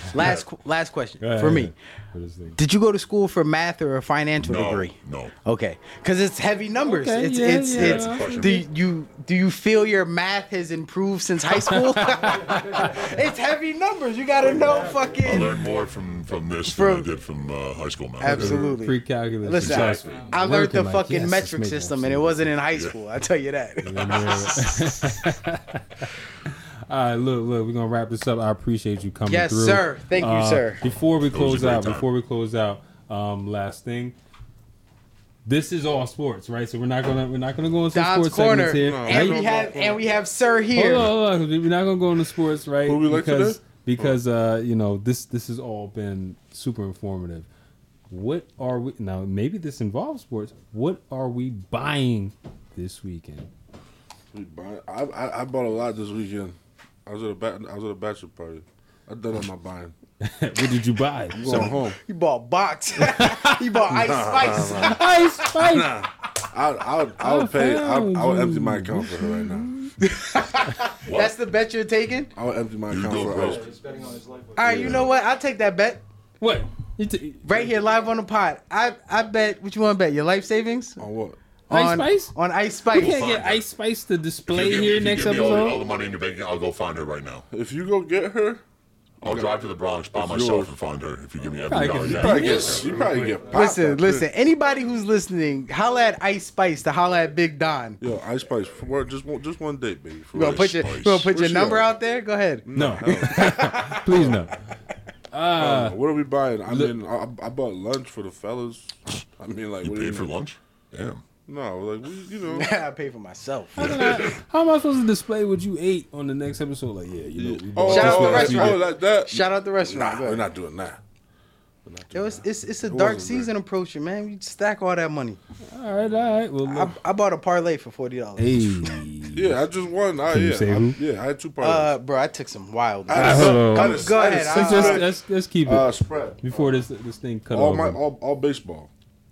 S5: damn.
S4: Last qu- last question
S3: ahead,
S4: for
S3: go
S4: me:
S3: ahead. What is the-
S4: Did you go to school for math or a financial
S5: No,
S4: degree?
S5: no.
S4: Okay, because it's heavy numbers.
S3: Okay,
S4: it's
S3: yeah,
S4: it's
S3: yeah.
S4: it's. Do you do you feel your math has improved since high school? <laughs> it's heavy numbers. You gotta know
S5: I
S4: fucking.
S5: learned more from from this
S4: From-
S5: than I did from uh, high school math.
S4: Absolutely.
S3: Pre-calculus.
S4: Listen, I-
S3: Exactly.
S4: I, learned the
S3: Working like,
S4: fucking
S3: yes, this
S4: metric
S3: makes
S4: system,
S3: absolute
S4: and it wasn't in high school. I tell you that.
S3: <laughs> All right, look, look, we're gonna wrap this up. I appreciate you coming
S4: Yes,
S3: through.
S4: sir. Thank you,
S3: Uh,
S4: sir.
S3: Before we
S5: was a
S3: close
S5: great
S3: out,
S5: time.
S3: before we close out, um, last thing. This is all sports, right? So we're not gonna we're not gonna go into
S4: Don's
S3: sports
S4: corner,
S3: segments here. Right?
S4: and we have and we have Sir
S3: Hold
S4: here.
S3: on, hold on. We're not gonna go into sports, right?
S6: What we like to
S3: because
S6: do?
S3: because
S5: Oh.
S3: uh, you know this this has all been super informative. What are we now? Maybe this involves sports. What are we buying this weekend? <laughs>
S6: We buy- I, I, I bought a lot this weekend. I was at a ba- I was at a bachelor party. I done all my buying.
S3: what did you buy?
S6: I'm going home.
S4: You bought box. <laughs> you bought ice spice.
S3: Ice Spice.
S6: I I would, I would pay. I would, I would
S3: found
S6: empty my account for her right now.
S4: That's the bet you're taking.
S6: I would empty my
S5: You
S6: account
S5: go
S6: for
S5: broke.
S6: her.
S2: He's betting on his life.
S4: All right, you know what? I'll take that bet
S3: What? You t-
S4: right here, live on the pod. I I bet. What you want to bet? Your life savings
S6: On what?
S3: Ice
S4: on
S3: Spice?
S4: on ice
S3: You
S4: spice.
S3: can't
S5: find
S3: get
S5: her.
S3: Ice Spice to
S5: If
S3: display
S5: you give-
S3: here
S5: if you
S3: next
S5: give me all- All,
S3: episode.
S5: the money in your bank, I'll go find her right now.
S6: If you go get her,
S5: I'll drive to the Bronx by
S6: It's
S5: myself
S6: yours.
S5: and find her. If you give me every
S3: Probably
S5: dollar,
S3: could-
S5: yeah.
S6: probably get you probably get. popped
S4: Listen,
S6: up, too.
S4: listen. Anybody who's listening, holla at Ice Spice to holla at Big Don. You
S6: Yo, Ice Spice, for work, just one, just one date, baby. For
S4: gonna
S6: work.
S4: put your you gonna put
S6: Where
S4: your
S6: she
S4: number
S6: at?
S4: out there?
S6: <laughs>
S4: Go ahead.
S3: No, <laughs> please no.
S6: Uh, what are we buying? I mean, I, I bought lunch for the fellas. I mean, like,
S5: You
S6: what do
S5: paid for
S6: mean?
S5: lunch? Damn.
S6: No, like we, you
S5: <laughs>
S6: know,
S4: I pay for myself.
S3: How am I supposed to display what you ate on the next episode? Like, yeah, you know, we bought
S6: oh,
S4: Shout
S3: this
S4: out
S6: oh,
S4: the
S3: last
S4: restaurant.
S6: oh,
S3: weekend.
S6: like that.
S4: <laughs> Shout out the restaurant.
S6: nah,
S4: Go
S6: we're
S4: ahead.
S6: not doing that. We're not
S4: Yo,
S6: doing
S4: it's,
S6: that.
S4: it's it's a
S6: It
S4: dark
S6: wasn't
S4: season approaching, man. You stack all that money.
S3: All right, all right. Well,
S4: I,
S3: look.
S4: I bought a parlay for forty dollars. <laughs>
S3: hey,
S6: Yeah, I just won. I,
S3: Can you
S6: yeah,
S3: say
S6: I,
S3: who?
S6: yeah, I had two parties.
S4: Uh, bro, I took some wild.
S6: I had a
S3: hold
S6: sub-
S3: on.
S6: I had a-
S4: Go
S6: I had a
S4: ahead,
S6: sub-
S3: let's,
S4: uh,
S3: just, let's let's keep it
S6: uh, spread.
S3: before this this thing cut
S6: all
S3: off.
S6: my all, all baseball.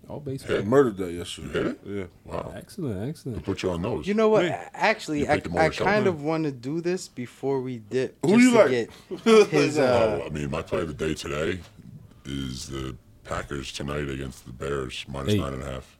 S3: all baseball.
S6: I murdered that yesterday.
S5: Really?
S6: Yeah.
S5: Wow.
S3: Excellent, excellent.
S5: Put you on those.
S4: You know what?
S5: You
S4: Actually, I,
S5: picked the
S4: I
S5: Morris
S4: kind
S5: Shelton.
S4: of want to do this before we dip.
S6: Who
S4: just
S6: you
S4: to
S6: like? <laughs>
S4: get His uh,
S5: oh, I mean, my play of the day today is the Packers tonight against the Bears, minus
S3: Hey.
S5: nine and a half.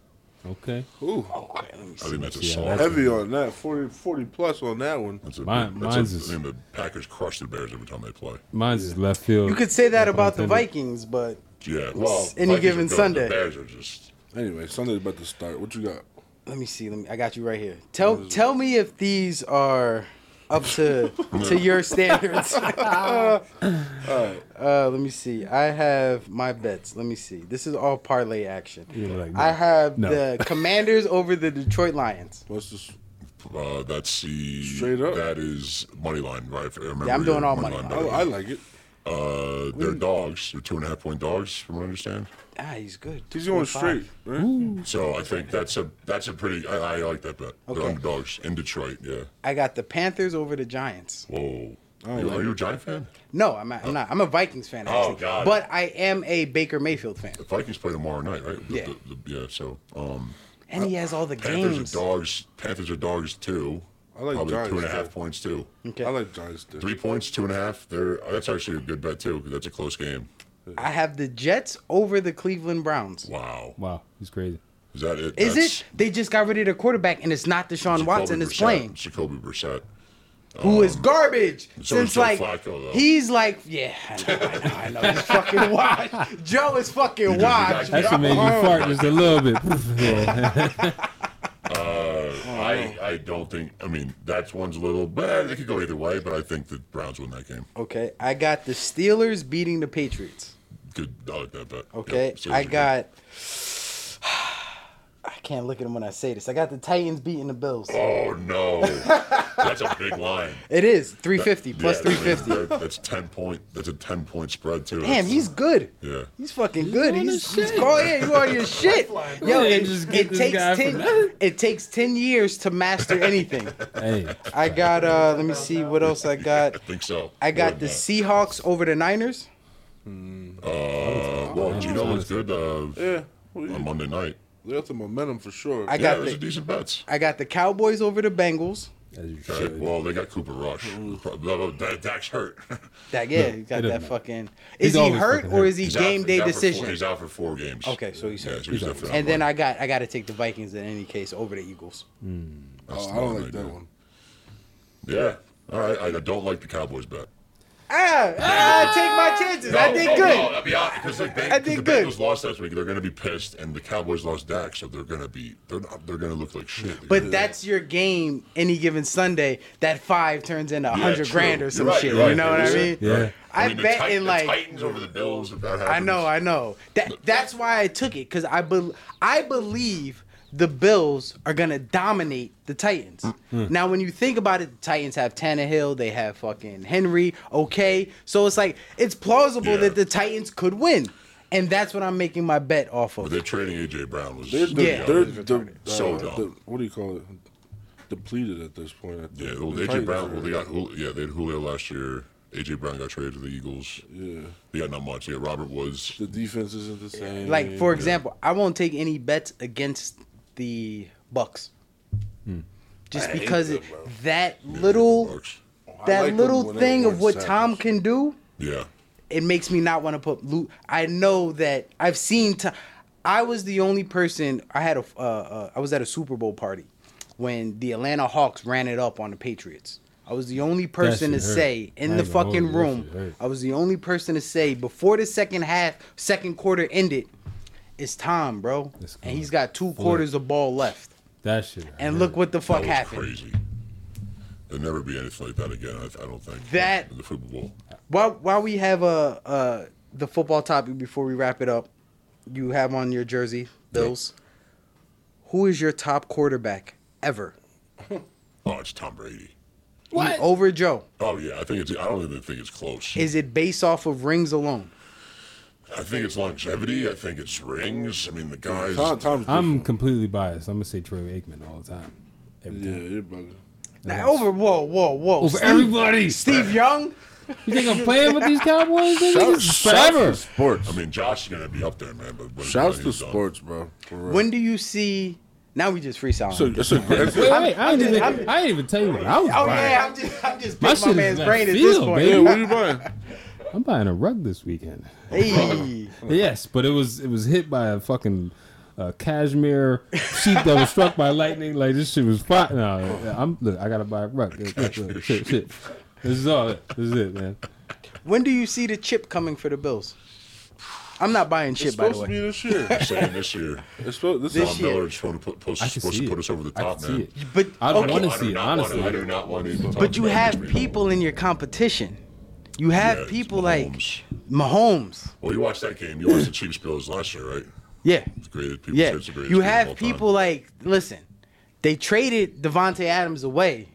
S3: Okay,
S5: I think that's a
S3: Yeah,
S5: soft.
S3: that's-
S6: Heavy on that. 40, 40 plus on that one.
S5: That's a,
S3: Mine-
S5: that's
S3: mine's
S5: a,
S3: is-
S5: I mean, the Packers crush the Bears every time they play.
S3: mine's is left field.
S4: you could say that about the
S3: Unintended.
S4: Vikings, but
S5: Yeah. Well,
S4: Any
S5: Vikings are
S4: given
S5: good.
S4: Sunday.
S5: The Bears are just.
S6: Anyway, Sunday's about to start. What you got?
S4: let me see. Let me. I got you right here. Tell tell me if these are up to to
S5: <laughs>
S4: your standards. <laughs> Uh, let me see. I have my bets. Let me see. This is all parlay action.
S3: were like,
S4: I
S3: no.
S4: have
S3: No.
S5: <laughs>
S4: the Commanders over the Detroit Lions.
S6: What's this?
S5: Uh, that's the
S6: Straight up.
S5: That is money line, right? If I remember
S4: Yeah, I'm doing
S5: your
S4: all money Oh,
S6: I,
S5: bet.
S6: I like it.
S5: Uh, they're dogs. They're two and a half point dogs, from what I understand.
S4: Ah, he's good.
S6: He's going
S4: 2.5.
S6: straight, right?
S5: So I think that's a that's a pretty. I, I like that bet.
S4: Okay.
S5: They're underdogs in Detroit. Yeah.
S4: I got the Panthers over the Giants.
S5: Whoa. You- are you a Giant fan?
S4: No, I'm not. I'm, not. I'm a Vikings fan.
S5: Oh,
S4: Actually.
S5: got it.
S4: But I am a Baker Mayfield fan,
S5: The Vikings play tomorrow night, right? The-
S4: Yeah.
S5: the- the- yeah. So um,
S4: and he has all the
S5: Panthers
S4: games.
S5: are dogs. Panthers are dogs too.
S6: I like
S5: Probably
S6: Giants,
S5: two and a
S6: too.
S5: half points too.
S4: Okay.
S6: I like Giants. Dude.
S5: Three points, two and a half. They're that's actually a good bet too. 'cause That's a close game.
S4: I have the Jets over the Cleveland Browns.
S5: Wow.
S3: Wow, he's crazy.
S5: Is that it?
S4: Is
S5: That's
S4: it? They just got rid of their quarterback, and it's not Deshaun
S5: Jacoby
S4: Watson. It's
S5: Brissett.
S4: playing.
S5: Jacoby Brissett.
S4: who is garbage.
S5: so
S4: Since
S5: is Joe
S4: like
S5: Flacco, though.
S4: he's like, yeah, I know, I know, I know.
S5: <laughs>
S4: He's fucking washed. Joe is fucking washed.
S5: got-
S3: That's what made me fart just a little bit. <laughs> Yeah.
S6: Oh,
S5: I, I don't think. I mean, that's one's a little. But it could go either way. But I think the Browns win that game.
S4: Okay, I got the Steelers beating the Patriots.
S5: Good. I like that bet.
S4: Okay,
S5: Yeah, Steelers are
S4: I
S5: good.
S4: got. <sighs> I can't look at them when I say this. I got the Titans beating the Bills.
S5: Oh
S4: <laughs>
S5: no, that's a big line.
S4: It is 350
S5: Yeah,
S4: plus
S5: I mean,
S4: 350.
S5: that- That's ten point. That's a ten point spread too.
S4: Damn,
S5: That's-
S4: he's good.
S5: Yeah.
S4: He's fucking good. He's, he's oh yeah,
S3: <laughs>
S4: you on your shit. Yo,
S3: Yeah,
S4: it,
S3: just get
S4: it
S3: this
S4: takes
S3: guy for
S4: ten.
S3: nothing.
S4: It takes ten years to master anything.
S3: hey,
S4: I got uh let me see what else I got.
S5: I think so. uh,
S4: I got the
S5: More than
S4: Seahawks over the Niners.
S5: that. Uh, well, Gino was good uh,
S6: Yeah, we
S5: on Monday night.
S6: they got the momentum for sure.
S4: I
S5: Yeah,
S4: got
S5: those are
S4: the
S5: decent bets.
S4: I got the Cowboys over the Bengals.
S3: as you
S5: Okay,
S3: should.
S5: well, they got Cooper Rush. Pro- no, that, Dak's hurt. <laughs>
S4: That yeah, you
S3: it
S4: got
S3: doesn't
S4: that
S3: matter.
S4: fucking
S3: He's
S4: Is he
S3: always
S4: hurt
S3: fucking
S4: or
S3: hurt.
S4: is he
S5: He's out-
S4: game day
S5: he's out for four-
S4: decision?
S5: he's out for four games.
S4: Okay, so he's
S5: yeah,
S4: hurt.
S5: so he's definitely
S4: And
S5: out.
S4: then I got I got to take the Vikings in any case over the Eagles.
S6: Oh, I
S5: not
S6: don't
S5: an
S6: like that
S5: idea.
S6: one.
S5: Yeah. All right. I don't like the Cowboys bet.
S4: Ah, ah take my chances. I did good.
S5: No, I'll be honest, 'cause, like, they,
S4: I did
S5: the
S4: good.
S5: Bengals lost last week. They're going to be pissed, and the Cowboys lost Dak, so they're going to be they're not, they're going to look like shit.
S4: But that's your game any given Sunday. That five turns into a
S5: Yeah,
S4: hundred
S5: true.
S4: grand or some
S5: You're right,
S4: shit.
S5: you're right.
S4: You know what I
S5: Listen,
S4: mean?
S3: Yeah.
S4: I,
S5: mean, the
S4: bet
S5: Tit-
S4: in
S5: the
S4: like
S5: Titans over the Bills. If that happens,
S4: I know, I know. That that's why I took it because I bel I believe the Bills are gonna dominate the Titans.
S5: Mm-hmm.
S4: Now, when you think about it, the Titans have Tannehill, they have fucking Henry. Okay, so it's like it's plausible
S5: Yeah.
S4: that the Titans could win, and that's what I'm making my bet off
S5: But
S4: of.
S5: they're trading AJ Brown was
S6: They're,
S5: yeah.
S6: de-
S4: Yeah.
S6: they're de-
S5: So
S6: uh,
S5: dumb.
S6: de- what do you call it? Depleted at this point. I think.
S5: yeah. Well,
S6: The
S5: AJ
S6: Titans
S5: Brown.
S6: are-
S5: Well, they got Julio, yeah. They had Julio last year. AJ Brown got traded to the Eagles. Yeah. They got not much. They got Robert Woods.
S6: the defense isn't the same.
S4: Like for example, I won't take any bets against the Bucks, just
S6: I hate
S4: because
S6: them,
S4: it,
S6: bro.
S4: that little
S5: Bucks.
S4: that
S6: like them
S4: little
S6: when they
S4: thing of
S6: weren't
S4: what
S6: sacked.
S4: Tom can do.
S5: Yeah.
S4: it makes me not want to put loot. I know that I've seen. T- I was the only person. I had a. Uh, uh, I was at a Super Bowl party when the Atlanta Hawks ran it up on the Patriots. I was the only person to
S3: shit hurt.
S4: say
S3: I
S4: in
S3: ain't
S4: the
S3: gonna hold you,
S4: fucking
S3: that shit
S4: room.
S3: hurt.
S4: I was the only person to say before the second half, second quarter ended. It's Tom, bro,
S3: It's
S4: and
S3: gone.
S4: he's got two quarters of ball left.
S3: That shit.
S4: And look what the
S5: That
S4: fuck
S5: was
S4: happened.
S5: Crazy. There'll never be anything like that again. I, I don't think.
S4: That-
S5: in the Super Bowl.
S4: While while we have uh, uh the football topic before we wrap it up, you have on your jersey Bills. Who is your top quarterback ever?
S5: Oh, it's Tom Brady.
S4: What? Over Joe.
S5: Oh yeah, I think it's. I don't even think it's close.
S4: Is it based off of rings alone?
S5: I think it's longevity. I think it's rings. I mean, the guys.
S6: Tom, Tom's
S3: I'm completely biased. I'm gonna say Troy Aikman all the time. Every
S6: yeah,
S3: time.
S6: you're bugging.
S4: Now, over whoa whoa whoa.
S3: Over
S4: Steve,
S3: everybody.
S4: Steve Young.
S3: You think I'm playing with these Cowboys? nigga?
S6: Shout-
S3: This is
S6: shouts to
S3: forever.
S6: sports.
S5: I mean, Josh is gonna be up there, man. But when,
S6: Shouts
S5: when
S6: to
S5: he's done-
S6: sports, bro. For real.
S4: When do you see? Now we just freestyle.
S6: So it's
S5: <laughs>
S6: a great.
S3: Wait, wait, I didn't
S4: I'm-
S3: even, I didn't even tell you what I was
S4: oh
S3: buying.
S4: yeah, I'm just I'm just
S3: My
S4: picking
S3: shit
S4: my,
S3: is
S4: man's
S3: left
S4: brain at this
S3: field,
S4: point.
S6: yeah, what are you buying?
S3: I'm buying a rug this weekend.
S4: Hey,
S3: Yes, but it was it was hit by a fucking uh, cashmere sheep that was struck by lightning. Like this shit was fine. No, I'm look, I gotta buy a rug. Look, look, look, shit, shit. This is all. This is it, man.
S4: when do you see the chip coming for the Bills? I'm not buying shit, by the
S6: supposed to
S4: way.
S6: be this year.
S5: I'm saying this year.
S6: It's supposed, this
S5: Don
S6: is
S4: <laughs> This year.
S5: Miller is trying to put, post,
S3: I can
S5: supposed
S3: see
S5: to
S3: it.
S5: put us over the top,
S3: I can
S5: man.
S3: see it.
S4: But
S3: I
S4: okay,
S3: want to
S5: I do
S3: see it
S5: not wanna-
S3: honestly.
S5: I do not want to.
S4: but you have people in your competition. You have
S5: Yeah, it's
S4: people like
S5: Mahomes.
S4: Mahomes.
S5: Well, you watched that game. You watched the Chiefs Bills last year, right?
S4: Yeah.
S5: It's great. People
S4: Yeah.
S5: said it's the greatest
S4: You
S5: game of all
S4: have
S5: time.
S4: people like listen, they traded Devonte Adams away,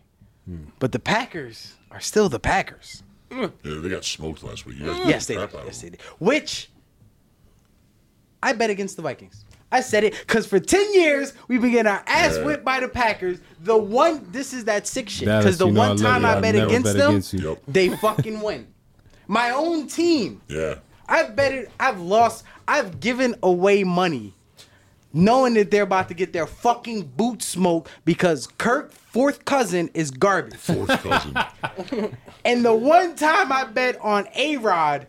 S5: Hmm.
S4: but the Packers are still the Packers.
S5: Yeah, they got smoked last week. You guys beat
S4: Mm. Yes,
S5: the
S4: they did.
S5: Hmm. crap out of
S4: Yes, they
S5: them.
S4: did. Which I bet against the Vikings. I said it because for ten years we've been getting our ass
S5: Yeah.
S4: whipped by the Packers. The one, this is that sick shit.
S3: Dallas,
S4: Because the
S3: you know I
S4: one
S3: love
S4: time
S3: you.
S4: I
S3: I've
S4: bet
S3: never
S4: against
S3: bet
S4: them,
S3: against you.
S5: Yep.
S4: they fucking win. My own team.
S5: Yeah.
S4: I bet it. I've lost. I've given away money, knowing that they're about to get their fucking boot smoked because Kirk fourth cousin
S3: <laughs>
S4: is garbage.
S5: Fourth cousin.
S4: And the one time I bet on A Rod,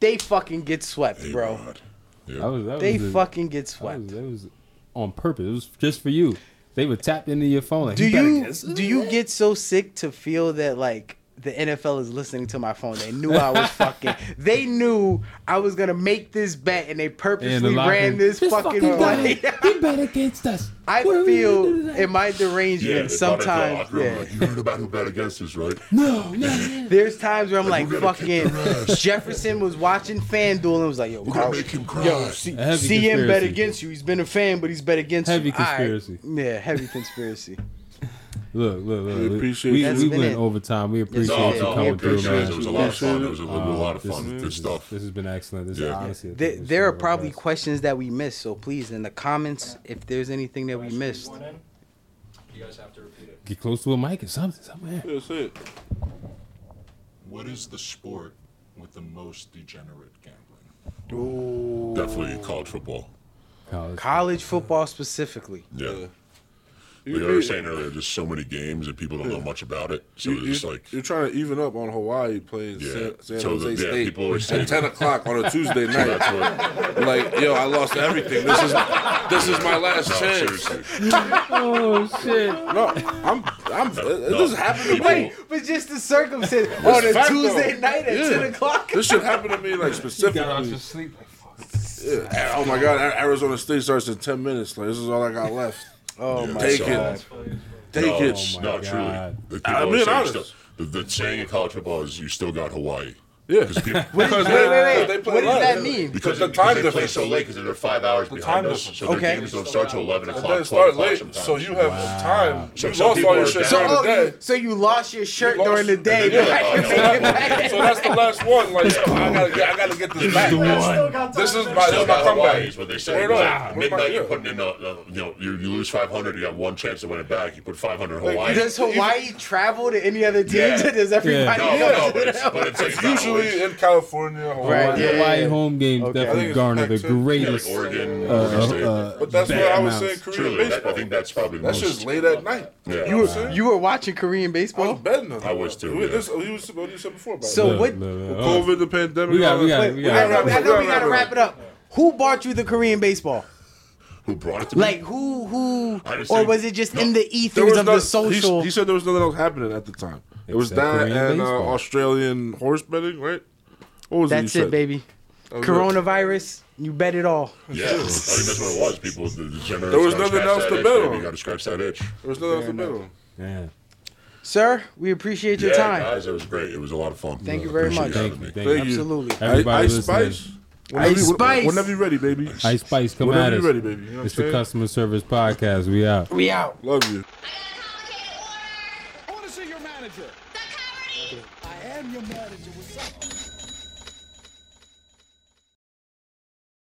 S4: they fucking get swept, <laughs> bro.
S5: A-Rod. Yeah.
S3: That was, that
S4: They
S3: was a-
S4: fucking get
S3: That was,
S4: swept.
S3: that was on purpose. It was just for you. They were tapped into your phone. Like,
S4: Do
S3: better
S4: you
S3: guess.
S4: do you get so sick to feel that like the NFL is listening to my phone? They knew
S3: <laughs>
S4: I was fucking. They knew I was gonna make this bet, and they
S3: And the
S4: purposely
S3: locker
S4: ran
S3: room,
S4: this, fucking,
S3: guy,
S4: play.
S3: He bet against us.
S4: I
S3: Where we-
S4: feel in my
S5: Yeah,
S4: derangement
S5: they brought it to the
S4: sometimes.
S5: locker room,
S4: Yeah.
S5: Like, you heard about who bet against us, right?
S3: No, no, no.
S4: There's times where I'm like,
S5: we're gonna kick
S4: fucking Jefferson was watching FanDuel and was like, yo,
S5: We're gonna
S4: Carl,
S5: make him cry.
S4: yo, see,
S3: A heavy
S4: see him bet
S3: conspiracy.
S4: against you. He's been a fan, but he's bet against
S3: Heavy
S4: you. All right.
S3: conspiracy.
S4: Yeah,
S3: <laughs>
S4: heavy conspiracy.
S3: Look, look, look. We,
S6: appreciate
S3: we,
S6: you.
S3: we
S4: That's been
S3: went
S4: it.
S3: overtime. We appreciate
S5: no,
S4: it.
S3: you
S5: no,
S3: coming
S5: I'm
S3: through,
S5: good, guys.
S3: man.
S5: It was a lot of fun.
S6: Yeah.
S5: It was a, little- a lot of
S3: This
S5: fun.
S3: is-
S5: Good
S3: this is-
S5: stuff.
S3: This has been excellent. This is
S5: Yeah.
S3: honestly. I think
S4: There,
S3: this
S4: there
S3: is
S4: are
S3: the
S4: probably
S3: best.
S4: questions that we missed, so please, in the comments, if there's anything that we missed.
S2: One in, You guys have to repeat it.
S3: get close to a mic or something somewhere.
S6: That's it.
S5: What is the sport with the most degenerate gambling? Definitely college football.
S3: College.
S4: College football specifically.
S5: Yeah.
S6: You,
S5: Like I was
S6: you-
S5: saying earlier, there's so many games and people don't know much about it. So
S6: you,
S5: it's
S6: you,
S5: like,
S6: are trying to even up on Hawaii playing
S5: Yeah.
S6: San, San
S5: So the-
S6: Jose
S5: yeah,
S6: State
S5: people are saying-
S6: at 10 o'clock on a
S5: <laughs>
S6: Tuesday night.
S5: that's what.
S6: like, yo, I lost everything. This is this is my last
S5: No,
S6: chance.
S5: seriously.
S3: Oh shit!
S6: No, I'm, I'm.
S5: no.
S6: This happened to me.
S4: Wait, but just the circumstance on a
S6: fact, though.
S4: Tuesday night at
S6: Yeah.
S4: 10 o'clock?
S6: This shit happened to
S2: <laughs>
S6: me like specifically.
S2: sleep like fuck.
S6: Yeah. Oh my God, Ar- Arizona State starts in ten minutes. Like this is all I got left.
S4: Oh
S5: Yeah,
S4: my
S6: Take
S5: so-
S6: it, take
S5: No,
S6: it. Oh
S5: no,
S3: God.
S5: truly. The, people
S6: I'm
S5: always
S6: being
S5: say you
S6: honest.
S5: still- the, the saying in college football is you still got Hawaii.
S6: Yeah. <laughs>
S5: Because people.
S6: Because
S4: Wait,
S6: they
S4: wait, wait.
S6: play
S4: What does
S6: live.
S4: that mean?
S5: Because,
S6: The
S5: the because
S6: time
S5: they play
S6: difference.
S5: so late, because they're five hours behind
S2: time
S5: us,
S2: difference.
S5: so their
S4: Okay.
S5: games don't start till eleven
S6: And
S5: o'clock,
S6: then
S5: twelve
S6: start
S5: o'clock
S6: late,
S5: sometimes.
S6: so you have time.
S5: So
S6: you
S5: some
S6: lost all
S5: people
S6: your
S5: are
S6: shit
S5: down.
S6: during the
S4: Oh,
S6: day.
S4: you, so you lost your shirt
S6: lost-
S4: <laughs> during the day.
S6: Yeah.
S4: Right? You
S6: Yeah.
S4: take it back.
S6: So that's the last one. Like I gotta, get, I gotta get this back. This is my, this
S5: Still
S6: is my
S5: got Hawaii
S6: comeback.
S5: is what they say.
S6: Word up.
S5: Ah,
S6: Where's my-
S5: midnight, you're
S6: yeah.
S5: putting in, a, a- you know, you, you lose five hundred, you got one chance to win it back. You put five hundred Hawaii.
S4: Does Hawaii travel to any other team?
S5: Yeah.
S4: Does everybody
S5: No,
S4: go
S5: no, no,
S4: to <laughs>
S5: but it's,
S4: them?
S5: but it's, like not always-
S6: Usually in California, Hawaii.
S4: Right,
S3: Hawaii,
S4: yeah,
S3: Hawaii
S4: yeah.
S3: home games
S4: Okay.
S6: I think
S3: definitely
S6: it's
S3: garner the
S6: Pac-10. Yeah, like
S5: like
S3: greatest.
S5: Oregon,
S3: uh,
S5: Oregon State.
S3: uh,
S6: But that's what I was saying.
S3: amounts.
S6: Korean
S5: Truly, that, I
S6: baseball.
S5: think that's probably
S6: That's
S5: most.
S6: just late at night.
S5: Yeah.
S6: You were saying?
S4: You were watching Korean
S6: I
S4: baseball.
S6: was betting on
S5: I was too,
S6: We-
S5: yeah.
S6: This, we was what you said before. About
S4: So
S6: it.
S3: Look,
S4: what-
S3: look, look. Oh,
S6: COVID, the pandemic.
S3: We got-
S6: all
S3: we
S6: that.
S3: got- we got-
S4: I know,
S6: gotta
S4: I
S6: wrap
S4: know we gotta
S6: up.
S4: wrap it up. Who bought you the Korean baseball?
S5: Who brought it to me?
S4: Like who who
S5: I just
S4: or
S5: think-
S4: was it just in the
S6: There
S4: ethers
S6: was
S4: of
S6: no-
S4: the social?
S6: He, he said there was nothing else happening at the time. It was
S3: Except
S6: that
S3: Korean
S6: and uh,
S3: baseball.
S6: Australian horse betting, right? What was
S4: That's
S6: it? you
S4: it,
S6: said? Oh,
S4: baby.
S6: was
S4: Coronavirus, you bet it all.
S5: Yeah, I think that's what it was. People, the, the generous.
S6: There was nothing else to bet on.
S5: You got to scratch that itch.
S6: There was nothing else in the middle.
S3: man.
S4: Sir, we appreciate your
S5: yeah,
S4: time.
S5: guys, it was great. It was a lot of fun.
S4: Thank you very
S5: Appreciate
S4: much.
S5: having
S3: Thank you,
S5: me.
S3: thank you.
S6: Thank you.
S4: Absolutely.
S3: Everybody
S6: Ice
S3: listening.
S6: Spice. Whenever
S4: Ice
S6: you-
S4: Spice.
S6: Whenever you're ready, baby.
S3: Ice Spice, come
S6: Whenever
S3: at us.
S6: you're ready, baby. You know what I'm
S3: It's the
S6: saying?
S3: customer service podcast. We out.
S4: We out.
S6: Love you.
S1: I want to see your manager. I am your manager. What's up?